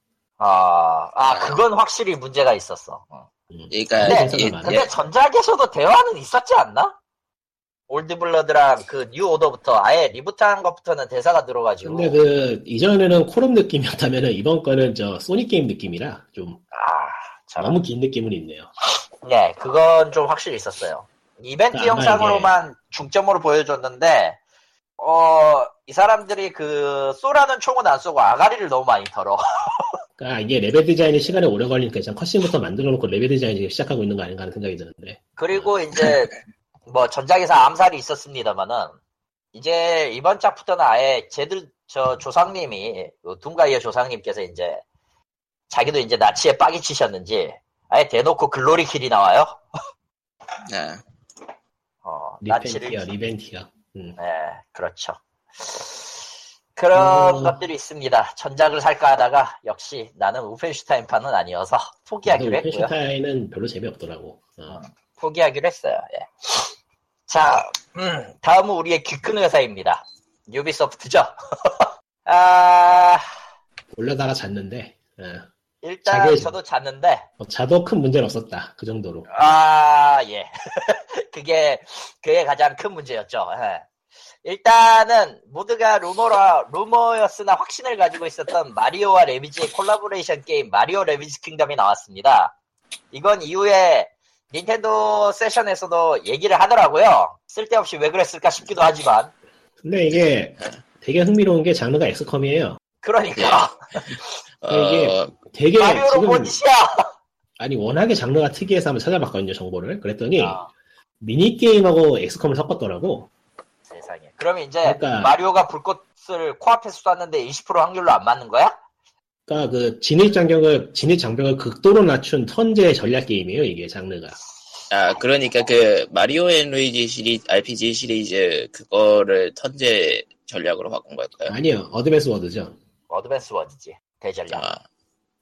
아, 아 그건 확실히 문제가 있었어. 어.
음.
그러니까
네,
대사가
예,
많아.
근데 전작에서도 대화는 있었지 않나? 올드블러드랑 그 뉴 오더부터 아예 리부트한 것부터는 대사가 들어가지고
근데 그 이전에는 코럼 느낌이었다면은 이번 거는 저 소니 게임 느낌이라 좀
아, 참.
너무 긴 느낌은 있네요.
네, 그건 좀 확실히 있었어요. 이벤트
아마 예.
영상으로만 중점으로 보여줬는데, 어, 이 사람들이 그, 쏘라는 총은 안 쏘고 아가리를 너무 많이 털어.
그러니까 이게 레벨 디자인이 시간이 오래 걸리니까 일단 컷신부터 만들어놓고 레벨 디자인을 시작하고 있는 거 아닌가 하는 생각이 드는데
그리고
음.
이제, 뭐, 전작에서 암살이 있었습니다만은, 이제 이번 작부터는 아예 쟤들, 저 조상님이, 그 둠가이의 조상님께서 이제, 자기도 이제 나치에 빡이 치셨는지, 아예 대놓고 글로리 킬이 나와요.
아,
어, 나치를
리벤티아 리벤티아 음.
네, 그렇죠. 그런
음.
것들이 있습니다. 전작을 살까 하다가 역시 나는 우펜슈타인 판은 아니어서 포기하기로 했고요.
펜슈타인은 별로 재미없더라고 어.
포기하기로 했어요. 예. 자, 음, 다음은 우리의 귀 큰 회사입니다. 유비소프트죠. 아,
올려다가 잤는데 어.
일단
자기-
저도 잤는데
어, 자도 큰 문제는 없었다 그 정도로
아, 예. 그게, 그게 가장 큰 문제였죠. 예. 일단은, 모두가 루머라, 루머였으나 확신을 가지고 있었던 마리오와 레비지의 콜라보레이션 게임 마리오 레비지 킹덤이 나왔습니다. 이건 이후에 닌텐도 세션에서도 얘기를 하더라고요. 쓸데없이 왜 그랬을까 싶기도 하지만.
근데 이게 되게 흥미로운 게 장르가 엑스컴이에요
그러니까.
어,
되게
마리오로
예. 지금
뭔 짓이야!
아니 워낙에 장르가 특이해서 한번 찾아봤거든요 정보를 그랬더니
아,
미니게임하고 엑스컴을 섞었더라고
세상에. 그럼 이제
그러니까-
마리오가 불꽃을 코앞에 쏘았는데 20% 확률로 안 맞는 거야?
그러니까 그 진입 장벽을 진입 장벽을 극도로 낮춘 천재 전략 게임이에요 이게 장르가
아 그러니까 그 마리오 앤 루이지 시리 RPG 시리즈 그거를 턴제 전략으로 바꾼 걸까요?
아니요 어드밴스 워드죠
어드밴스 워드지. 대전략.
아,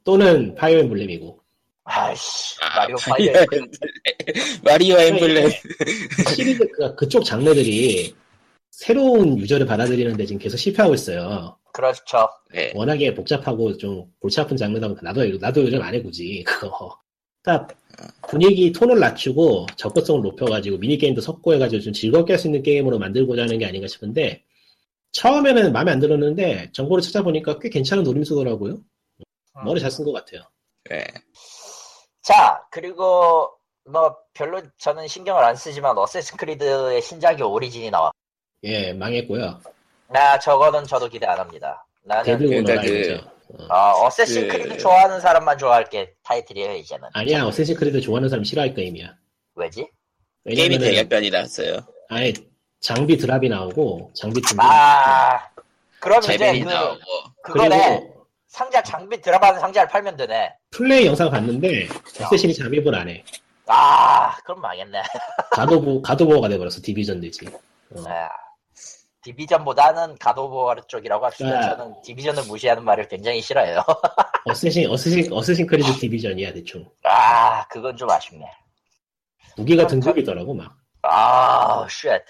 또는 파이어 엠블렘이고
아이씨,
아,
마리오
예.
파이어.
마리오 엠블렘. 마리오
그러니까
엠블렘.
시리즈 그- 그쪽 장르들이 새로운 유저를 받아들이는데 지금 계속 실패하고 있어요.
그렇죠.
네.
워낙에 복잡하고 좀 골치 아픈 장르다 보니까 나도 나도 요즘 안 해 굳이 그거. 그러니까 분위기 톤을 낮추고 접근성을 높여가지고 미니 게임도 섞고 해가지고 좀 즐겁게 할 수 있는 게임으로 만들고자 하는 게 아닌가 싶은데 처음에는 마음에 안 들었는데 정보를 찾아보니까 꽤 괜찮은 노림수더라고요.
어.
음.
머리 잘 쓴 것 같아요.
네.
자, 그리고 뭐 별로 저는 신경을 안 쓰지만 어쌔신 크리드의 신작이 오리진이 나와.
예 망했고요.
나 저거는 저도 기대 안 합니다. 나는
데빌 오너
그러니까 그-
라이브죠.
어,
예.
어쌔신
그-
크리드 좋아하는 사람만 좋아할 게 타이틀이에요, 이제는.
아니야 어쌔신 크리드 좋아하는 사람 싫어할 게임이야.
왜지?
게임이
왜냐면은
대격변이 났어요.
아예 장비 드랍이 나오고 장비 등급이
아, 그럼 이제
재빈이
그,
나오고
그거네.
그리고
상자 장비 들어가는 상자를 팔면 되네.
플레이 영상 봤는데 어쌔신이 잠입을 안 해.
아, 그럼 망했네.
가도보 가도보가 돼버렸어 디비전 되지. 어.
아, 디비전보다는 가도보어 쪽이라고 합시다.
네.
저는 디비전을 무시하는 말을 굉장히 싫어해요.
어쌔신 어쌔신 어쌔신 크리드 디비전이야 대충
아, 그건 좀 아쉽네.
무기가 등급이더라고 막
아, 쉣.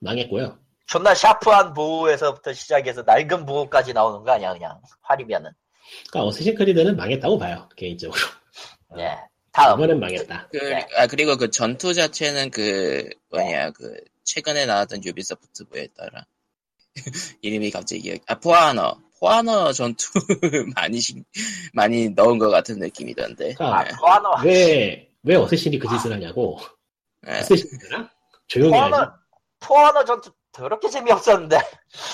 망했고요.
존나 샤프한 보호에서부터 시작해서 낡은 보호까지 나오는 거 아니야, 그냥. 활이면은.
그러니까 어쌔신 크리드는 망했다고 봐요 개인적으로.
예. 다음.
이번엔 망했다.
그,
네.
아 그리고 그 전투 자체는 그 뭐냐 그 최근에 나왔던 유비소프트 뭐에 따라 이름이 갑자기 기억 아 포아너 포아너 전투 많이 신- 많이 넣은 것 같은 느낌이던데
아,
그러니까
포아노.
왜왜 어쌔신이 그 짓을 하냐고
네.
어쌔신 되나? 조용히 하지.
포아노, 포아노 전투 더럽게 재미없었는데.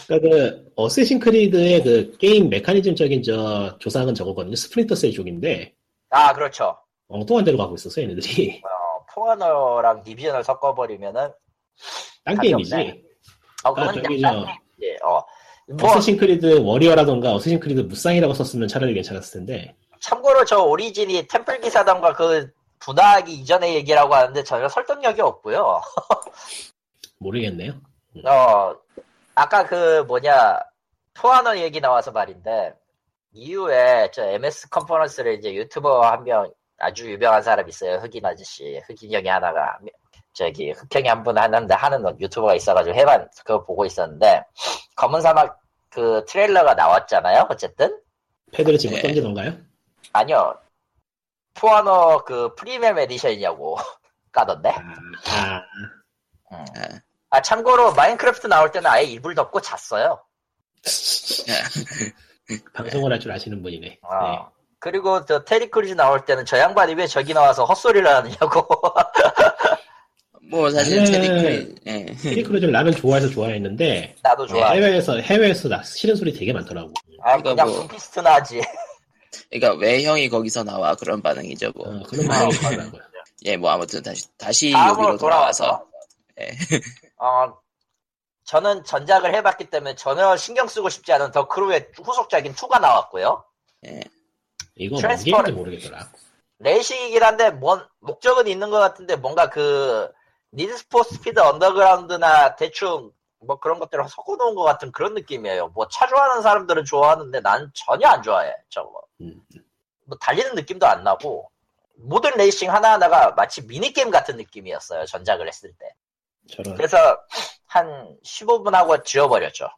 그러니까 그 어쌔신 크리드의 그 게임 메커니즘적인 저 조상은 저거거든요. 스프린터 셀 쪽인데
아, 그렇죠.
엉뚱한 데로 가고 있었어 얘네들이.
어, 포아노랑 디비전을 섞어버리면은,
딴
답이
게임이지.
없네. 어, 그건
아, 저기죠.
약간, 예, 어. 뭐,
어쌔신 크리드 워리어라던가 어쌔신 크리드 무쌍이라고 썼으면 차라리 괜찮았을 텐데
참고로 저 오리진이 템플 기사단과 그 분화하기 이전의 얘기라고 하는데 전혀 설득력이 없고요.
모르겠네요.
어, 아까 그 뭐냐, 포아너 얘기 나와서 말인데, 이후에 저 MS 컨퍼런스를 이제 유튜버 한 명, 아주 유명한 사람 있어요. 흑인 아저씨, 흑인 형이 하나가, 저기, 흑형이 한 분 하는데 하는 유튜버가 있어가지고 해반, 그거 보고 있었는데, 검은 사막 그 트레일러가 나왔잖아요. 어쨌든.
패드를 집어
네.
던지던가요?
아니요. 포아너 그 프리미엄 에디션이냐고 까던데.
아,
네. 음.
아.
아 참고로 마인크래프트 나올 때는 아예 이불 덮고 잤어요.
방송을 할 줄 아시는 분이네.
아.
네.
그리고 저 테리 크루즈 나올 때는 저 양반이 왜 저기 나와서 헛소리를 하느냐고.
뭐 사실
네.
체리크리 예.
피리크루즈를 나는 좋아해서 좋아했는데
나도 좋아.
해외에서 해외에서 나 싫은 소리 되게 많더라고.
아
이거
그냥
뭐.
분피스트나 하지.
그러니까 왜 형이 거기서 나와 그런 반응이죠 뭐
음.
어,
예 뭐
그런 말이
아.
많더라고요.
아무튼 다시 다시
다음으로
여기로
돌아와서.
돌아와서 예.
어 저는 전작을 해봤기 때문에 전혀 신경 쓰고 싶지 않은 더 크루의 후속작인 2가 나왔고요.
이거 뭔
트랜스퍼를-
게임인지 모르겠더라.
레이싱이긴 한데 뭔 목적은 있는 것 같은데 뭔가 그 니드스포 스피드 언더그라운드나 대충 뭐 그런 것들을 섞어놓은 것 같은 그런 느낌이에요. 뭐 차 좋아하는 사람들은 좋아하는데 난 전혀 안 좋아해 저거.
음.
뭐 달리는 느낌도 안 나고 모든 레이싱 하나하나가 마치 미니게임 같은 느낌이었어요 전작을 했을 때.
저런
그래서 한 15분 하고 지워버렸죠.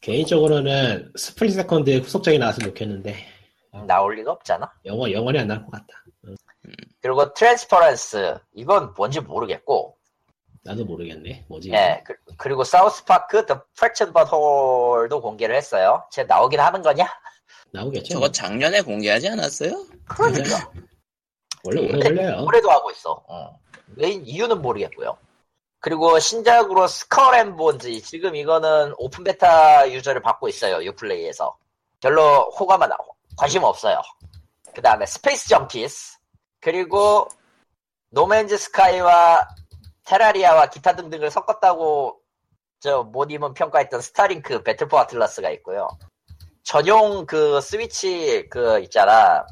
개인적으로는 스프링 세컨드의 후속작이 나왔으면 좋겠는데
음, 나올 리가 없잖아.
영어 영원히 안 나올 것 같다.
그리고 트랜스퍼런스 이건 뭔지 모르겠고
나도 모르겠네. 뭐지?
예, 그- 그리고 사우스파크 더 프랙션 버 홀도 공개를 했어요. 쟤 나오긴 하는 거냐?
나오겠죠.
저거 작년에 공개하지 않았어요?
그러니까.
원래 오래
근데
걸려요.
네. 올해도 하고 있어. 어. 왜인 이유는 모르겠고요. 그리고 신작으로 스컬 앤 본즈 지금 이거는 오픈 베타 유저를 받고 있어요. 유플레이에서. 별로 호감은 안- 관심 없어요. 그 다음에 스페이스 점피스 그리고 노맨즈 스카이와 테라리아와 기타 등등을 섞었다고 저못 입은 평가했던 스타링크 배틀포 아틀라스가 있고요. 전용 그 스위치 그 있잖아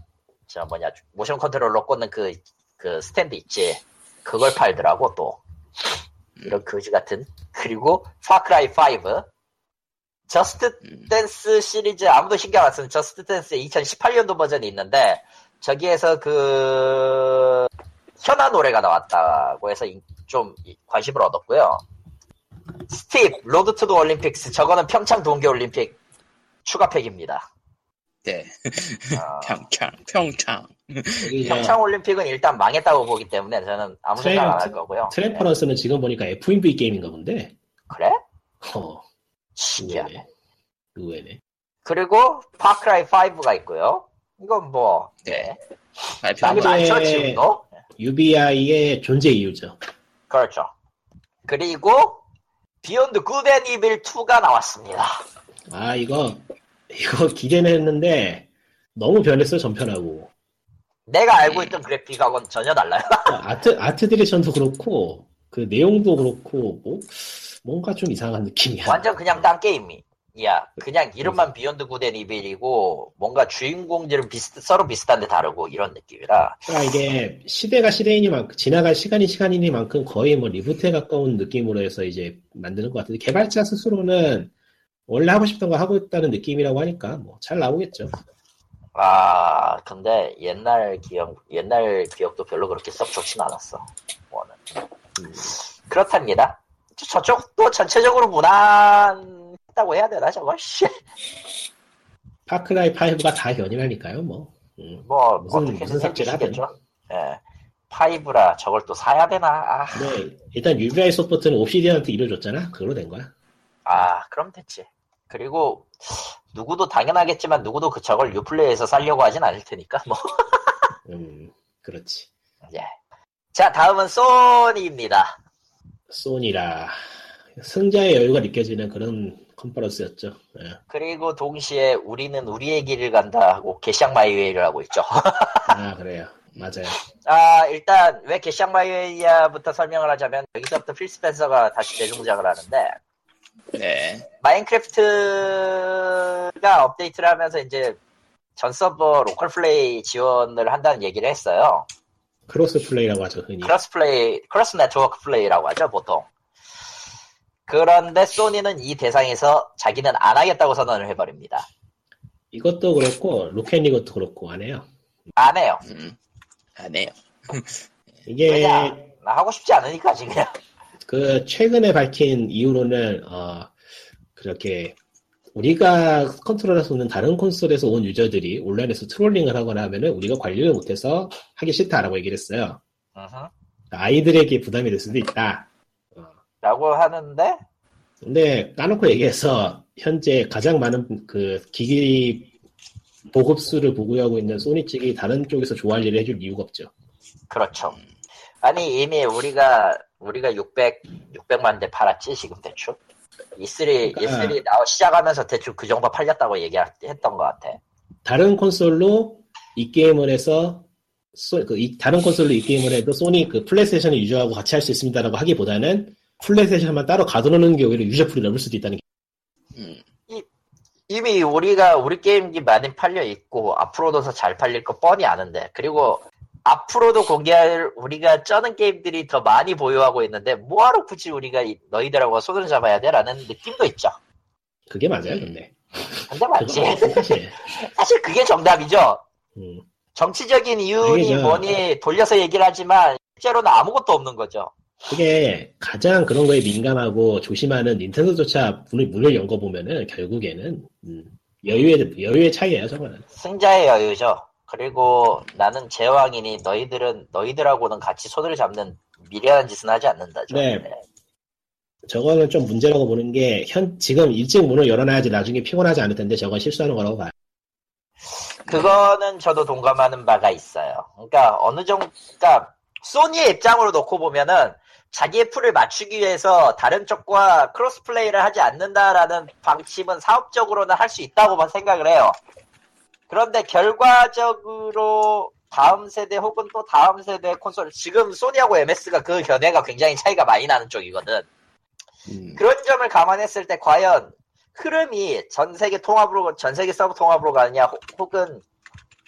저 뭐냐 모션 컨트롤러 꽂는 그, 그 스탠드 있지 그걸 팔더라고 또 이런 거지 같은 그리고 파크라이 5 저스트
음.
댄스 시리즈 아무도 신경 안 쓰는 저스트 댄스 2018년도 버전이 있는데 저기에서 그 현아 노래가 나왔다고 해서 인- 좀 이- 관심을 얻었고요 스티브 로드 투 더 올림픽스 저거는 평창 동계 올림픽 추가팩입니다
네
어,
평창 평창
저기 이제
평창 올림픽은 일단 망했다고 보기 때문에 저는 아무 생각 안 할
트레인-
거고요. 네.
트랜퍼런스는 지금 보니까 FMV 게임인가 본데.
그래?
어,
신기하네.
의외네. 의외네.
그리고 파크라이 5가 있고요. 이건 뭐
네
난이
발표한 거
나머지-
많죠 지금도.
UBI의 존재 이유죠.
그렇죠. 그리고 비욘드 굿앤 이빌 2가 나왔습니다.
아 이거 이거 기대는 했는데 너무 변했어요 전편하고
내가
예.
알고 있던 그래픽하고는 전혀 달라요.
아트 아트 디렉션도 그렇고 그 내용도 그렇고 뭐 뭔가 좀 이상한 느낌이야.
완전 그냥 딴 게임이. 야, 그냥
예.
이름만 비욘드 구덴 이빌이고 뭔가 주인공들은 비슷 서로 비슷한데 다르고 이런 느낌이라.
그러니까 이게 시대가 시대이니만큼 지나갈 시간이 시간이니만큼 거의 뭐 리부트에 가까운 느낌으로 해서 이제 만드는 것 같은데 개발자 스스로는 원래 하고 싶던 거 하고 있다는 느낌이라고 하니까 뭐 잘 나오겠죠.
아, 근데 옛날 기억 옛날 기억도 별로 그렇게 썩 좋진 않았어. 뭐는.
음.
그렇답니다. 저- 저쪽도 전체적으로 무난했다고 해야 되나 저거? 씨.
파크라이 5가 다 견이라니까요 뭐. 음.
뭐
무슨-
어떻게든
무슨 삭제를
생기시겠죠. 예. 파이브라 저걸 또 사야 되나? 아,
근데 일단 UBI 소프트는 옵시디언한테 이뤄줬잖아. 그걸로 된 거야.
아, 그럼 됐지. 그리고 누구도 당연하겠지만 누구도 그 저걸 유플레이에서 살려고 하진 않을 테니까 뭐.
음, 그렇지.
예. 자, 다음은 소니입니다.
소니라 승자의 여유가 느껴지는 그런 컨퍼런스였죠. 예.
그리고 동시에 우리는 우리의 길을 간다 하고 개샹 마이웨이를 하고 있죠.
아 그래요. 맞아요.
아, 일단 왜 개샹 마이웨이야부터 설명을 하자면 여기서부터 필 스펜서가 다시 재등장을 하는데
네.
마인크래프트가 업데이트를 하면서 이제 전 서버 로컬 플레이 지원을 한다는 얘기를 했어요.
크로스 플레이라고 하죠 흔히.
크로스 플레이, 크로스 네트워크 플레이라고 하죠, 보통. 그런데 소니는 이 대상에서 자기는 안 하겠다고 선언을 해버립니다.
이것도 그렇고 로켓 이것도 그렇고 안 해요.
안 해요.
음. 안 해요.
이게
그냥 나 하고 싶지 않으니까 지금 그냥.
그 최근에 밝힌 이후로는 어, 그렇게 우리가 컨트롤할 수 없는 다른 콘솔에서 온 유저들이 온라인에서 트롤링을 하거나 하면은 우리가 관리를 못해서 하기 싫다라고 얘기를 했어요.
음흠.
아이들에게 부담이 될 수도 있다.
라고 하는데
근데 까놓고 얘기해서 현재 가장 많은 그 기기 보급 수를 보고하고 있는 소니 측이 다른 쪽에서 좋아할 일을 해줄 이유가 없죠.
그렇죠.
음.
아니 이미 우리가 우리가 600 600만 대 팔았지 지금 대충 E3
그러니까.
E3 나오 시작하면서 대충 그 정도 팔렸다고 얘기했던 것 같아.
다른 콘솔로 이 게임을 해서 소, 그 이- 다른 콘솔로 이 게임을 해도 소니 그 플레이스테이션을 유저하고 같이 할 수 있습니다라고 하기보다는 플레이스테이션만 따로 가둬놓는 경우에는 유저풀이 넘을 수도 있다는 게
음.
이미
음.
우리가 우리 게임기 많이 팔려 있고 앞으로도 더 잘 팔릴 거 뻔히 아는데 그리고 앞으로도 공개할 우리가 쩌는 게임들이 더 많이 보유하고 있는데 뭐하러 굳이 우리가 이- 너희들하고 손을 잡아야 돼라는 느낌도 있죠.
그게 맞아요, 근데.
근데 맞지.
그거 맞아요, 사실.
사실 그게 정답이죠.
음,
정치적인 이유니
아니죠.
뭐니 돌려서 얘기를 하지만 실제로는 아무것도 없는 거죠.
그게 가장 그런 거에 민감하고 조심하는 닌텐도조차 문을, 문을 연 거 보면은 결국에는 음, 여유의 여유의 차이예요, 저거는.
승자의 여유죠. 그리고 나는 제왕이니 너희들은 너희들하고는 같이 손을 잡는 미련한 짓은 하지 않는다죠.
네. 저거는 좀 문제라고 보는 게 현 지금 일찍 문을 열어놔야지 나중에 피곤하지 않을 텐데 저건 실수하는 거라고 봐요.
그거는 저도 동감하는 바가 있어요. 그러니까 어느 정도, 그러니까 소니의 입장으로 놓고 보면은 자기의 풀을 맞추기 위해서 다른 쪽과 크로스 플레이를 하지 않는다라는 방침은 사업적으로는 할 수 있다고만 생각을 해요. 그런데 결과적으로 다음 세대 혹은 또 다음 세대 콘솔, 지금 소니하고 MS가 그 견해가 굉장히 차이가 많이 나는 쪽이거든.
음.
그런 점을 감안했을 때 과연 흐름이 전 세계 통합으로 전 세계 서브 통합으로 가느냐 혹- 혹은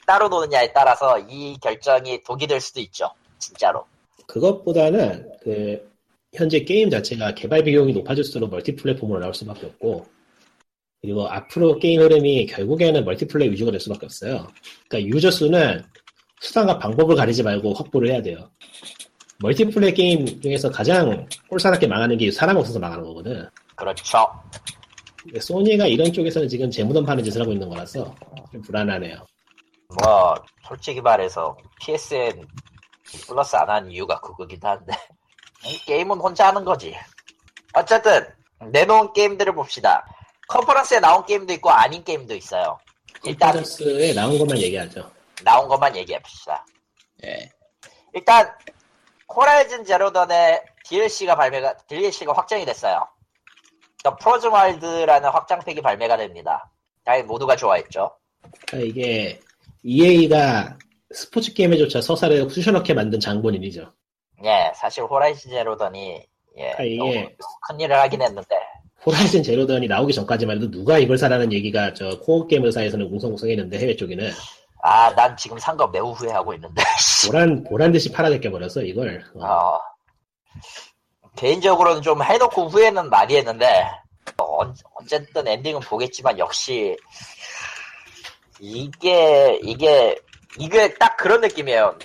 따로 노느냐에 따라서 이 결정이 독이 될 수도 있죠. 진짜로.
그것보다는 그 현재 게임 자체가 개발 비용이 높아질수록 멀티플랫폼으로 나올 수밖에 없고 그리고 앞으로 게임 흐름이 결국에는 멀티플레이 위주가 될 수밖에 없어요. 그러니까 유저 수는 수단과 방법을 가리지 말고 확보를 해야 돼요. 멀티플레이 게임 중에서 가장 꼴사납게 망하는 게 사람 없어서 망하는 거거든.
그렇죠.
근데 소니가 이런 쪽에서는 지금 재무덤 파는 짓을 하고 있는 거라서 좀 불안하네요.
뭐 솔직히 말해서 PSN 플러스 안 한 이유가 그거긴 한데 이 게임은 혼자 하는 거지. 어쨌든 내놓은 게임들을 봅시다. 컨퍼런스에 나온 게임도 있고 아닌 게임도 있어요. 일단
컴퍼런스에 나온 것만 얘기하죠.
나온 것만 얘기해 봅시다.
예.
일단 호라이즌 제로던의 DLC가 발매가 DLC가 확정이 됐어요. 더 프로즈마일드라는 확장팩이 발매가 됩니다. 아예 모두가 좋아했죠.
그러니까 이게 EA가 스포츠 게임에조차 서사를 후셔넣게 만든 장본인이죠.
예, 사실 호라이즌 제로더니 예,
아, 이게-
너무 큰일을 하긴 했는데
호라이즌 제로던이 나오기 전까지만 해도 누가 이걸 사라는 얘기가 저 코어 게임 회사에서는 공성공성했는데 해외 쪽에는
아, 난 지금 산 거 매우 후회하고 있는데. 씨.
보란 보란 듯이 팔아제껴 버렸어 이걸. 어.
어, 개인적으로는 좀 해놓고 후회는 많이 했는데 어, 언- 언쨌든 엔딩은 보겠지만 역시 이게 이게 이게 딱 그런 느낌이에요.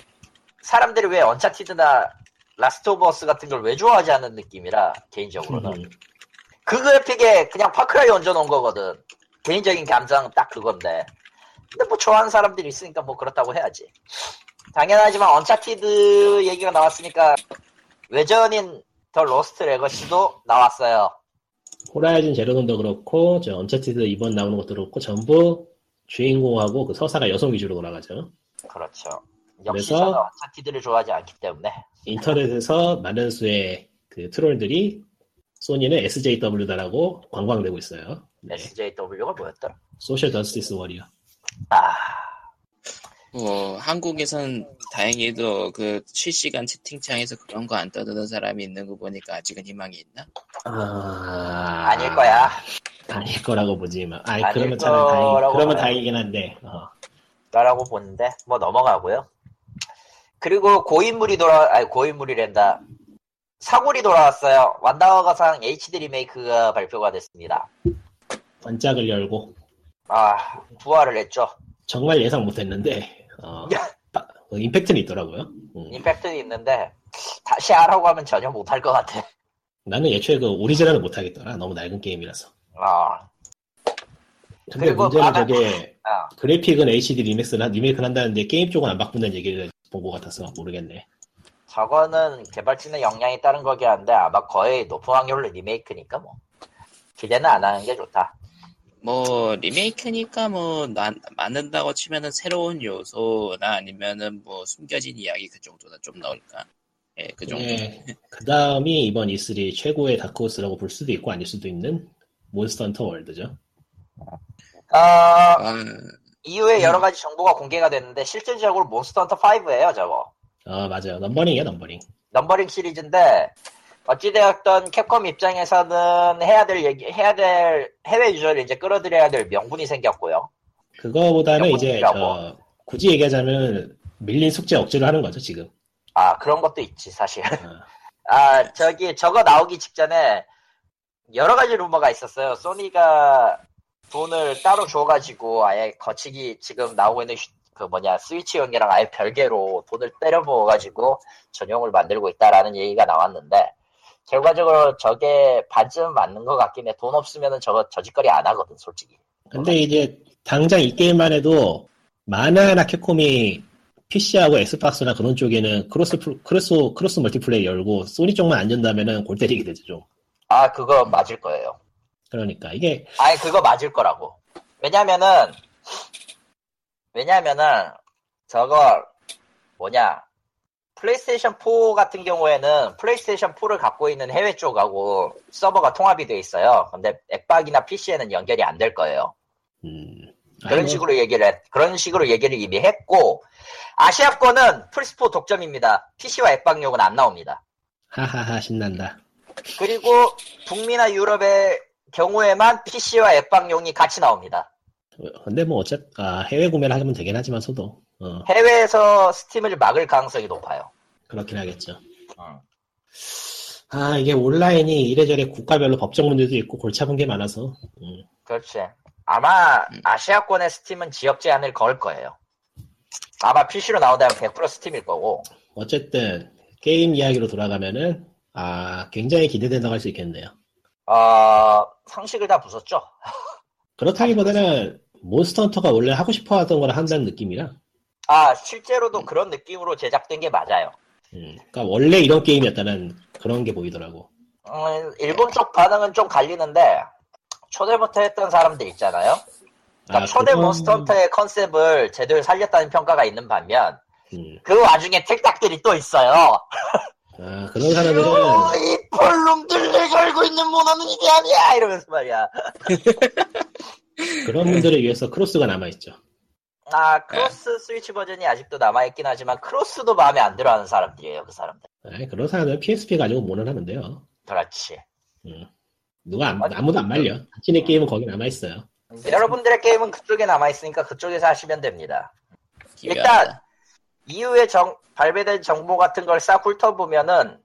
사람들이 왜 언차티드나 라스트 오브 어스 같은 걸 왜 좋아하지 않는 느낌이라 개인적으로는
음.
그 그래픽에 그냥 파크라이 얹어놓은 거거든. 개인적인 감상은 딱 그건데. 근데 뭐 좋아하는 사람들이 있으니까 뭐 그렇다고 해야지. 당연하지만 언차티드 얘기가 나왔으니까 외전인 더 로스트 레거시도 나왔어요.
호라이즌 제로던도 그렇고 저 언차티드 이번 나오는 것도 그렇고 전부 주인공하고 그 서사가 여성 위주로 돌아가죠.
그렇죠. 역시
그래서-
저는 언차티드를 좋아하지 않기 때문에
인터넷에서 많은 수의 그 트롤들이 소니는 SJW다라고 관광되고 있어요. 네.
SJW가 뭐였더라?
소셜 더스티스 워리어.
아,
뭐 한국에선 다행히도 그 실시간 채팅창에서 그런 거 안 떠드는 사람이 있는 거 보니까 아직은 희망이 있나?
아...
아닐 거야.
아닐 거라고 보지만. 아니,
아닐
그러면 차라리 다행,
거라고
그러면
봐요.
다행이긴 한데. 어.
라고 보는데 뭐 넘어가고요. 그리고 고인물이 돌아 아니 고인물이란다. 사골이 돌아왔어요. 완다와가상 HD 리메이크가 발표가 됐습니다.
반짝을 열고
아 부활을 했죠.
정말 예상 못했는데 어, 바- 어, 임팩트는 있더라고요. 음.
임팩트는 있는데 다시 하라고 하면 전혀 못할 것 같아.
나는 애초에 그 오리지널을 못하겠더라. 너무 낡은 게임이라서.
아,
근데
그리고
문제는
나는-
저게
아,
그래픽은 HD 리믹스나 리메이크를 한다는데 게임 쪽은 안 바꾼다는 얘기를 본 것 같아서 모르겠네.
저거는 개발진의 역량이 따른 거긴 한데 아마 거의 높은 확률로 리메이크니까 뭐 기대는 안 하는 게 좋다.
뭐 리메이크니까 뭐 나, 맞는다고 치면은 새로운 요소나 아니면은 뭐 숨겨진 이야기 그 정도나 좀 나올까? 예, 그 정도.
네.
예. 그 다음이 이번 E3 최고의 다크호스라고 볼 수도 있고 아닐 수도 있는 몬스터 헌터 월드죠.
어,
아,
이후에 여러 가지 정보가 공개가 됐는데 실질적으로 몬스터헌터 5예요 저거.
아 맞아요. 넘버링이야 넘버링.
넘버링 시리즈인데 어찌되었던 캡콤 입장에서는 해야 될 얘기 해야 될 해외 유저를 이제 끌어들여야 될 명분이 생겼고요.
그거보다는
넘버링이라고.
이제 저
뭐.
굳이 얘기하자면 밀린 숙제 억지로 하는 거죠 지금.
아 그런 것도 있지 사실.
어.
아 저기 저거 나오기 직전에 여러 가지 루머가 있었어요. 소니가 돈을 따로 줘가지고 아예 거치기 지금 나오고 있는 휴- 그 뭐냐 스위치용이랑 아예 별개로 돈을 때려 모아가지고 전용을 만들고 있다라는 얘기가 나왔는데 결과적으로 저게 반쯤 맞는 것 같긴 해. 돈 없으면은 저거 저짓거리 안 하거든 솔직히. 어.
근데 이제 당장 이 게임만 해도 마나나 캡콤이 PC하고 엑스박스나 그런 쪽에는 크로스 플- 크로스 크로스 멀티플레이 열고 소니 쪽만 안 연다면은 골 때리게 되죠. 좀.
아 그거 맞을 거예요.
그러니까 이게
아니 그거 맞을 거라고. 왜냐면은 왜냐면은 저거 뭐냐 플레이스테이션 4 같은 경우에는 플레이스테이션 4를 갖고 있는 해외 쪽하고 서버가 통합이 돼 있어요. 근데 앱박이나 PC에는 연결이 안 될 거예요.
음, 아니,
그런
뭐,
식으로 얘기를 했, 그런 식으로 얘기를 이미 했고 아시아 거는 플스포 독점입니다. PC와 앱박용은 안 나옵니다.
하하하 신난다.
그리고 북미나 유럽의 경우에만 PC와 앱박용이 같이 나옵니다.
근데 뭐 어쨌 아, 해외 구매를 하면 되긴 하지만 소도 어,
해외에서 스팀을 막을 가능성이 높아요.
그렇긴 하겠죠. 아 이게 온라인이 이래저래 국가별로 법적 문제도 있고 골치 아픈 게 많아서 음,
그렇지. 아마 아시아권의 스팀은 지역 제한을 걸 거예요. 아마 PC로 나온다면 100% 스팀일 거고.
어쨌든 게임 이야기로 돌아가면은 아 굉장히 기대된다고 할 수 있겠네요.
어, 상식을 다 부쉈죠.
그렇다기보다는 몬스터헌터가 원래 하고 싶어 하던 걸 한다는 느낌이라
아, 실제로도 그런 느낌으로 제작된 게 맞아요.
음, 그러니까 원래 이런 게임이었다는 그런 게 보이더라고
음, 일본 쪽 반응은 좀 갈리는데, 초대부터 했던 사람들 있잖아요. 그러니까 초대
그건-
몬스터헌터의 컨셉을 제대로 살렸다는 평가가 있는 반면,
음,
그 와중에 택닥들이 또 있어요.
아 그런
어!
사람들은
이 폴놈들 내가 알고 있는 문화는 이게 아니야 이러면서 말이야
그런 분들을 위해서 크로스가 남아있죠.
아 크로스 스위치 버전이 아직도 남아있긴 하지만 크로스도 마음에 안 들어하는 사람들이에요 그 사람들
아이, 그런 사람은 PSP 가지고 모난하면 돼요. 음,
그렇지
누가 안- 아무도 안
그
말려. 자신의 게임은 거기 남아있어요.
여러분들의 게임은 그쪽에 남아있으니까 그쪽에서 하시면 됩니다
기묘하다.
일단, 이후에 정- 발매된 정보 같은 걸 싹 훑어보면은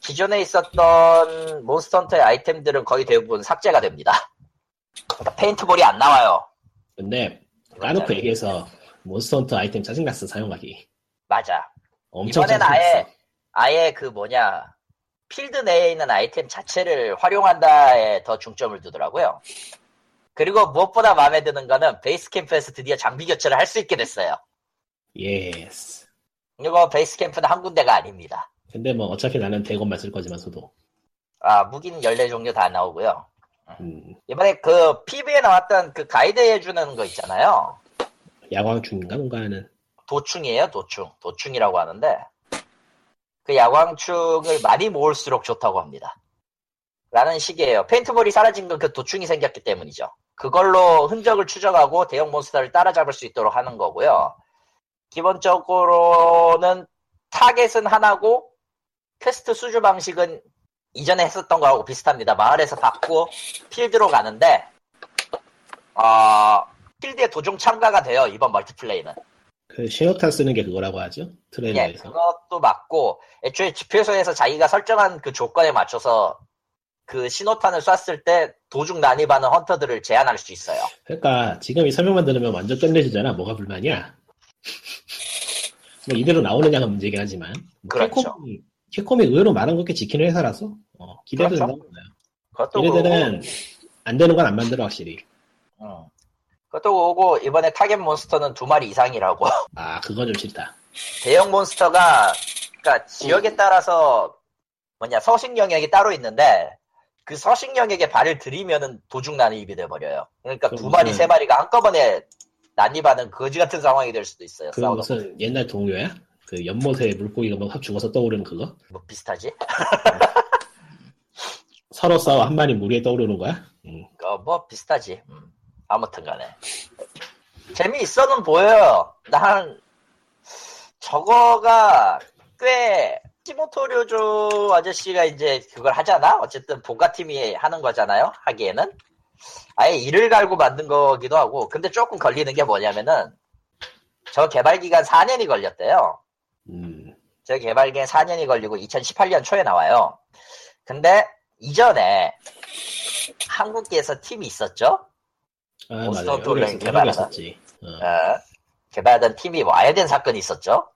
기존에 있었던 몬스터헌터의 아이템들은 거의 대부분 삭제가 됩니다. 그러니까 페인트볼이 안 나와요.
근데 까놓고 얘기해서 몬스터헌터 아이템 짜증났어 사용하기.
맞아.
엄청
이번엔
짜증났어.
아예 아예 그 뭐냐 필드 내에 있는 아이템 자체를 활용한다에 더 중점을 두더라고요. 그리고 무엇보다 마음에 드는 거는 베이스 캠프에서 드디어 장비 교체를 할 수 있게 됐어요.
예스.
이거 베이스 캠프는 한 군데가 아닙니다.
근데 뭐 어차피 나는 100원만 쓸 거지만 소도.
아, 무기는 14 종류 다 나오고요.
음,
이번에 그 PV에 나왔던 그 가이드 해주는 거 있잖아요.
야광 중인가 뭔가 하는.
도충이에요, 도충. 도충이라고 하는데, 그 야광충을 많이 모을수록 좋다고 합니다. 라는 식이에요. 페인트볼이 사라진 건 그 도충이 생겼기 때문이죠. 그걸로 흔적을 추적하고 대형 몬스터를 따라잡을 수 있도록 하는 거고요. 기본적으로는 타겟은 하나고, 퀘스트 수주 방식은 이전에 했었던 거하고 비슷합니다. 마을에서 받고, 필드로 가는데, 아, 필드에 도중 참가가 돼요, 이번 멀티플레이는.
그 쉐어탄 쓰는 게 그거라고 하죠
예,
트레일러에서.
그것도 맞고 애초에 지표소에서 자기가 설정한 그 조건에 맞춰서 그 신호탄을 쐈을 때 도중 난입하는 헌터들을 제한할 수 있어요.
그러니까 지금 이 설명만 들으면 완전 끝내주잖아. 뭐가 불만이야? 뭐 이대로 나오느냐가 문제긴 하지만. 뭐
그렇죠.
캡콤이, 캡콤이 의외로 많은 것게 지키는 회사라서 어, 기대도
그렇죠.
된다고 봐요.
그것도
얘네들은 안 되는 건 안 만들어 확실히.
그거고, 응. 어. 그것도 그거고 이번에 타겟 몬스터는 두 마리 이상이라고
아 그건 좀 싫다.
대형 몬스터가 그러니까
음.
지역에 따라서 뭐냐 서식 영역이 따로 있는데 그 서식 영역에 발을 들이면은 도중 난입이 돼 버려요. 그러니까 두
그럼 네.
마리
무슨-
세 마리가 한꺼번에 난입하는 거지 같은 상황이 될 수도 있어요.
그
싸우다 보면.
무슨 옛날 동요야? 그 연못에 물고기가 막확 죽어서 떠오르는 그거?
뭐 비슷하지?
서로 싸워 한 마리 물 위에 떠오르는 거야? 음.
어, 뭐 비슷하지. 음. 아무튼 간에. 재미있어는 보여요. 난 저거가 꽤 시모토료조 아저씨가 이제 그걸 하잖아? 어쨌든 본가팀이 하는 거잖아요? 하기에는? 아예 이를 갈고 만든 거기도 하고 근데 조금 걸리는 게 뭐냐면은 저 개발 기간 4년이 걸렸대요.
음.
저 개발 기간 4년이 걸리고 2018년 초에 나와요. 근데 이전에 한국에서 팀이 있었죠?
아
몬스터
맞아요.
토레인
여기서
개발하다.
있었지. 어.
어, 개발하던 팀이 와야 된 사건이 있었죠.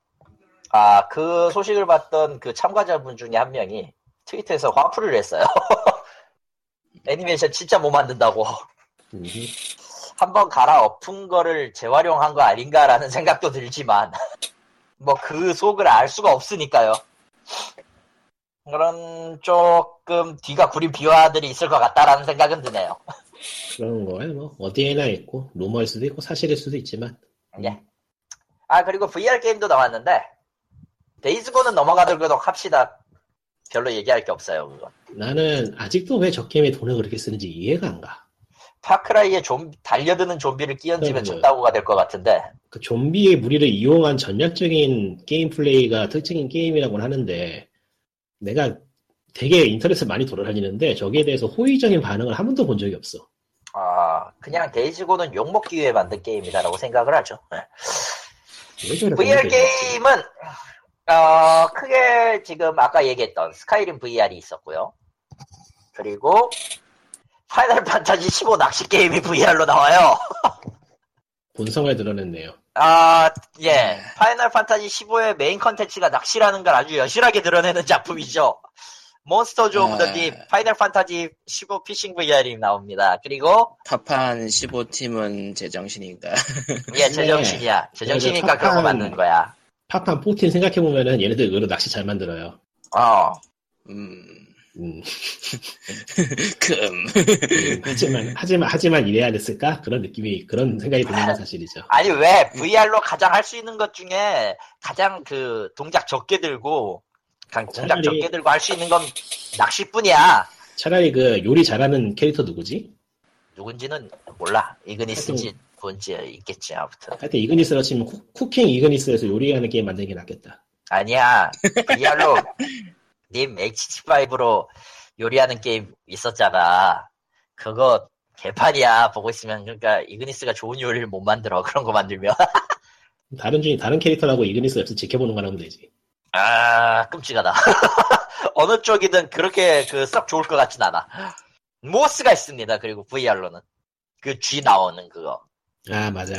아, 그 소식을 봤던 그 참가자분 중에 한 명이 트위터에서 화풀이를 했어요. 애니메이션 진짜 못 만든다고.
음.
한번 갈아 엎은 거를 재활용한 거 아닌가라는 생각도 들지만, 뭐 그 속을 알 수가 없으니까요. 그런 조금 뒤가 구린 비화들이 있을 것 같다라는 생각은 드네요.
그런 거예요. 뭐 어디에나 있고 루머일 수도 있고 사실일 수도 있지만
예. 아 그리고 VR 게임도 나왔는데 데이즈고는 넘어가도록 합시다. 별로 얘기할 게 없어요. 그건.
나는 아직도 왜 저 게임에 돈을 그렇게 쓰는지 이해가 안 가.
파크라이에 좀 달려드는 좀비를 끼얹으면
그건 뭐예요?
적다고가 될 것 같은데
그 좀비의 무리를 이용한 전략적인 게임 플레이가 특징인 게임이라고는 하는데 내가 되게 인터넷을 많이 돌아다니는데 저기에 대해서 호의적인 반응을 한 번도 본 적이 없어.
아 그냥 데이즈고는 욕 먹기 위해 만든 게임이다라고 생각을 하죠. 네.
왜 저래?
VR 게임은 어, 크게 지금 아까 얘기했던 스카이림 VR이 있었고요. 그리고 파이널 판타지 15 낚시 게임이 VR로 나와요.
본성을 드러냈네요.
아,
네.
예. 파이널 판타지 15의 메인 컨텐츠가 낚시라는 걸 아주 여실하게 드러내는 작품이죠. 몬스터
네.
즈 오브 더
아.
딥, 파이널 판타지 15 피싱 VR이 나옵니다. 그리고,
파판 15팀은 제정신인가?
예,
네.
제정신이야. 제정신이니까 그런 거
착한-
만든 거야.
파판 14 생각해보면은 얘네들 의외로 낚시 잘 만들어요.
어.
음, 그러니까
음,
금.
음, 하지만, 하지만, 하지만 이래야 됐을까? 그런 느낌이, 그런 생각이 드는 건 사실이죠.
아니, 왜 VR로 가장 할 수 있는 것 중에 가장 그 동작 적게 들고, 가- 동작
차라리-
적게 들고 할 수 있는 건 낚시뿐이야.
차라리 그 요리 잘하는 캐릭터 누구지?
누군지는 몰라. 이그니스인지 뭔지 있겠지 아무튼.
하여튼 이그니스로 치면 쿠- 쿠킹 이그니스에서 요리하는 게임 만드는 게 낫겠다.
아니야. 리알로 님 H5로 요리하는 게임 있었잖아. 그거 개판이야. 보고 있으면 그러니까 이그니스가 좋은 요리를 못 만들어. 그런 거 만들면
다른 중에 다른 캐릭터라고 이그니스 없이 지켜보는 거 하면 되지.
아 끔찍하다. 어느 쪽이든 그렇게 그 썩 좋을 것 같진 않아. 모스가 있습니다. 그리고 VR로는 그 G 나오는 그거
아 맞아.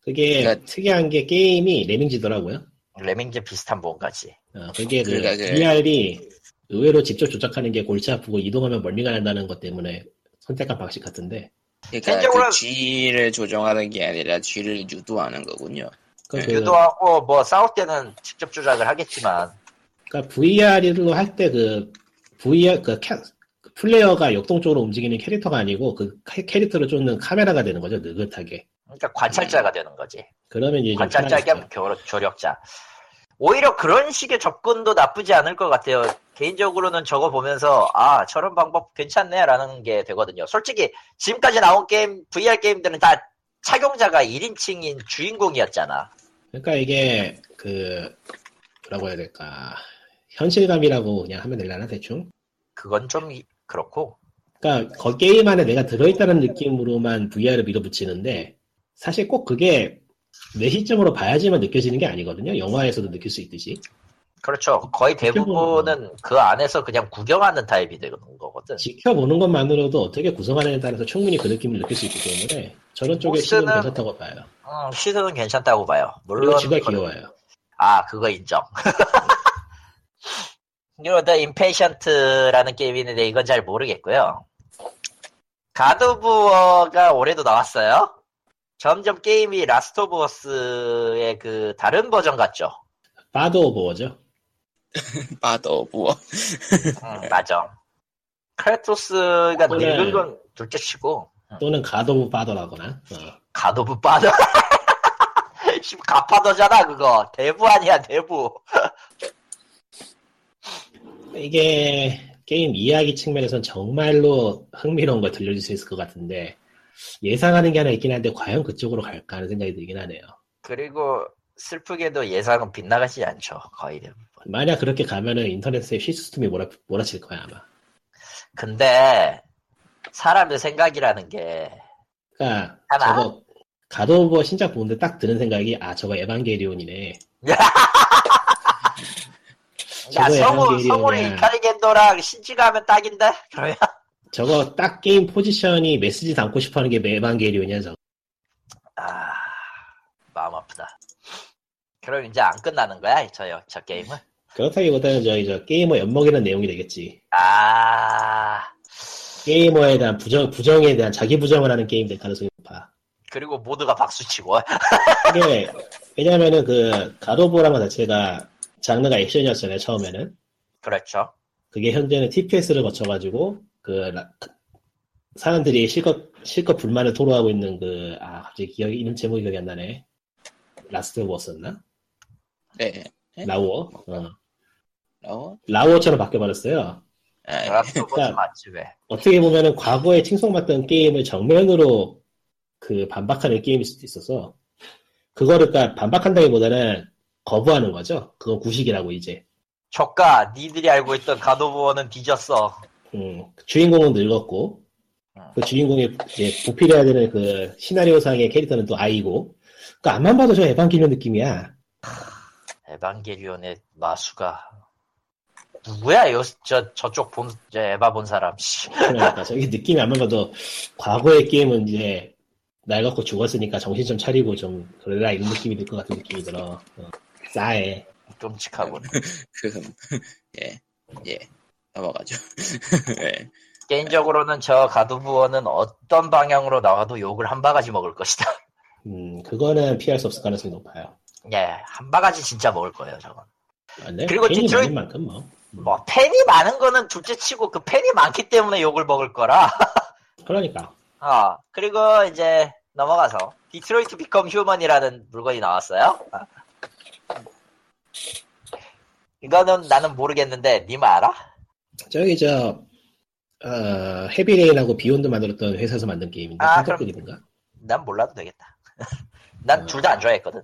그게
그러니까-
특이한 게 게임이 레밍지더라고요.
레밍즈 비슷한 뭔가지.
어, 그게 그
그러니까 그-
VR이 의외로 직접 조작하는 게 골치 아프고 이동하면 멀미가 난다는 것 때문에 선택한 방식 같은데
그러니까
개인적으로는-
그 G를 조정하는 게 아니라 G를 유도하는 거군요.
그, 그,
유도하고 뭐 싸울 때는 직접 조작을 하겠지만
그러니까 VR로 할 때 그 VR 그 캐- 그 플레이어가 역동적으로 움직이는 캐릭터가 아니고 그 캐- 캐릭터를 쫓는 카메라가 되는 거죠 느긋하게.
그러니까 관찰자가 되는 거지.
그러면 이제 좀
관찰자 겸
편하겠죠.
겨- 조력자. 오히려 그런 식의 접근도 나쁘지 않을 것 같아요. 개인적으로는 저거 보면서 아 저런 방법 괜찮네라는 게 되거든요. 솔직히 지금까지 나온 게임 VR 게임들은 다 착용자가 1인칭인 주인공이었잖아.
그러니까 이게 그 뭐라고 해야 될까 현실감이라고 그냥 하면 되려나 대충.
그건 좀 이- 그렇고
그러니까 거 게임 안에 내가 들어있다는 느낌으로만 VR을 밀어붙이는데 사실 꼭 그게 내 시점으로 봐야지만 느껴지는 게 아니거든요. 영화에서도 느낄 수 있듯이.
그렇죠. 거의 대부분은 그 안에서 그냥 구경하는 타입이 되는 거거든.
지켜보는 것만으로도 어떻게 구성하느냐에 따라서 충분히 그 느낌을 느낄 수 있기 때문에 저런 쪽에
보스는-
시도는 괜찮다고 봐요.
음, 시선은 괜찮다고 봐요. 물론
그리고 지가
그건-
귀여워요.
아, 그거 인정. 이거 The Impatient라는 게임인데 이건 잘 모르겠고요. 가드 오브 워가 올해도 나왔어요. 점점 게임이 라스트 오브 어스의 그 다른 버전 같죠.
바드 오브 워죠.
바더 부어.
음, 맞아. 크레토스가
그거는-
늙은 건 둘째치고
또는 가드 오브 바더라거나. 어.
가드 오브 바더. 씨, 가파더잖아 그거. 대부 아니야 대부.
이게 게임 이야기 측면에선 정말로 흥미로운 걸 들려줄 수 있을 것 같은데 예상하는 게 하나 있긴 한데 과연 그쪽으로 갈까 하는 생각이 들긴 하네요.
그리고 슬프게도 예상은 빗나가지 않죠 거의 대부분.
만약 그렇게 가면은 인터넷에 시스템이 몰아, 몰아칠 거야 아마.
근데 사람의 생각이라는 게
그러니까
하나?
저거 가드 오브 워 신작 보는데 딱 드는 생각이 아 저거 에반게리온이네.
야,
저거의
성우,
한계리에
성우를
그냥-
이카리겐도랑 신지가 하면 딱인데? 그러면
저거 딱 게임 포지션이 메시지 담고 싶어하는 게 에반게리온이야 저거.
아 마음 아프다 그럼 이제 안 끝나는 거야 저요 저 게임은
그렇다기보다는 저기 저 게이머 엿먹이는 내용이 되겠지.
아
게이머에 대한 부정 부정에 대한 자기 부정을 하는 게임 될 가능성이 높아.
그리고 모두가 박수치고
이게 왜냐면은 그 가로보라마 자체가 장르가 액션이었잖아요 처음에는
그렇죠
그게 현재는 TPS를 거쳐가지고 그 라- 사람들이 실컷 실컷 불만을 토로하고 있는 그 아 갑자기 기억이 이름 제목이 기억이 안 나네 라스트 오브 어스였나
네. 네?
라오어 어.
라오?
라오어처럼 바뀌어버렸어요
아,
라스보스 맞지 왜
어떻게 보면은 과거에 칭송받던 게임을 정면으로 그 반박하는 게임일 수도 있어서 그거를 그러니까 반박한다기보다는 거부하는 거죠 그건 구식이라고 이제
저가 니들이 알고 있던 가도부어는 뒤졌어
음, 주인공은 늙었고, 그 주인공의 이제 부필해야 되는 그 시나리오상의 캐릭터는 또 아이고, 그 안만 봐도 저 에반기리온 느낌이야.
에반게리온의 마수가 누구야 요, 저, 저쪽 본, 저 에바 본 사람 씨.
그러니까 저기 느낌이 안만 봐도 과거의 게임은 이제 날 갖고 죽었으니까 정신 좀 차리고 좀 그래라 이런 느낌이 들 것 같은 느낌이 들어. 어, 싸해.
끔찍하군
그, 예. 예. 넘어가죠. 예.
개인적으로는 저 가두부어는 어떤 방향으로 나와도 욕을 한 바가지 먹을 것이다.
음, 그거는 피할 수 없을 가능성이 높아요.
예, 한 바가지 진짜 먹을 거예요, 저건.
아, 네?
그리고
괜히
뒤쪽에-
많은 만큼 뭐.
뭐, 팬이 많은 거는 둘째 치고 그 팬이 많기 때문에 욕을 먹을 거라.
그러니까.
아, 그리고 이제 넘어가서 디트로이트 비컴 휴먼이라는 물건이 나왔어요. 아. 이거는 나는 모르겠는데, 님 알아?
저기 저, 어, 헤비레인하고 비욘드 만들었던 회사에서 만든 게임인데
아,
한국이든가
난 몰라도 되겠다. 난
음.
둘 다 안 좋아했거든.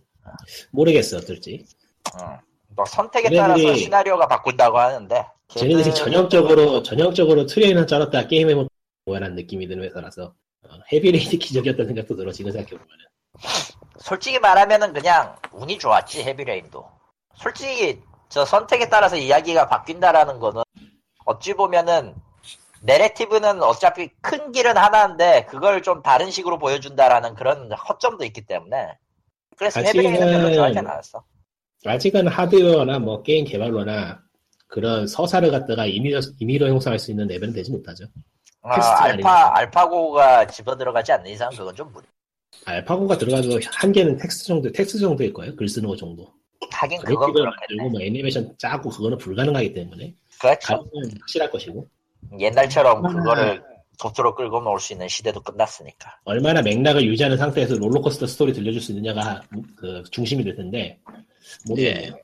모르겠어 어떨지.
응. 뭐 선택에
얘네들이-
따라서 시나리오가 바꾼다고 하는데.
쟤네들이
걔들-
전형적으로 전형적으로 트레이너 짜놨다 게임에 못 모아는 느낌이 드는 회사라서 어, 헤비레인이 기적이었다는 생각도 들어 지금 생각해 보면.
솔직히 말하면은 그냥 운이 좋았지 헤비레인도. 솔직히 저 선택에 따라서 이야기가 바뀐다라는 거는 어찌 보면은 내레티브는 어차피 큰 길은 하나인데 그걸 좀 다른 식으로 보여준다라는 그런 허점도 있기 때문에 그래서 헤비레인은 별로
아직은-
좋아하진 않았어.
아직은 하드웨어나 뭐 게임 개발로나 그런 서사를 갖다가 임의로, 임의로 형성할 수 있는 레벨은 되지 못하죠.
어,
그 테스트가
알파
아니니까.
알파고가 집어 들어가지 않는 이상 그건 좀 무리.
알파고가 들어가도 한계는 텍스트 정도, 텍스트 정도일 거예요. 글 쓰는 거 정도.
하긴 그건
그래픽을
그렇겠네.
만들고 뭐 애니메이션 짜고 그거는 불가능하기 때문에
그렇죠.
가능은 확실할 것이고
옛날처럼
아.
그거를 도트로 끌고 나올 수 있는 시대도 끝났으니까.
얼마나 맥락을 유지하는 상태에서 롤러코스터 스토리 들려줄 수 있느냐가 그 중심이 될 텐데 뭐 모르겠네요.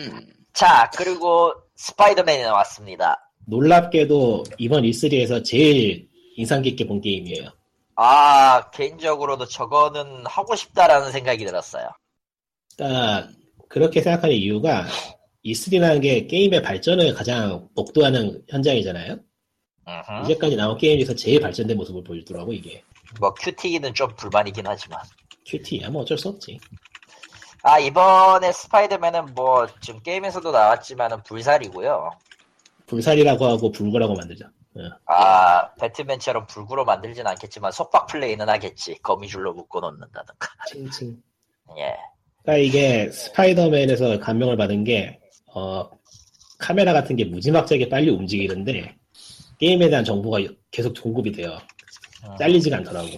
음,
자 그리고 스파이더맨이 나왔습니다.
놀랍게도 이번 E3에서 제일 인상 깊게 본 게임이에요.
아, 개인적으로도 저거는 하고 싶다라는 생각이 들었어요.
그러니까 그렇게 생각하는 이유가 E3라는 게 게임의 발전을 가장 복도하는 현장이잖아요.
음흠.
이제까지 나온 게임에서 제일 발전된 모습을 보여주더라고 이게.
뭐, 큐티는 좀 불만이긴 하지만.
QT야 뭐 어쩔 수 없지.
아, 이번에 스파이더맨은 뭐, 지금 게임에서도 나왔지만은 불살이고요.
불살이라고 하고 불구라고 만들자. 어.
아, 배트맨처럼 불구로 만들진 않겠지만, 속박 플레이는 하겠지. 거미줄로 묶어 놓는다든가.
칭칭.
예.
그러니까 이게 스파이더맨에서 감명을 받은 게 어, 카메라 같은 게 무지막지하게 빨리 움직이는데 게임에 대한 정보가 계속 공급이 돼요.
음.
잘리지가 않더라고.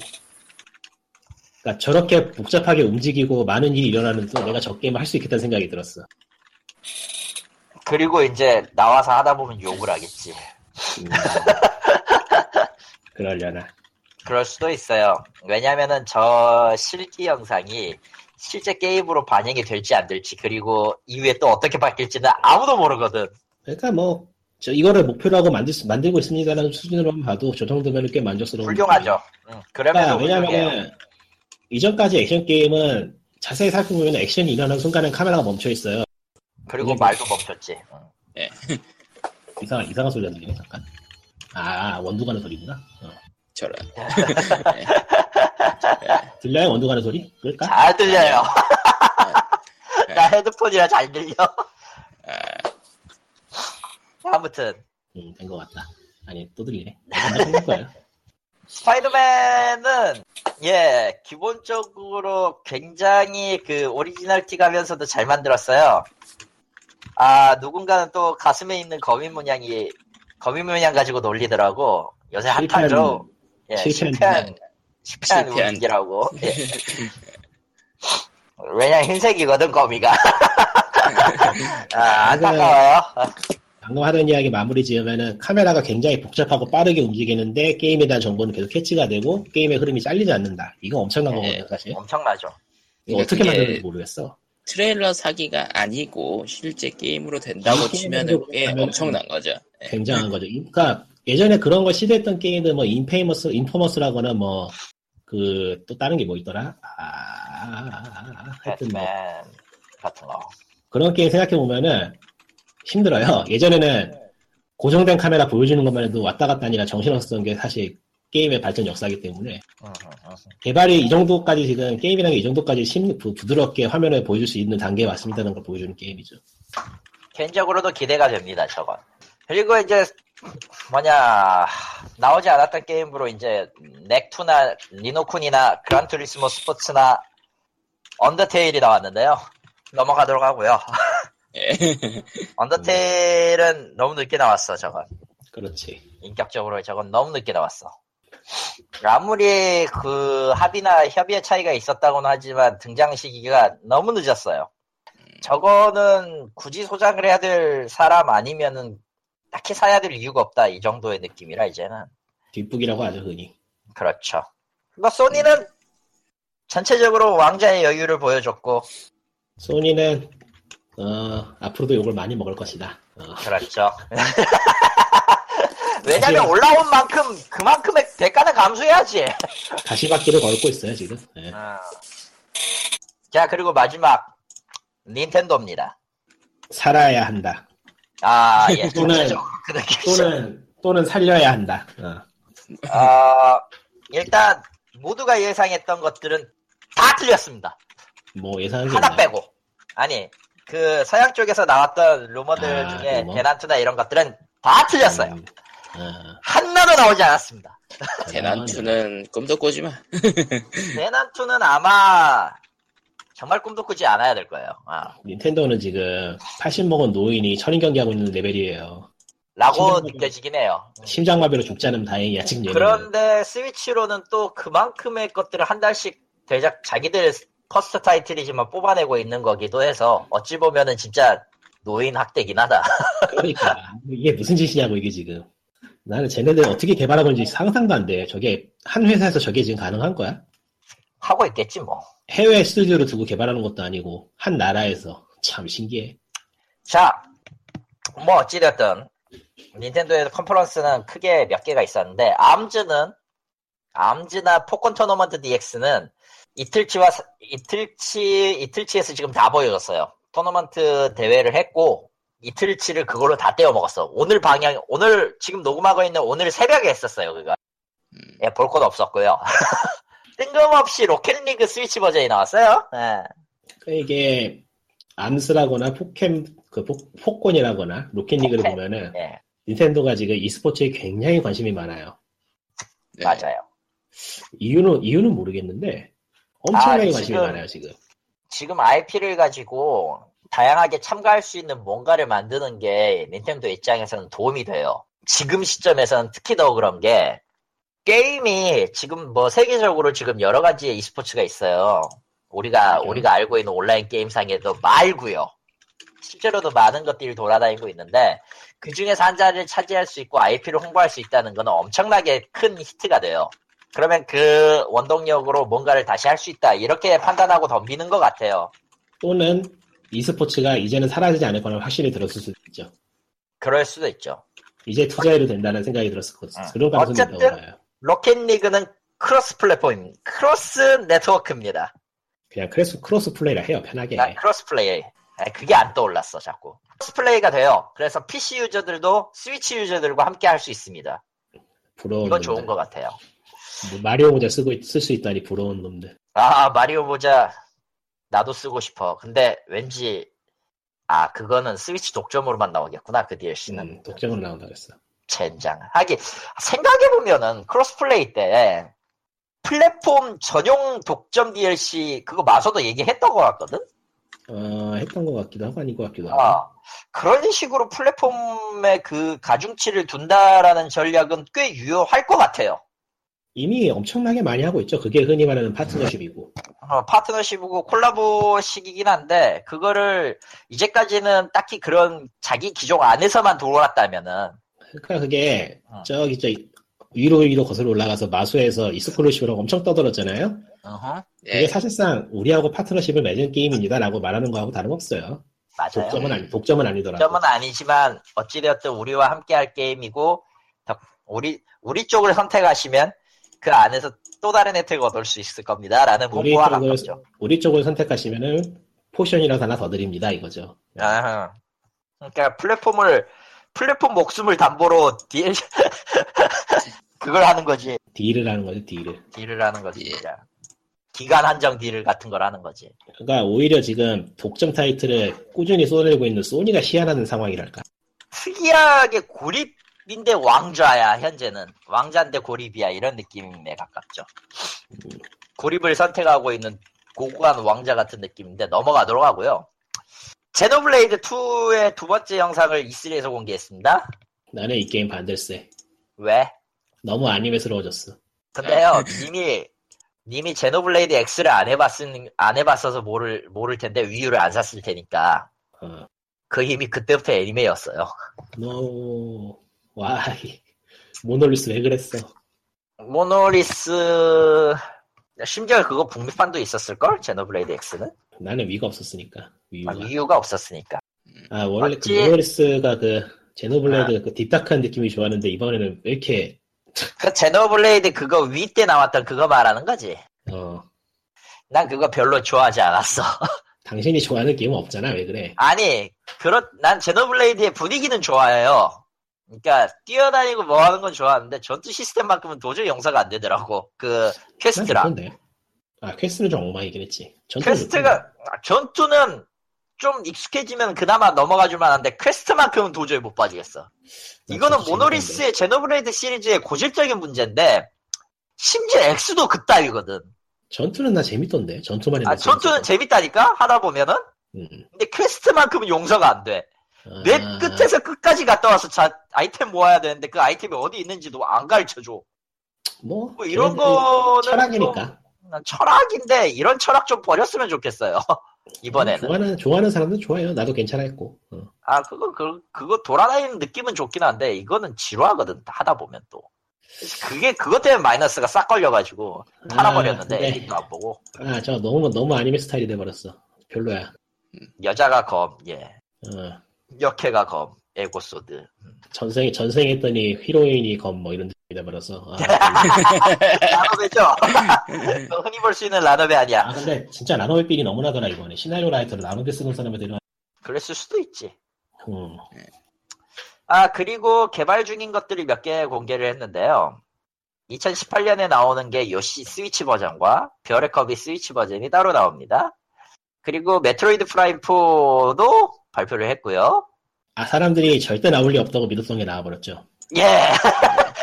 그러니까 저렇게 복잡하게 움직이고 많은 일이 일어나는 또 내가 저 게임을 할 수 있겠다는 생각이 들었어.
그리고 이제 나와서 하다 보면 욕을 하겠지.
음. 그러려나.
그럴 수도 있어요. 왜냐면은 저 실기 영상이 실제 게임으로 반영이 될지 안 될지, 그리고 이후에 또 어떻게 바뀔지는 아무도 모르거든.
그러니까 뭐, 저 이거를 목표로 하고 만들 수, 만들고 있습니다라는 수준으로만 봐도 저 정도면 꽤 만족스러운.
훌륭하죠. 응.
그러니까
그러면서 훌륭해요.
네. 왜냐면은 이전까지 액션 게임은 자세히 살펴보면 액션이 일어나는 순간에 카메라가 멈춰 있어요.
그리고 말도 멈췄지. 응.
이상한 이상한 소리가 들리네 잠깐. 아 원두 가는 소리구나. 어.
저런.
들려요 원두 가는 소리? 그럴까?
잘 들려요.
네.
예.
나 헤드폰이라 잘 들려.
아,
아무튼
음, 된 것 같다. 아니 또 들리네. 금방 생길 거예요.
스파이더맨은 예 기본적으로 굉장히 그 오리지널티 가면서도 잘 만들었어요. 아 누군가는 또 가슴에 있는 거미 문양이 거미 문양 가지고 놀리더라고. 요새 핫하죠. 예, 실패한
실패한
실패한
실패한.
움직이라고. 예. 왜냐 흰색이거든 거미가. 아, 안타까워요.
방금 하던 이야기 마무리 지으면은 카메라가 굉장히 복잡하고 빠르게 움직이는데 게임에 대한 정보는 계속 캐치가 되고 게임의 흐름이 잘리지 않는다. 이거 엄청난 거거든요 사실.
엄청나죠.
네. 이거 어떻게
그게
만드는지 모르겠어.
트레일러 사기가 아니고 실제 게임으로 된다고
게임으로
치면은 꽤
하면은-
엄청난 거죠. 예.
굉장한 거죠. 그러니까 예전에 그런 걸 시도했던 게임들 뭐 인페이머스, 인포머스라거나 뭐 그 또 다른 게 뭐 있더라. 아, 하여튼 뭐
배트맨 같은 거.
그런 게임 생각해 보면은 힘들어요. 예전에는
네.
고정된 카메라 보여주는 것만 해도 왔다 갔다 아니라 정신없었던 게 사실 게임의 발전 역사이기 때문에
응, 응, 응.
개발이 이 정도까지 지금 게임이라는 게 이 정도까지 심, 부, 부드럽게 화면을 보여줄 수 있는 단계에 왔습니다는 걸 보여주는 게임이죠.
개인적으로도 기대가 됩니다. 저건. 그리고 이제 뭐냐 나오지 않았던 게임으로 이제 넥투나 리노쿤이나 그란투리스모 스포츠나 언더테일이 나왔는데요. 넘어가도록 하고요.
예.
언더테일은 너무 늦게 나왔어. 저건.
그렇지.
인격적으로 저건 너무 늦게 나왔어. 아무리 그 합의나 협의의 차이가 있었다고는 하지만 등장 시기가 너무 늦었어요. 저거는 굳이 소장을 해야 될 사람 아니면은 딱히 사야 될 이유가 없다 이 정도의 느낌이라 이제는
뒷북이라고 하죠 흔히.
그렇죠. 뭐 소니는 전체적으로 왕자의 여유를 보여줬고
소니는 어, 앞으로도 욕을 많이 먹을 것이다. 어,
그렇죠. 왜냐면
사실은-
올라온 만큼 그만큼의 대가는 감수해야지.
다시 받기를 걸고 있어요 지금. 예.
어. 자 그리고 마지막 닌텐도입니다.
살아야 한다.
아 예.
또는-
전체적으로 그 느낌이죠.
또는 또는 살려야 한다. 어.
아, 일단 모두가 예상했던 것들은 다 틀렸습니다.
뭐 예상한 게
하나
있나요?
빼고. 아니, 그 서양 쪽에서 나왔던 루머들
아,
중에
루머?
대난투나 이런 것들은 다 틀렸어요.
음, 아,
하나도 나오지 않았습니다.
아, 대난투는 꿈도 꾸지 마.
대난투는 아마 정말 꿈도 꾸지 않아야 될 거예요. 아,
닌텐도는 지금 80 먹은 노인이 천인 경기하고 있는 레벨이에요.
라고
심장마비.
느껴지긴 해요. 음.
심장마비로 죽지 않으면 다행이야 지금 얘는.
그런데 스위치로는 또 그만큼의 것들을 한 달씩 대작 자기들 퍼스트 타이틀이지만 뽑아내고 있는 거기도 해서 어찌 보면은 진짜 노인 학대긴 하다.
그러니까 이게 무슨 짓이냐고 이게 지금. 나는 쟤네들 어떻게 개발하고 있는지 상상도 안 돼. 저게 한 회사에서 저게 지금 가능한 거야?
하고 있겠지 뭐.
해외 스튜디오를 두고 개발하는 것도 아니고 한 나라에서 참 신기해.
자, 뭐 어찌됐든 닌텐도에서 컨퍼런스는 크게 몇 개가 있었는데 암즈는 암즈나 포콘 토너먼트 DX는 이틀치와 사- 이틀치 이틀치에서 지금 다 보여줬어요. 토너먼트 대회를 했고 이틀치를 그걸로 다 떼어 먹었어. 오늘 방향 오늘 지금 녹음하고 있는 오늘 새벽에 했었어요 그거. 예, 볼 건 없었고요. 뜬금없이 로켓리그 스위치 버전이 나왔어요. 예.
그러니까 이게 암스라거나 포켓 그 포, 포콘이라거나 로켓리그를
포켓.
보면은
예,
닌텐도가 지금 e스포츠에 굉장히 관심이 많아요.
네.
맞아요.
이유는 이유는 모르겠는데 엄청나게
아,
관심이
지금-
많아요 지금.
지금 IP를 가지고 다양하게 참가할 수 있는 뭔가를 만드는 게 닌텐도 입장에서는 도움이 돼요. 지금 시점에서는 특히 더 그런 게 게임이 지금 뭐 세계적으로 지금 여러 가지의 e스포츠가 있어요. 우리가
그래요?
우리가 알고 있는 온라인 게임상에도 말고요. 실제로도 많은 것들이 돌아다니고 있는데 그 중에서 한 자리를 차지할 수 있고 IP를 홍보할 수 있다는 건 엄청나게 큰 히트가 돼요. 그러면 그 원동력으로 뭔가를 다시 할 수 있다 이렇게 판단하고 덤비는 것 같아요.
또는 e스포츠가 이제는 사라지지 않을 거는 확실히 들었을 수도 있죠.
그럴 수도 있죠.
이제 투자해도 된다는 생각이 들었을 것
아,
같아요. 그런 가능성이 있다고
어쨌든-
봐요.
로켓리그는 크로스 플랫폼, 크로스 네트워크입니다.
그냥 크로스 크로스 플레이라 해요 편하게.
난 크로스 플레이. 아니, 그게 안 떠올랐어 자꾸. 크로스 플레이가 돼요. 그래서 PC 유저들도 스위치 유저들과 함께 할 수 있습니다.
부러운
이건
놈들.
좋은 것 같아요.
뭐 마리오 모자 쓰고 쓸 수 있다니 부러운 놈들.
아 마리오 모자 나도 쓰고 싶어. 근데 왠지 아 그거는 스위치 독점으로만 나오겠구나 그 DLC는.
음, 독점으로 나온다 그랬어.
젠장. 하긴 생각해 보면은 크로스플레이 때 플랫폼 전용 독점 DLC 그거 마서도 얘기했던 것 같거든.
어, 했던 것 같기도 하고 아닌 것 같기도 하고.
아, 그런 식으로 플랫폼에 그 가중치를 둔다라는 전략은 꽤 유효할 것 같아요.
이미 엄청나게 많이 하고 있죠. 그게 흔히 말하는 파트너십이고.
어, 파트너십이고 콜라보식이긴 한데 그거를 이제까지는 딱히 그런 자기 기종 안에서만 돌아왔다면은
그러니까 그게
아.
저기 저 위로 위로 거슬러 올라가서 마수에서 이스클루시브라고 엄청 떠들었잖아요.
네.
예.
이게 사실상 우리하고 파트너십을 맺은 게임입니다라고 말하는 거하고 다름없어요.
맞아요.
독점은 아니 독점은 아니더라고.
점은 아니지만 어찌되었든 우리와 함께할 게임이고 덕- 우리 우리 쪽을 선택하시면 그 안에서 또 다른 혜택을 얻을 수 있을 겁니다라는
우리
홍보와
쪽을
가깝죠.
우리 쪽을 선택하시면은 포션이라도 하나 더 드립니다 이거죠.
아하. 그러니까 플랫폼을 플랫폼 목숨을 담보로 딜 그걸 하는 거지
딜을 하는 거죠 딜을.
딜을 하는 거지
예.
진짜. 기간 한정 딜을 같은 걸 하는 거지.
그러니까 오히려 지금 독점 타이틀을 꾸준히 쏟아내고 있는 소니가 시한하는 상황이랄까.
특이하게 고립인데 왕좌야 현재는 왕자인데 고립이야 이런 느낌에 가깝죠. 고립을 선택하고 있는 고고한 왕자 같은 느낌인데 넘어가도록 하고요. 제노블레이드 2의 두 번째 영상을 E3에서 공개했습니다.
나는 이 게임 반댈세.
왜?
너무 아니메스러워졌어.
근데요 님이 님이 제노블레이드 X를 안 해봤은 안 해봤어서 모를 모를 텐데 위유를 안 샀을 테니까
어.
그 힘이 그때부터 애니메였어요.
No. 와이. 모놀리스 왜 그랬어?
모노리스 심지어 그거 북미판도 있었을걸? 제노블레이드 X는? 아,
나는 위가 없었으니까. 위가.
이유가 없었으니까
아 원래 그
맞지? 아.
모노리스가 그 제노블레드 그 딥다크한 느낌이 좋았는데 이번에는 왜 이렇게
그 제노블레이드 그거 위 때 나왔던 그거 말하는 거지.
어
난 그거 별로 좋아하지 않았어.
당신이 좋아하는 게임은 없잖아 왜 그래?
아니, 그렇, 난 제노블레이드의 분위기는 좋아해요. 그러니까 뛰어다니고 뭐 하는 건 좋아하는데 전투 시스템만큼은 도저히 용서가 안 되더라고. 그
난
퀘스트랑
좋던데. 아 퀘스트는 좀 엉망이긴 했지. 전투는 좋던데.
퀘스트가 아, 전투는 좀 익숙해지면 그나마 넘어가 줄 만한데 퀘스트만큼은 도저히 못 빠지겠어.
난
이거는
전투 재밌던데.
모노리스의 제노블레이드 시리즈의 고질적인 문제인데 심지어 X도 그따위거든.
전투는 나 네, 재밌던데 전투만 했는데
아, 전투는 재밌다니까 하다 보면은
음.
근데 퀘스트만큼은 용서가 안 돼.
아,
맵 끝에서 끝까지 갔다 와서 자, 아이템 모아야 되는데 그 아이템이 어디 있는지도 안 가르쳐 줘.
뭐,
뭐 이런
걔네들이
거는 좀,
철학이니까
난 철학인데 이런 철학 좀 버렸으면 좋겠어요. 이번에는.
좋아하는 좋아하는 사람들 좋아요. 나도 괜찮아 했고. 어.
아 그거 그, 그거 돌아다니는 느낌은 좋긴 한데 이거는 지루하거든 하다 보면 또. 그게 그것 때문에 마이너스가 싹 걸려가지고 팔아버렸는데
아, 네.
에릭도 안 보고
아, 저 너무 너무 아니메 스타일이 돼 버렸어. 별로야.
여자가 검, 예,
어.
역해가 검, 에고소드.
전생 전생했더니 히로인이 검 뭐 이런 느낌이 돼 버려서. 아,
라노베죠. 흔히 볼 수 있는 라노베 아니야.
아, 근데 진짜 라노베 빌이 너무나더라 이번에 시나리오 라이터로 라노베 쓰는 사람들이
그랬을 수도 있지.
음.
아, 그리고 개발 중인 것들이 몇 개 공개를 했는데요. 2018년에 나오는 게 요시 스위치 버전과 별의 컵이 스위치 버전이 따로 나옵니다. 그리고 메트로이드 프라임 4도 발표를 했고요.
아 사람들이 절대 나올 리 없다고 믿음성에 나와 버렸죠.
예!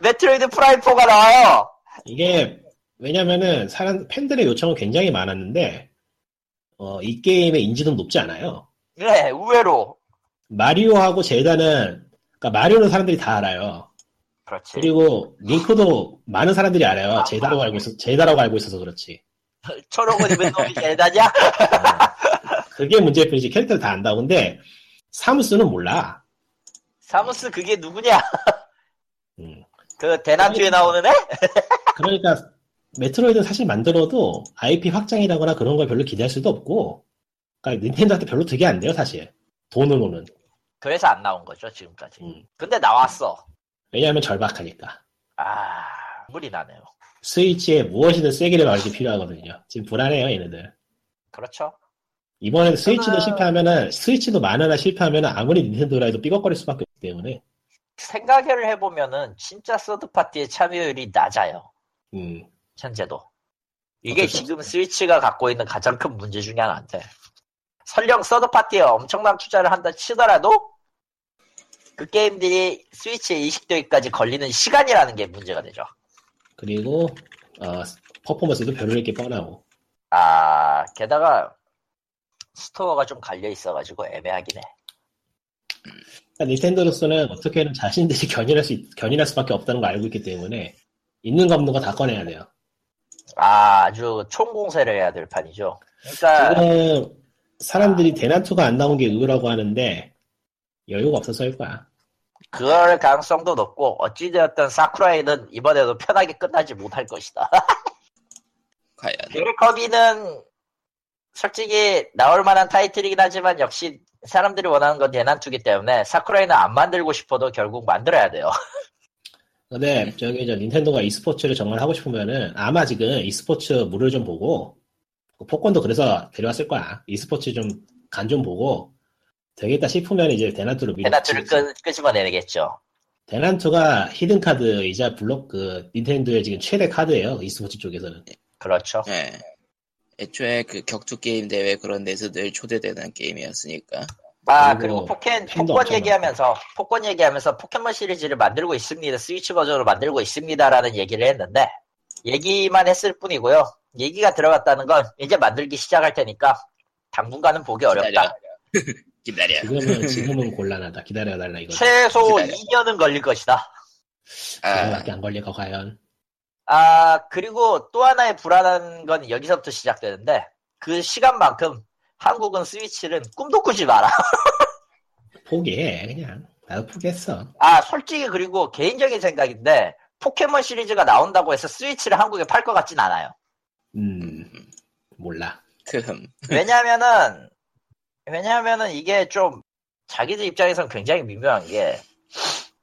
메트로이드 프라임 4가 나와요!
이게 왜냐면은 사람 팬들의 요청은 굉장히 많았는데 어, 이 게임의 인지도는 높지 않아요.
네, 의외로.
마리오하고 젤다는 그러니까 마리오는 사람들이 다 알아요.
그렇지.
그리고 링크도 많은 사람들이 알아요. 젤다라고 알고 있어 젤다라고 알고 있어서 그렇지.
초록옷 입은 놈이 젤다냐?
어, 그게 문제일 뿐이지 캐릭터를 다 안다. 근데 사무스는 몰라.
사무스 그게 누구냐?
음.
그 대난투에 나오는 애?
그러니까 메트로이드는 사실 만들어도 IP 확장이라거나 그런 걸 별로 기대할 수도 없고, 그러니까 닌텐도한테 별로 득이 안 돼요 사실. 돈으로는.
그래서 안 나온 거죠, 지금까지.
음.
근데 나왔어.
왜냐하면 절박하니까.
아, 물이 나네요.
스위치에 무엇이든 세기를 넣을 게 필요하거든요. 지금 불안해요, 얘네들.
그렇죠.
이번에 스위치도
저는-
실패하면은, 스위치도 만화나 실패하면은 아무리 닌텐도라 해도 삐걱거릴 수밖에 없기 때문에,
생각을 해보면은 진짜 서드파티의 참여율이 낮아요.
음,
현재도. 이게
어쩔 수
지금
없어요.
스위치가 갖고 있는 가장 큰 문제 중에 하나인데. 설령 서드파티에 엄청난 투자를 한다 치더라도 그 게임들이 스위치에 이식되기까지 걸리는 시간이라는 게 문제가 되죠.
그리고, 어, 퍼포먼스도 별로일 게 뻔하고.
아, 게다가 스토어가 좀 갈려 있어가지고 애매하긴 해.
그러니까 닌텐도로서는 어떻게든 자신들이 견인할 수, 있- 견인할 수밖에 없다는 걸 알고 있기 때문에, 있는 거 없는 거 다 꺼내야 돼요.
아, 아주 총공세를 해야 될 판이죠. 그러니까
지금, 사람들이 대난투가 안 나온 게 의외라고 하는데, 여유가 없어서일 거야.
그럴 가능성도 높고 어찌되었든 사쿠라이는 이번에도 편하게 끝나지 못할 것이다.
과연
베르커비는 솔직히 나올 만한 타이틀이긴 하지만 역시 사람들이 원하는 건 대난투기 때문에 사쿠라이는 안 만들고 싶어도 결국 만들어야 돼요.
근데 저기 저 닌텐도가 e스포츠를 정말 하고 싶으면은 아마 지금 e스포츠 물을 좀 보고 그 포권도 그래서 데려왔을 거야. e스포츠 좀 간 좀 보고 되겠다 싶으면 이제 대난투로 밀어.
대난투를 끄, 끄집어내겠죠.
대난투가 히든 카드이자 블록 그 닌텐도의 지금 최대 카드예요. e스포츠 쪽에서는.
그렇죠.
예. 애초에 그 격투 게임 대회 그런 데서 늘 초대되는 게임이었으니까
아
그리고
그리고 포켓
팬도
폭권
엄청
얘기하면서 포권 얘기하면서 포켓몬 시리즈를 만들고 있습니다. 스위치 버전으로 만들고 있습니다라는 얘기를 했는데 얘기만 했을 뿐이고요. 얘기가 들어갔다는 건 이제 만들기 시작할 테니까 당분간은 보기 어렵다.
기다려. 기다려.
지금은 지금은 곤란하다. 기다려달라 이거.
최소
기다려.
2년은 걸릴 것이다.
아,
밖에 안 걸릴까 과연.
아, 그리고 또 하나의 불안한 건 여기서부터 시작되는데, 그 시간만큼 한국은 스위치를 꿈도 꾸지 마라.
포기해 그냥. 나도 포기했어.
아, 솔직히 그리고 개인적인 생각인데, 포켓몬 시리즈가 나온다고 해서 스위치를 한국에 팔 것 같진 않아요.
음 몰라.
흠.
왜냐면은, 왜냐면은 이게 좀 자기들 입장에선 굉장히 미묘한 게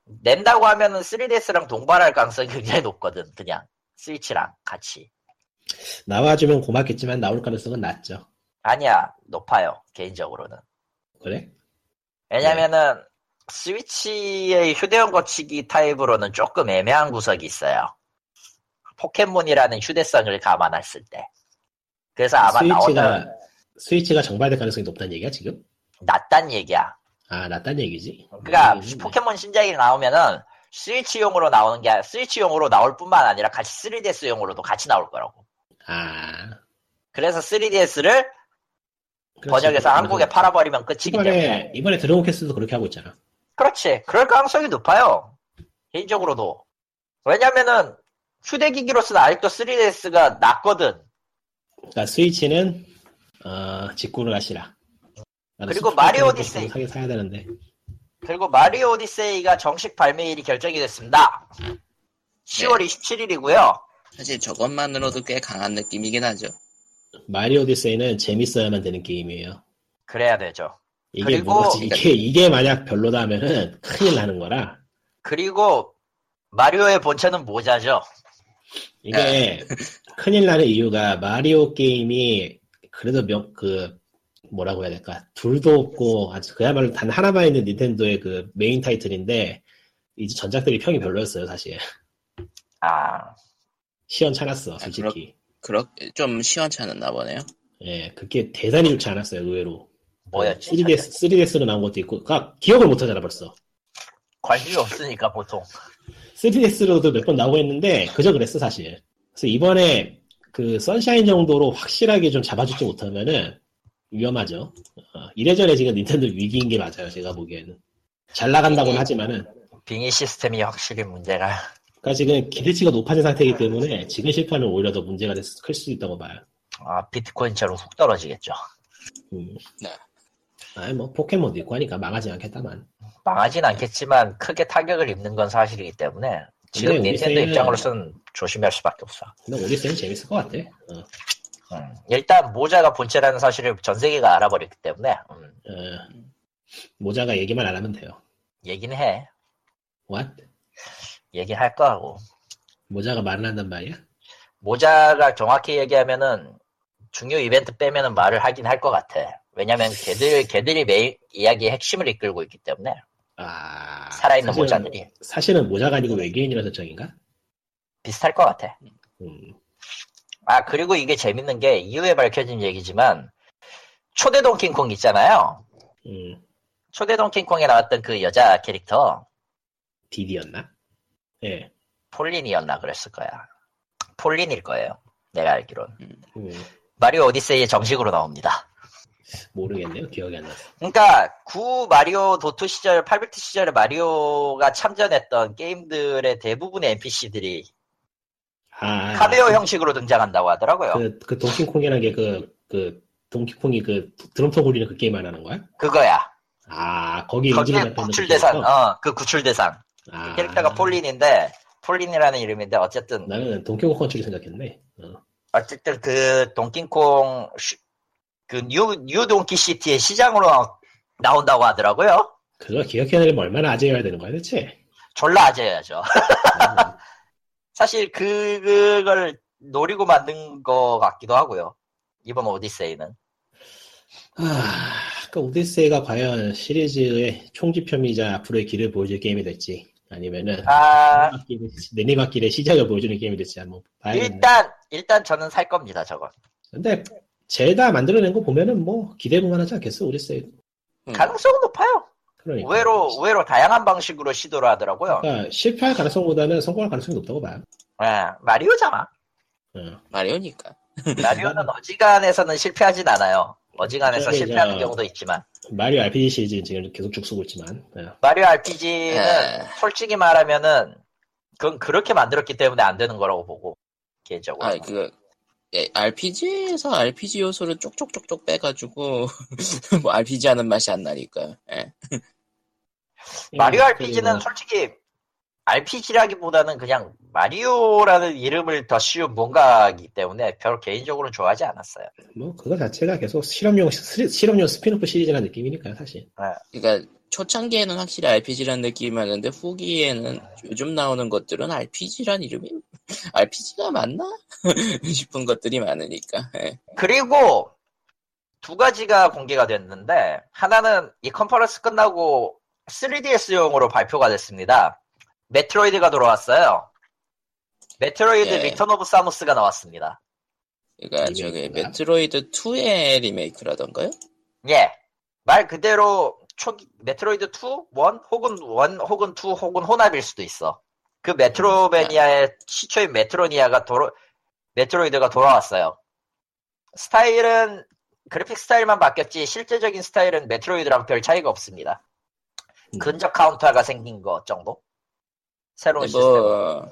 낸다고 하면은 3DS랑 동반할 가능성이 굉장히 높거든. 그냥 스위치랑 같이.
나와주면 고맙겠지만 나올 가능성은 낮죠.
아니야 높아요 개인적으로는.
그래?
왜냐면은 스위치의 휴대용 거치기 타입으로는 조금 애매한 구석이 있어요. 포켓몬이라는 휴대성을 감안했을 때. 그래서 아마
스위치가
나오는
스위치가 정발될 가능성이 높다는 얘기야 지금?
낮단 얘기야.
아 낮다는 얘기지.
그러니까
음, 네.
포켓몬 신작이 나오면은 스위치용으로 나오는 게 아니- 스위치용으로 나올 뿐만 아니라 같이 3DS용으로도 같이 나올 거라고.
아
그래서 3DS를 번역해서 한국에 팔아버리면 끝이기 때문에.
이번에 이번에 드래곤 캐스도 그렇게 하고 있잖아.
그렇지. 그럴 가능성이 높아요. 개인적으로도. 왜냐면은 휴대기기로서는 아직도 3DS가 낫거든.
그러니까 스위치는 어, 직구를 하시라. 나는
그리고
스위치
마리오
같은 거
오디세이.
좀 사긴 사야 되는데
그리고 마리오 오디세이가 정식 발매일이 결정이 됐습니다.
네.
10월 27일이고요.
사실 저것만으로도 꽤 강한 느낌이긴 하죠.
마리오 오디세이는 재밌어야만 되는 게임이에요.
그래야 되죠.
이게
그리고- 그러니까
뭐지? 이게 이게 만약 별로다 하면은 큰일 나는 거라.
그리고 마리오의 본체는 모자죠. 네.
이게 큰일 나는 이유가 마리오 게임이 그래도 명, 그 뭐라고 해야 될까 둘도 없고 아주 그야말로 단 하나만 있는 닌텐도의 그 메인 타이틀인데 이제 전작들이 평이 별로였어요 사실
아,
시원찮았어 솔직히
그렇 좀 시원찮았나 보네요.
예 그게 대단히 좋지 않았어요 의외로
뭐였지?
3DS 3DS로 나온 것도 있고 그러니까 기억을 못 하잖아 벌써
관심이 없으니까 보통.
3DS로도 몇 번 나오고 했는데 그저 그랬어 사실 그래서 이번에 그 선샤인 정도로 확실하게 좀 잡아주지 못하면은 위험하죠 어, 이래저래 지금 닌텐도 위기인 게 맞아요 제가 보기에는 잘 나간다고는 하지만은
빙의 시스템이 확실히 문제가.
그러니까 지금 기대치가 높아진 상태이기 때문에 지금 실패하면 오히려 더 문제가 될 수- 클 수도 있다고 봐요
아, 비트코인처럼 훅 떨어지겠죠.
음.
네.
아니 뭐 포켓몬도 있고 하니까 망하지 않겠다만
망하진 않겠지만 크게 타격을 입는 건 사실이기 때문에 지금
근데
닌텐도
오디세이는-
입장으로서는 조심할 수밖에 없어.
근데 오디세이는 재밌을 것 같아 어.
음, 일단 모자가 본체라는 사실을 전 세계가 알아버렸기 때문에 음,
어, 모자가 얘기만 안 하면 돼요
얘기는 해.
What?
얘기할 거하고
모자가 말을 한단 말이야?
모자가 정확히 얘기하면은 중요 이벤트 빼면은 말을 하긴 할 것 같아. 왜냐면 걔들 걔들이 매일 이야기의 핵심을 이끌고 있기 때문에
아,
살아있는
사실은-
모자들이
사실은 모자가 아니고 외계인이라 설정인가?
비슷할 것 같아.
음.
아, 그리고 이게 재밌는 게 이후에 밝혀진 얘기지만 초대 동킹콩 있잖아요.
음,
초대 동킹콩에 나왔던 그 여자 캐릭터
디디였나? 예.
폴린이었나 그랬을 거야. 폴린일 거예요. 내가 알기론.
음,
마리오 오디세이에 정식으로 나옵니다.
모르겠네요. 기억이 안 나서.
그러니까 구 마리오 도토 시절, 8비트 시절에 마리오가 참전했던 게임들의 대부분의 NPC들이
아,
카메오 형식으로 등장한다고 하더라고요.
그, 그 동킹콩이라는 게 그, 그, 동킹콩이 그 드럼통 굴리는 그 게임 안 하는 거야?
그, 거야
아, 거기 인증을
거기에
받는
구출
그
대상,
캐릭터?
어, 그 구출 대상.
아,
그 캐릭터가 폴린인데 폴린이라는 이름인데 어쨌든
나는 동킹콩 컨트롤 생각했네. 어.
어쨌든 그 동킹콩 슈- 그 뉴, 뉴 동키 시티의 시장으로 나- 나온다고 하더라고요.
그거 기억해내려면 얼마나 아재여야 되는 거야, 대체?
졸라 아재야죠.
아,
사실 그- 그걸 노리고 만든 거 같기도 하고요. 이번 오디세이는.
아, 그 오디세이가 과연 시리즈의 총지편이자 앞으로의 길을 보여줄 게임이 될지, 아니면은,
아,
내리막길의 시- 내리막길의 시작을 보여주는 게임이 됐지 한번 봐야겠네.
일단 일단 저는 살 겁니다. 저건
근데 젤다 만들어낸 거 보면은 뭐 기대만 하지 않겠어 우리 세이
음.
가능성은 높아요.
그러니까.
의외로 의외로 다양한 방식으로 시도를 하더라고요.
그러니까 실패할 가능성보다는 성공할 가능성이 높다고 봐요.
예, 마리오잖아.
어.
마리오니까.
마리오는 어지간해서는 실패하진 않아요. 어지간해서
저기
실패하는
저-
경우도 있지만
마리오 RPG 시리즈는 지금 계속 죽 쓰고 있지만 어.
마리오 RPG는
예.
솔직히 말하면은 그건 그렇게 만들었기 때문에 안 되는 거라고 보고 개인적으로.
아, 그, 예, RPG에서 RPG 요소를 쪽쪽쪽쪽 빼가지고, 뭐, RPG 하는 맛이 안 나니까, 예.
마리오
예, 그리고
RPG는 솔직히 RPG라기보다는 그냥 마리오라는 이름을 더 씌운 뭔가이기 때문에 별 개인적으로 좋아하지 않았어요.
뭐 그거 자체가 계속 실험용 시- 실험용 스피노프 시리즈라는 느낌이니까요 사실.
그니까, 그러니까 초창기에는 확실히 RPG라는 느낌이 많은데 후기에는 요즘 나오는 것들은 RPG란 이름이 RPG가 맞나 싶은 것들이 많으니까 예.
그리고 두 가지가 공개가 됐는데 하나는 이 컨퍼런스 끝나고 3DS용으로 발표가 됐습니다. 메트로이드가 돌아왔어요. 메트로이드
예.
리턴 오브 사무스가 나왔습니다.
그러니까 저기 메트로이드 2의 리메이크라던가요?
예. 말 그대로 초기 메트로이드 2, 1 혹은 1 혹은 2 혹은 혼합일 수도 있어. 그 메트로베니아의 시초인 메트로니아가 도로 메트로이드가 돌아왔어요. 스타일은 그래픽 스타일만 바뀌었지 실제적인 스타일은 메트로이드랑 별 차이가 없습니다.
음.
근접 카운터가 생긴 것 정도? 새로운
근데
시스템.
뭐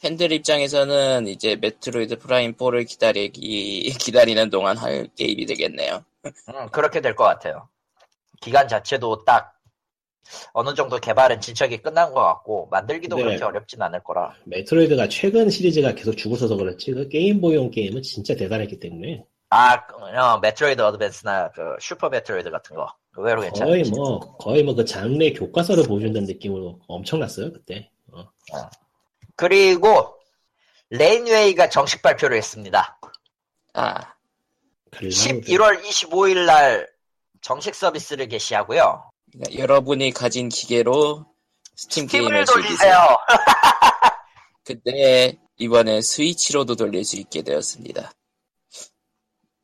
팬들 입장에서는 이제 메트로이드 프라임 4를 기다리기 기다리는 동안 할 게임이 되겠네요.
음, 그렇게 될 것 같아요. 기간 자체도 딱 어느 정도 개발은 진척이 끝난 것 같고 만들기도
네.
그렇게 어렵진 않을 거라.
메트로이드가 최근 시리즈가 계속 죽어서서 그렇지 그 게임보이용 게임은 진짜 대단했기 때문에
아, 그, 어, 메트로이드 어드밴스나 그 슈퍼 메트로이드 같은 거 의외로 괜찮아요.
거의 뭐 거의 뭐 그 장르의 교과서를 보여준다는 느낌으로 엄청났어요 그때 어.
그리고 레인웨이가 정식 발표를 했습니다.
아
글라우드.
11월 25일 날 정식 서비스를 개시하고요.
그러니까 여러분이 가진 기계로 스팀
팀을
게임을
돌리세요.
즐기세요. 근데 이번에 스위치로도 돌릴 수 있게 되었습니다.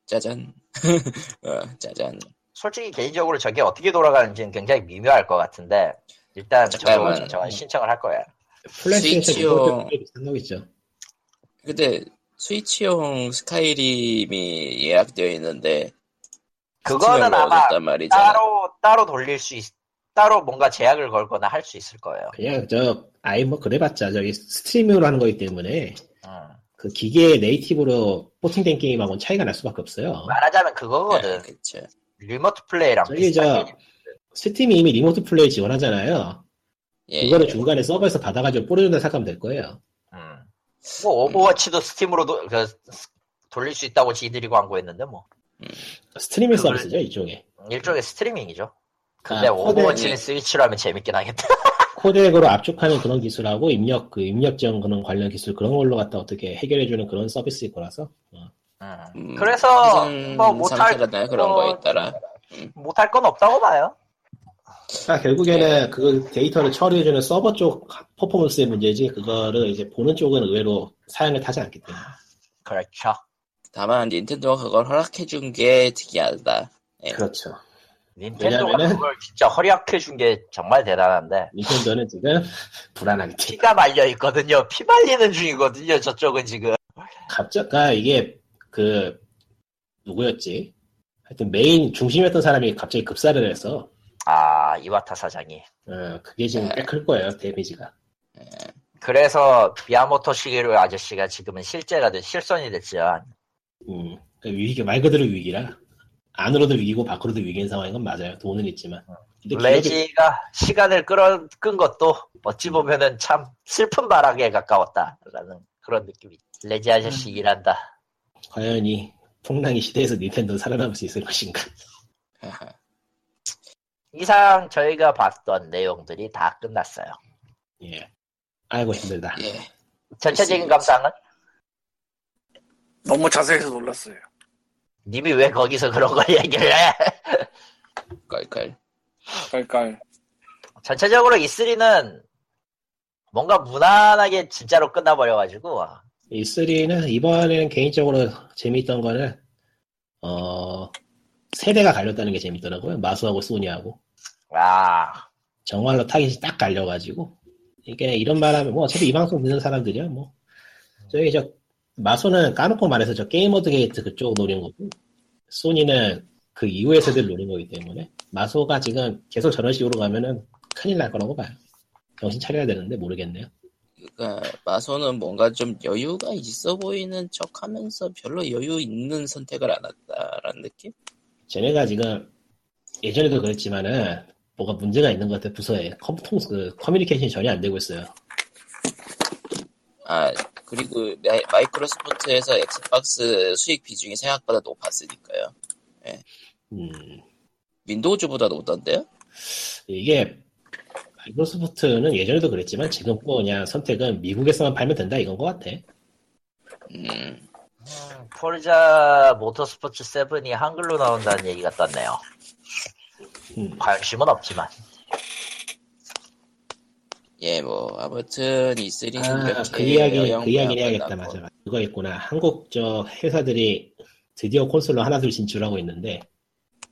짜잔. 어, 짜잔.
솔직히 개인적으로 저게 어떻게 돌아가는지는 굉장히 미묘할 것 같은데 일단
잠깐만.
저는 저는 신청을 할 거예요.
플래시에서
스위치용.
이것도 되게 비슷한 거겠죠
근데 스위치용 스카이림이 예약되어 있는데
그거는
스팀을
아마
넣어줬단 말이잖아.
따로 따로 돌릴 수 있, 따로 뭔가 제약을 걸거나 할 수 있을 거예요.
그냥 저 아이 뭐 그래봤자 저기 스트리밍으로 하는 거기 때문에
음.
그 기계의 네이티브로 포팅된 게임하고는 차이가 날 수밖에 없어요
말하자면
네,
그거거든.
그쵸.
리모트 플레이랑
저기 저
비슷한 게
스팀이 이미 리모트 플레이 지원하잖아요
예,
그거를
예.
중간에 서버에서 받아가지고 뿌려준다 생각하면 될 거예요
음. 뭐 오버워치도 스팀으로 도, 그, 스- 돌릴 수 있다고 지들이 광고했는데 뭐
스트리밍
그걸-
서비스죠 일종의
일종의 스트리밍이죠. 근데
아,
오버워치는
코덱이-
스위치로 하면 재밌긴 하겠다.
코덱으로 압축하는 그런 기술하고 입력 그 입력 지원 그런 관련 기술 그런 걸로 갖다 어떻게 해결해주는 그런 서비스일 거라서 어.
음.
음,
그래서
희생
뭐 못할
상태라나 그런
거-
거에 따라
못할 건 없다고 봐요.
아, 결국에는 그 데이터를 처리해주는 서버 쪽 퍼포먼스의 문제지 그거를 이제 보는 쪽은 의외로 사양을 타지 않기 때문에
그렇죠.
다만 닌텐도가 그걸 허락해준 게 특이하다. 예.
그렇죠
닌텐도가
왜냐면은-
그걸 진짜 허리약해 준 게 정말 대단한데
닌텐도는 지금 불안하기 때문에
피가 말려 있거든요. 피 말리는 중이거든요. 저쪽은 지금.
갑자기 아, 이게 그 누구였지 하여튼 메인 중심이었던 사람이 갑자기 급사를 해서
아 이와타 사장이.
어, 그게 지금 꽤 클 거예요 데미지가
그래서 미야모토 시게로 아저씨가 지금은 실제가 된 실선이 됐지만
음, 그러니까 위기 말 그대로 위기라 안으로도 위기고 밖으로도 위기인 상황인 건 맞아요. 돈은 있지만. 근데 음. 기업이-
레지가 시간을 끌어 끈 것도 어찌 보면은 참 슬픈 바람에 가까웠다라는 그런 느낌이. 레지
음.
아저씨 일한다.
과연 이 폭랑이 시대에서 닌텐도 는 살아남을 수 있을 것인가?
하하.
이상 저희가 봤던 내용들이 다 끝났어요.
예. 아이고 힘들다.
예.
음. 전체적인 감상은
너무 자세해서 놀랐어요.
님이 왜 거기서 그런 걸 얘기를 해?
깔깔.
깔깔.
전체적으로 E3는 뭔가 무난하게 진짜로 끝나버려가지고
이 3는 이번에는 개인적으로 재미있던 거는 어 세대가 갈렸다는 게 재밌더라고요. 마수하고 소니하고
아
정말로 타겟이 딱 갈려가지고 이게 이런 말하면 뭐 어차피 이 방송 듣는 사람들이야 뭐 저기 저 마소는 까놓고 말해서 저 게이머드 게이트 그쪽 노린 거고 소니는 그 이후의 세대를 노린 거기 때문에 마소가 지금 계속 저런 식으로 가면은 큰일 날 거라고 봐요 정신 차려야 되는데 모르겠네요
그러니까 마소는 뭔가 좀 여유가 있어 보이는 척하면서 별로 여유 있는 선택을 안 한다라는 느낌?
쟤네가 지금 예전에도 그랬지만은 뭐가 문제가 있는 것 같아 부서에 컴, 통, 그 커뮤니케이션이 전혀 안 되고 있어요
아 그리고 마이- 마이크로소프트에서 엑스박스 수익 비중이 생각보다 높았으니까요.
음
윈도우즈보다 높던데요?
이게 마이크로소프트는 예전에도 그랬지만 지금 거냐 선택은 미국에서만 팔면 된다 이건 것 같아.
음,
음, 포르자 모터스포츠 7이 한글로 나온다는 얘기가 떴네요.
음.
관심은 없지만.
예, 뭐 아무튼 E3는
아,
이렇게
그 이야기
여영
그 이야기는
모양을
해야겠다
낳고.
맞아 맞아. 그거 있구나. 한국 저 회사들이 드디어 콘솔로 하나둘 진출하고 있는데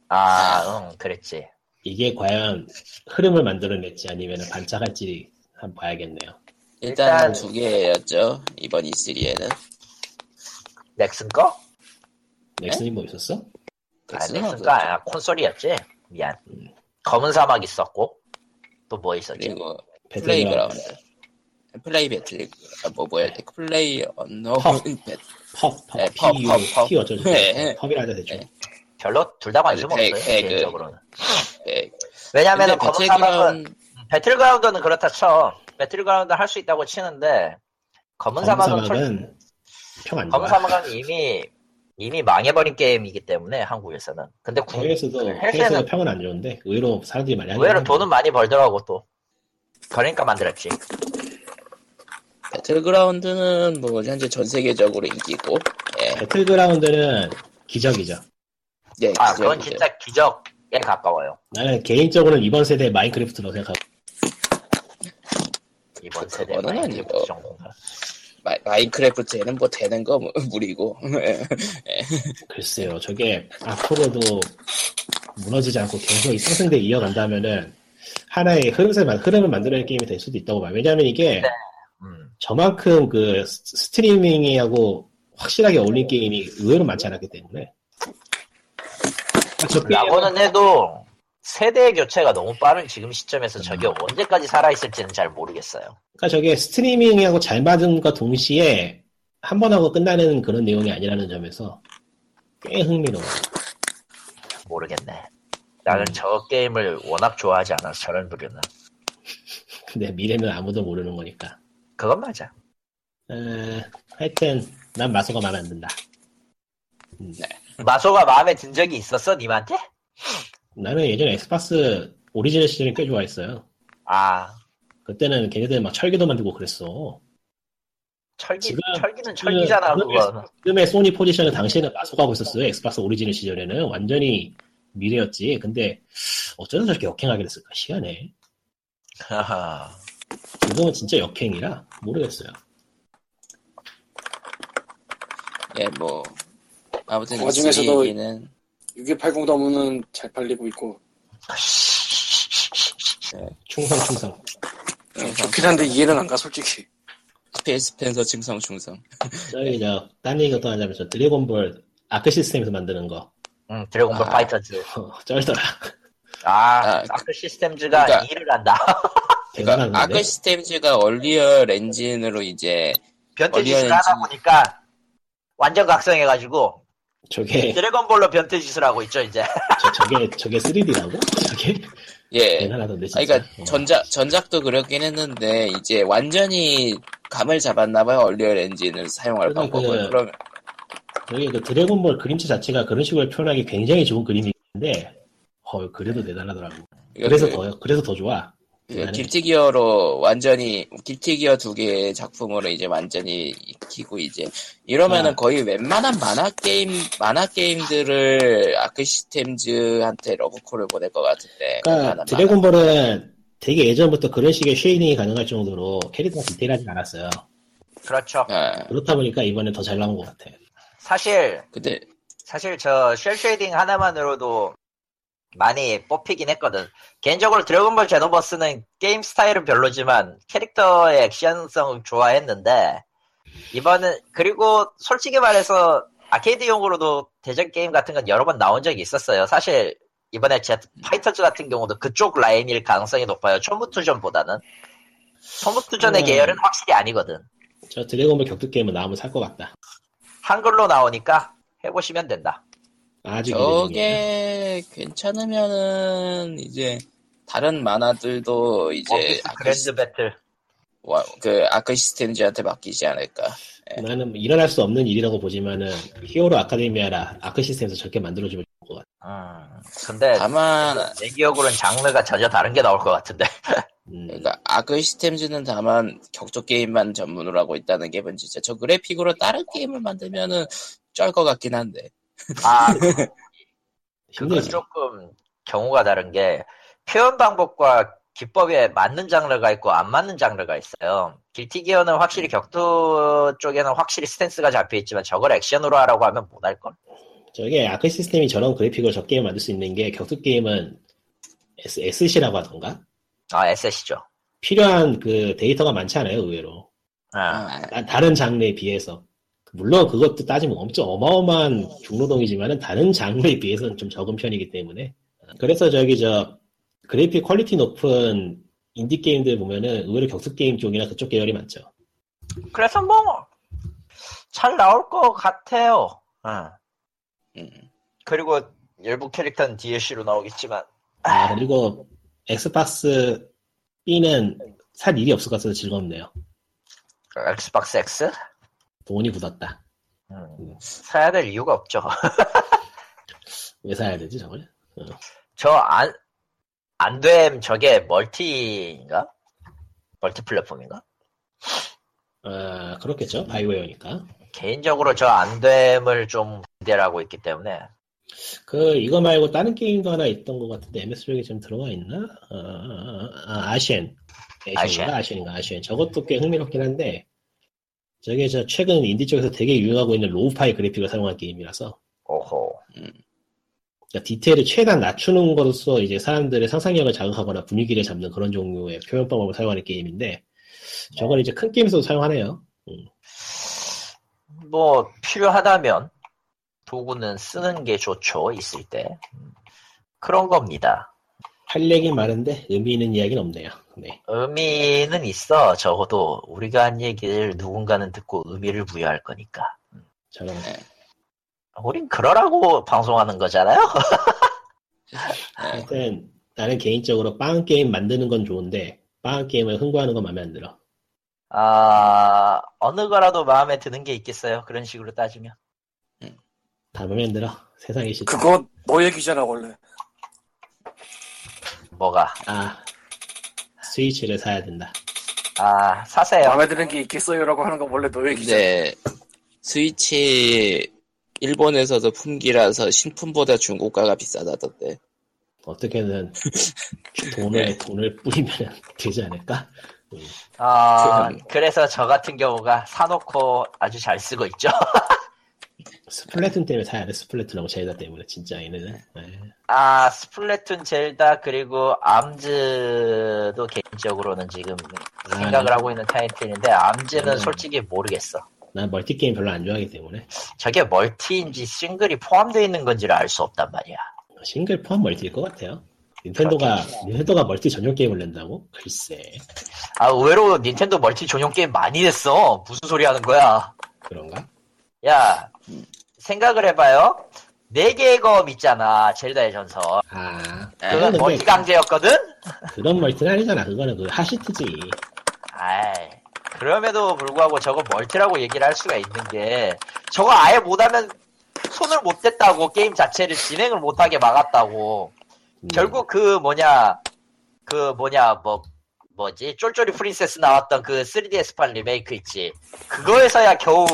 아, 응, 그랬지.
이게 과연 흐름을 만들어낼지 아니면 반짝할지 한번 봐야겠네요.
일단
일단- 아, 네,
두 개였죠 이번 E3에는
넥슨 거?
넥슨이 뭐 있었어?
아, 넥슨 거
없었죠. 음.
아니야. 콘솔이었지. 미안. 검은 사막 있었고, 또 뭐 있었지?
그리고
배틀그라운드.
플레이그라운드 플레이 배틀 아, 뭐 뭐야 그 플레이 언어
펍.
배틀
펍, 펍,
네,
P,
펍, 펍,
U,
펍.
T 어쩌죠?
네.
펍이라 하자 대충.
별로 둘 다 관심
아니,
없어요,
그, 그, 그.
개인적으로는.
예.
왜냐면은
근데
검은 사막은,
배틀그라운드
배틀그라운드는 그렇다 쳐. 배틀그라운드 할 수 있다고 치는데, 검은 사막은, 솔-
검사막은 평안
검은
좋아.
사막은 이미, 이미 망해버린 게임이기 때문에, 한국에서는. 근데 국,
해외에서도 해외에서도
해외에서는
평은 안 좋은데 의외로 사람들이 많이 하긴
그 의외로
하는데.
돈은 많이 벌더라고, 또. 그러니까 만들었지.
배틀그라운드는 뭐 현재 전 세계적으로 인기고 예,
배틀그라운드는 기적이죠.
예
아, 그건
기적이죠.
진짜 기적에 가까워요.
나는 개인적으로는 이번 세대의 마인크래프트라고 생각하고
이번
그-
세대
그거는
마인크래프트
아니고.
정도가.
마, 마인크래프트에는 뭐 되는 거 무- 무리고 예.
글쎄요 저게 앞으로도 무너지지 않고 계속 이 상승대 이어간다면은 하나의 흐름을, 만- 흐름을 만들어낼 게임이 될 수도 있다고 봐요 왜냐하면 이게
음.
저만큼 그 스- 스트리밍하고 확실하게 어울린 게임이 의외로 많지 않았기 때문에 저
라고는 해도 세대의 교체가 너무 빠른 지금 시점에서 저게
음.
언제까지 살아있을지는 잘 모르겠어요.
그러니까 저게 스트리밍하고 잘 맞음과 동시에 한 번 하고 끝나는 그런 내용이 아니라는 점에서 꽤 흥미로워.
모르겠네. 나는
음.
저 게임을 워낙 좋아하지 않아서 저런 부류는.
근데 미래는 아무도 모르는 거니까.
그건 맞아.
에, 하여튼 난 마소가 마음에 안 든다.
마소가 마음에 든 적이 있었어? 님한테?
나는 예전에 엑스박스 오리지널 시절에 꽤 좋아했어요.
아,
그때는 걔네들 막 철기도 만들고 그랬어.
철기,
지금-
철기는
지금
철기잖아,
그거는-
그건.
지금의 소니 포지션은 당시에는 마소가 하고 있었어요. 엑스박스 오리지널 시절에는 완전히 미래였지. 근데 어쩌다 저렇게 역행하게 됐을까? 시간에.
하하.
지금은 진짜 역행이라 모르겠어요.
예, 뭐 아무튼
그
E3
와중에서도-
얘기는
6180 너무는 잘 팔리고 있고
충성 충성.
항상
좋긴 한데 이해는 안 가 솔직히
필 스펜서 충성 충성
저기 저딴 얘기 또 하자면 저 드래곤볼 아크 시스템에서 만드는 거
응, 음, 드래곤볼
아.
파이터즈.
어, 쩔더라.
아,
아,
아크 시스템즈가
그러니까-
일을 한다.
대단한
그러니까 아크
건데.
시스템즈가 얼리얼 엔진으로 이제
변태짓을
얼리어
하다
엔진.
보니까 완전 각성해가지고
예.
저게
드래곤볼로 변태짓을 하고 있죠, 이제.
아, 저, 저게 저게 3D라고? 저게
예
대단하던데
아,
진짜.
그러니까
어.
전작 전작도 그렇긴 했는데 이제 완전히 감을 잡았나봐요 얼리얼 엔진을 사용할
그러니까
방법을
그-
그럼
저게 그 드래곤볼 그림체 자체가 그런 식으로 표현하기 굉장히 좋은 그림인데 어 그래도 대단하더라고. 그래서
그-
더 그래서 더 좋아.
그 깁티기어로 완전히 깁티기어 두 개의 작품으로 이제 완전히 익히고 이제 이러면은
아.
거의 웬만한 만화 게임 만화 게임들을 아크 시스템즈한테 러브콜을 보낼 것 같은데
그러니까
웬만한
드래곤볼은 되게 예전부터 그런 식의 쉐이딩이 가능할 정도로 캐릭터가 디테일하지 않았어요.
그렇죠.
만화. 아,
그렇다 보니까 이번에 더 잘 나온 것 같아.
사실
근데
사실 저 쉘쉐이딩 하나만으로도 많이 뽑히긴 했거든. 개인적으로 드래곤볼 제노버스는 게임 스타일은 별로지만 캐릭터의 액션성 좋아했는데 이번은 그리고 솔직히 말해서 아케이드용으로도 대전 게임 같은 건 여러 번 나온 적이 있었어요. 사실 이번에 제 파이터즈 같은 경우도 그쪽 라인일 가능성이 높아요. 초무투전보다는 초무투전의
음.
계열은 확실히 아니거든.
저 드래곤볼 격투 게임은 나오면 살 것 같다.
한글로 나오니까 해보시면 된다.
아주 기대됩니다.
저게 괜찮으면은 이제 다른 만화들도 이제
원피스
아크, 시,
그랜드 배틀.
와- 그 아크 시스템즈한테 맡기지 않을까
나는 뭐 일어날 수 없는 일이라고 보지만은 히어로 아카데미아라 아크 시스템에서 저렇게 만들어주면 좋을 것 같아.
음, 근데
다만
내 기억으로는 장르가 전혀 다른 게 나올 것 같은데.
음,
그러니까 아크 시스템즈는 다만 격조 게임만 전문으로 하고 있다는 게 문제죠. 저 그래픽으로 다른 게임을 만들면은 쩔것 같긴 한데.
아, 그건
그렇죠.
힘들지.
조금 경우가 다른 게 표현 방법과 기법에 맞는 장르가 있고 안 맞는 장르가 있어요. 길티 기어는
음.
확실히 격투 쪽에는 확실히 스탠스가 잡혀 있지만 저걸 액션으로 하라고 하면 못 할 걸.
저게 아크 시스템이 저런 그래픽을 저 게임 만들 수 있는 게 격투 게임은 S, SC라고 하던가?
아, 에셋이죠.
필요한 그 데이터가 많잖아요, 의외로.
아,
아,
다- 다른 장르에 비해서. 물론 그것도 따지면 엄청 어마어마한 중노동이지만은 다른 장르에 비해서는 좀 적은 편이기 때문에. 그래서 저기 저 그래픽 퀄리티 높은 인디 게임들 보면은 의외로 격투 게임 쪽이나 그쪽 계열이 많죠.
그래서 뭐 잘 나올 것 같아요. 응.
음.
그리고 일부 캐릭터는 DLC로 나오겠지만
아,
음.
그리고 엑스박스 B는 살 일이 없을 것 같아서 즐겁네요.
엑스박스 아, X
돈이 굳었다.
음, 사야 될 이유가 없죠.
왜 사야 되지 저걸?
저 안 안됨 저게 멀티인가? 멀티 플랫폼인가?
아 그렇겠죠. 바이오웨어니까.
개인적으로 저 안됨을 좀 기대하고 있기 때문에
그 이거 말고 다른 게임도 하나 있던 것 같은데 MS 쪽에 지금 들어와 있나? 아, 아, 아, 아, 셴
아셴.
아셴인가 아셴인가 아셴. 저것도 꽤 흥미롭긴 한데 저게 저 최근 인디 쪽에서 되게 유행하고 있는 로우파이 그래픽을 사용한 게임이라서
오호
그러니까 디테일을 최대한 낮추는 것으로써 이제 사람들의 상상력을 자극하거나 분위기를 잡는 그런 종류의 표현 방법을 사용하는 게임인데 저걸 이제 큰 게임에서도 사용하네요.
뭐 필요하다면 도구는 쓰는 게 좋죠 있을 때 음, 그런 겁니다.
할 얘기 많은데 의미 있는 이야기는 없네요. 네.
의미는 있어 적어도 우리가 한 얘기를 누군가는 듣고 의미를 부여할 거니까
저런
우린 그러라고 방송하는 거잖아요.
네.
하여튼 나는 개인적으로 빵 게임 만드는 건 좋은데 빵 게임을 흥구하는 건 마음에 안 들어.
아 어느 거라도 마음에 드는 게 있겠어요 그런 식으로 따지면.
다 마음에 안 들어. 세상이 싫다.
그거 너 얘기잖아 원래.
뭐가?
아 스위치를 사야 된다.
아, 사세요.
마음에 드는 게 있겠어요라고 하는 거 원래 너 얘기잖아.
근데 스위치 일본에서도 품기라서 신품보다 중고가가 비싸다던데.
어떻게든 돈을 돈을 뿌리면 되지 않을까? 음,
아, 그래서 저 같은 경우가 사놓고 아주 잘 쓰고 있죠.
스플래툰 때문에 사야 돼. 스플래툰하고 제이다 때문에 진짜 얘네는. 에이.
아, 스플래툰 젤다 그리고 암즈도 개인적으로는 지금 생각을 하고 있는 타이틀인데 암즈는
음.
솔직히 모르겠어.
난 멀티 게임 별로 안 좋아하기 때문에
저게 멀티인지 싱글이 포함되어 있는 건지를 알 수 없단 말이야.
싱글 포함 멀티일 것 같아요. 닌텐도가 닌텐도가 멀티 전용 게임을 낸다고? 글쎄
아, 의외로 닌텐도 멀티 전용 게임 많이 했어. 무슨 소리 하는 거야?
그런가?
야, 생각을 해봐요. 네 개의 검 있잖아. 젤다의 전설.
아
그건
그건
멀티
근데
강제였거든?
그런 멀티는 아니잖아. 그거는 그 하시트지.
아이, 그럼에도 불구하고 저거 멀티라고 얘기를 할 수가 있는 게 저거 아예 못하면 손을 못 댔다고 게임 자체를 진행을 못하게 막았다고
음.
결국 그 뭐냐 그 뭐냐 뭐 뭐지 쫄쫄이 프린세스 나왔던 그 3DS판 리메이크 있지 그거에서야 겨우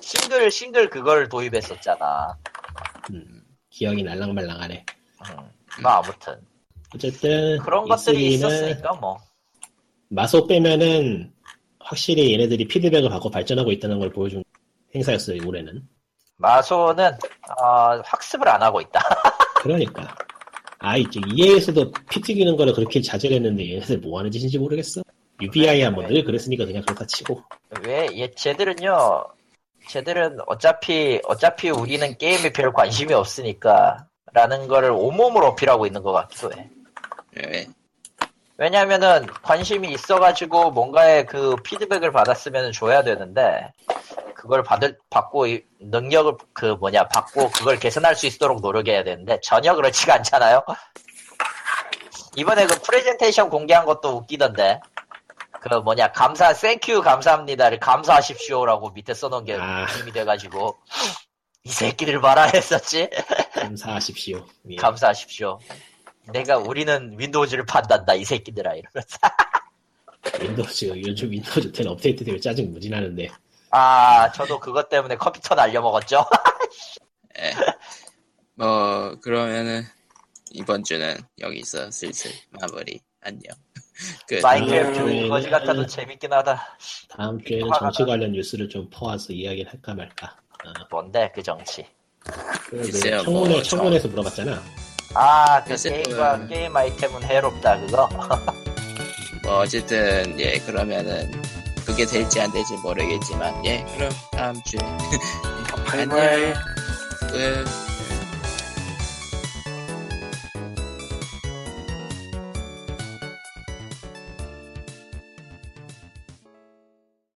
싱글 싱글 그걸 도입했었잖아
음, 기억이 날랑말랑하네.
뭐 아무튼
어쨌든
그런 것들이
E3는
있었으니까 뭐
마소 빼면은 확실히 얘네들이 피드백을 받고 발전하고 있다는 걸 보여준 행사였어요 올해는.
마소는 어, 학습을 안 하고 있다
그러니까 아 이제 EA에서도 피 튀기는 거를 그렇게 자제했는데 얘네들 뭐 하는 짓인지 모르겠어. UBI야 뭐 늘 그랬으니까 그냥 그렇다 치고
왜, 얘, 쟤들은요, 쟤들은 어차피, 어차피 우리는 게임에 별 관심이 없으니까, 라는 거를 온몸으로 어필하고 있는 것 같기도 해.
예.
왜냐면은, 관심이 있어가지고, 뭔가의 그 피드백을 받았으면 줘야 되는데, 그걸 받을, 받고, 이- 능력을, 그 뭐냐, 받고, 그걸 개선할 수 있도록 노력해야 되는데, 전혀 그렇지가 않잖아요? 이번에 그 프레젠테이션 공개한 것도 웃기던데, 그 뭐냐, 감사, 땡큐 감사합니다를 감사하십시오라고 밑에 써놓은 게
아.
힘이 돼가지고, 이 새끼들 봐라 했었지?
감사하십시오. 예.
감사하십시오. 내가 우리는 윈도우즈를 판단다 이 새끼들아 이러면서
윈도우즈 요즘 윈도우즈 10 업데이트 되면 짜증 무진하는데
아 저도 그것 때문에 컴퓨터 날려먹었죠
뭐 그러면은 이번 주는 여기서 슬슬 마무리 안녕. 끝.
마인크래프트
음.
거지 같아도 재밌긴 하다
다음 주에는
화가
정치 관련 뉴스를 좀 퍼와서 이야기를 할까 말까. 어,
뭔데 그 정치
그
글쎄요,
청문회
뭐,
청문회에서 물어봤잖아.
아 그
글쎄,
게임과
음.
게임 아이템은 해롭다 그거
뭐 어쨌든 예 그러면은 그게 될지 안 될지 모르겠지만 예 그럼 다음 주에
바이바이.
끝.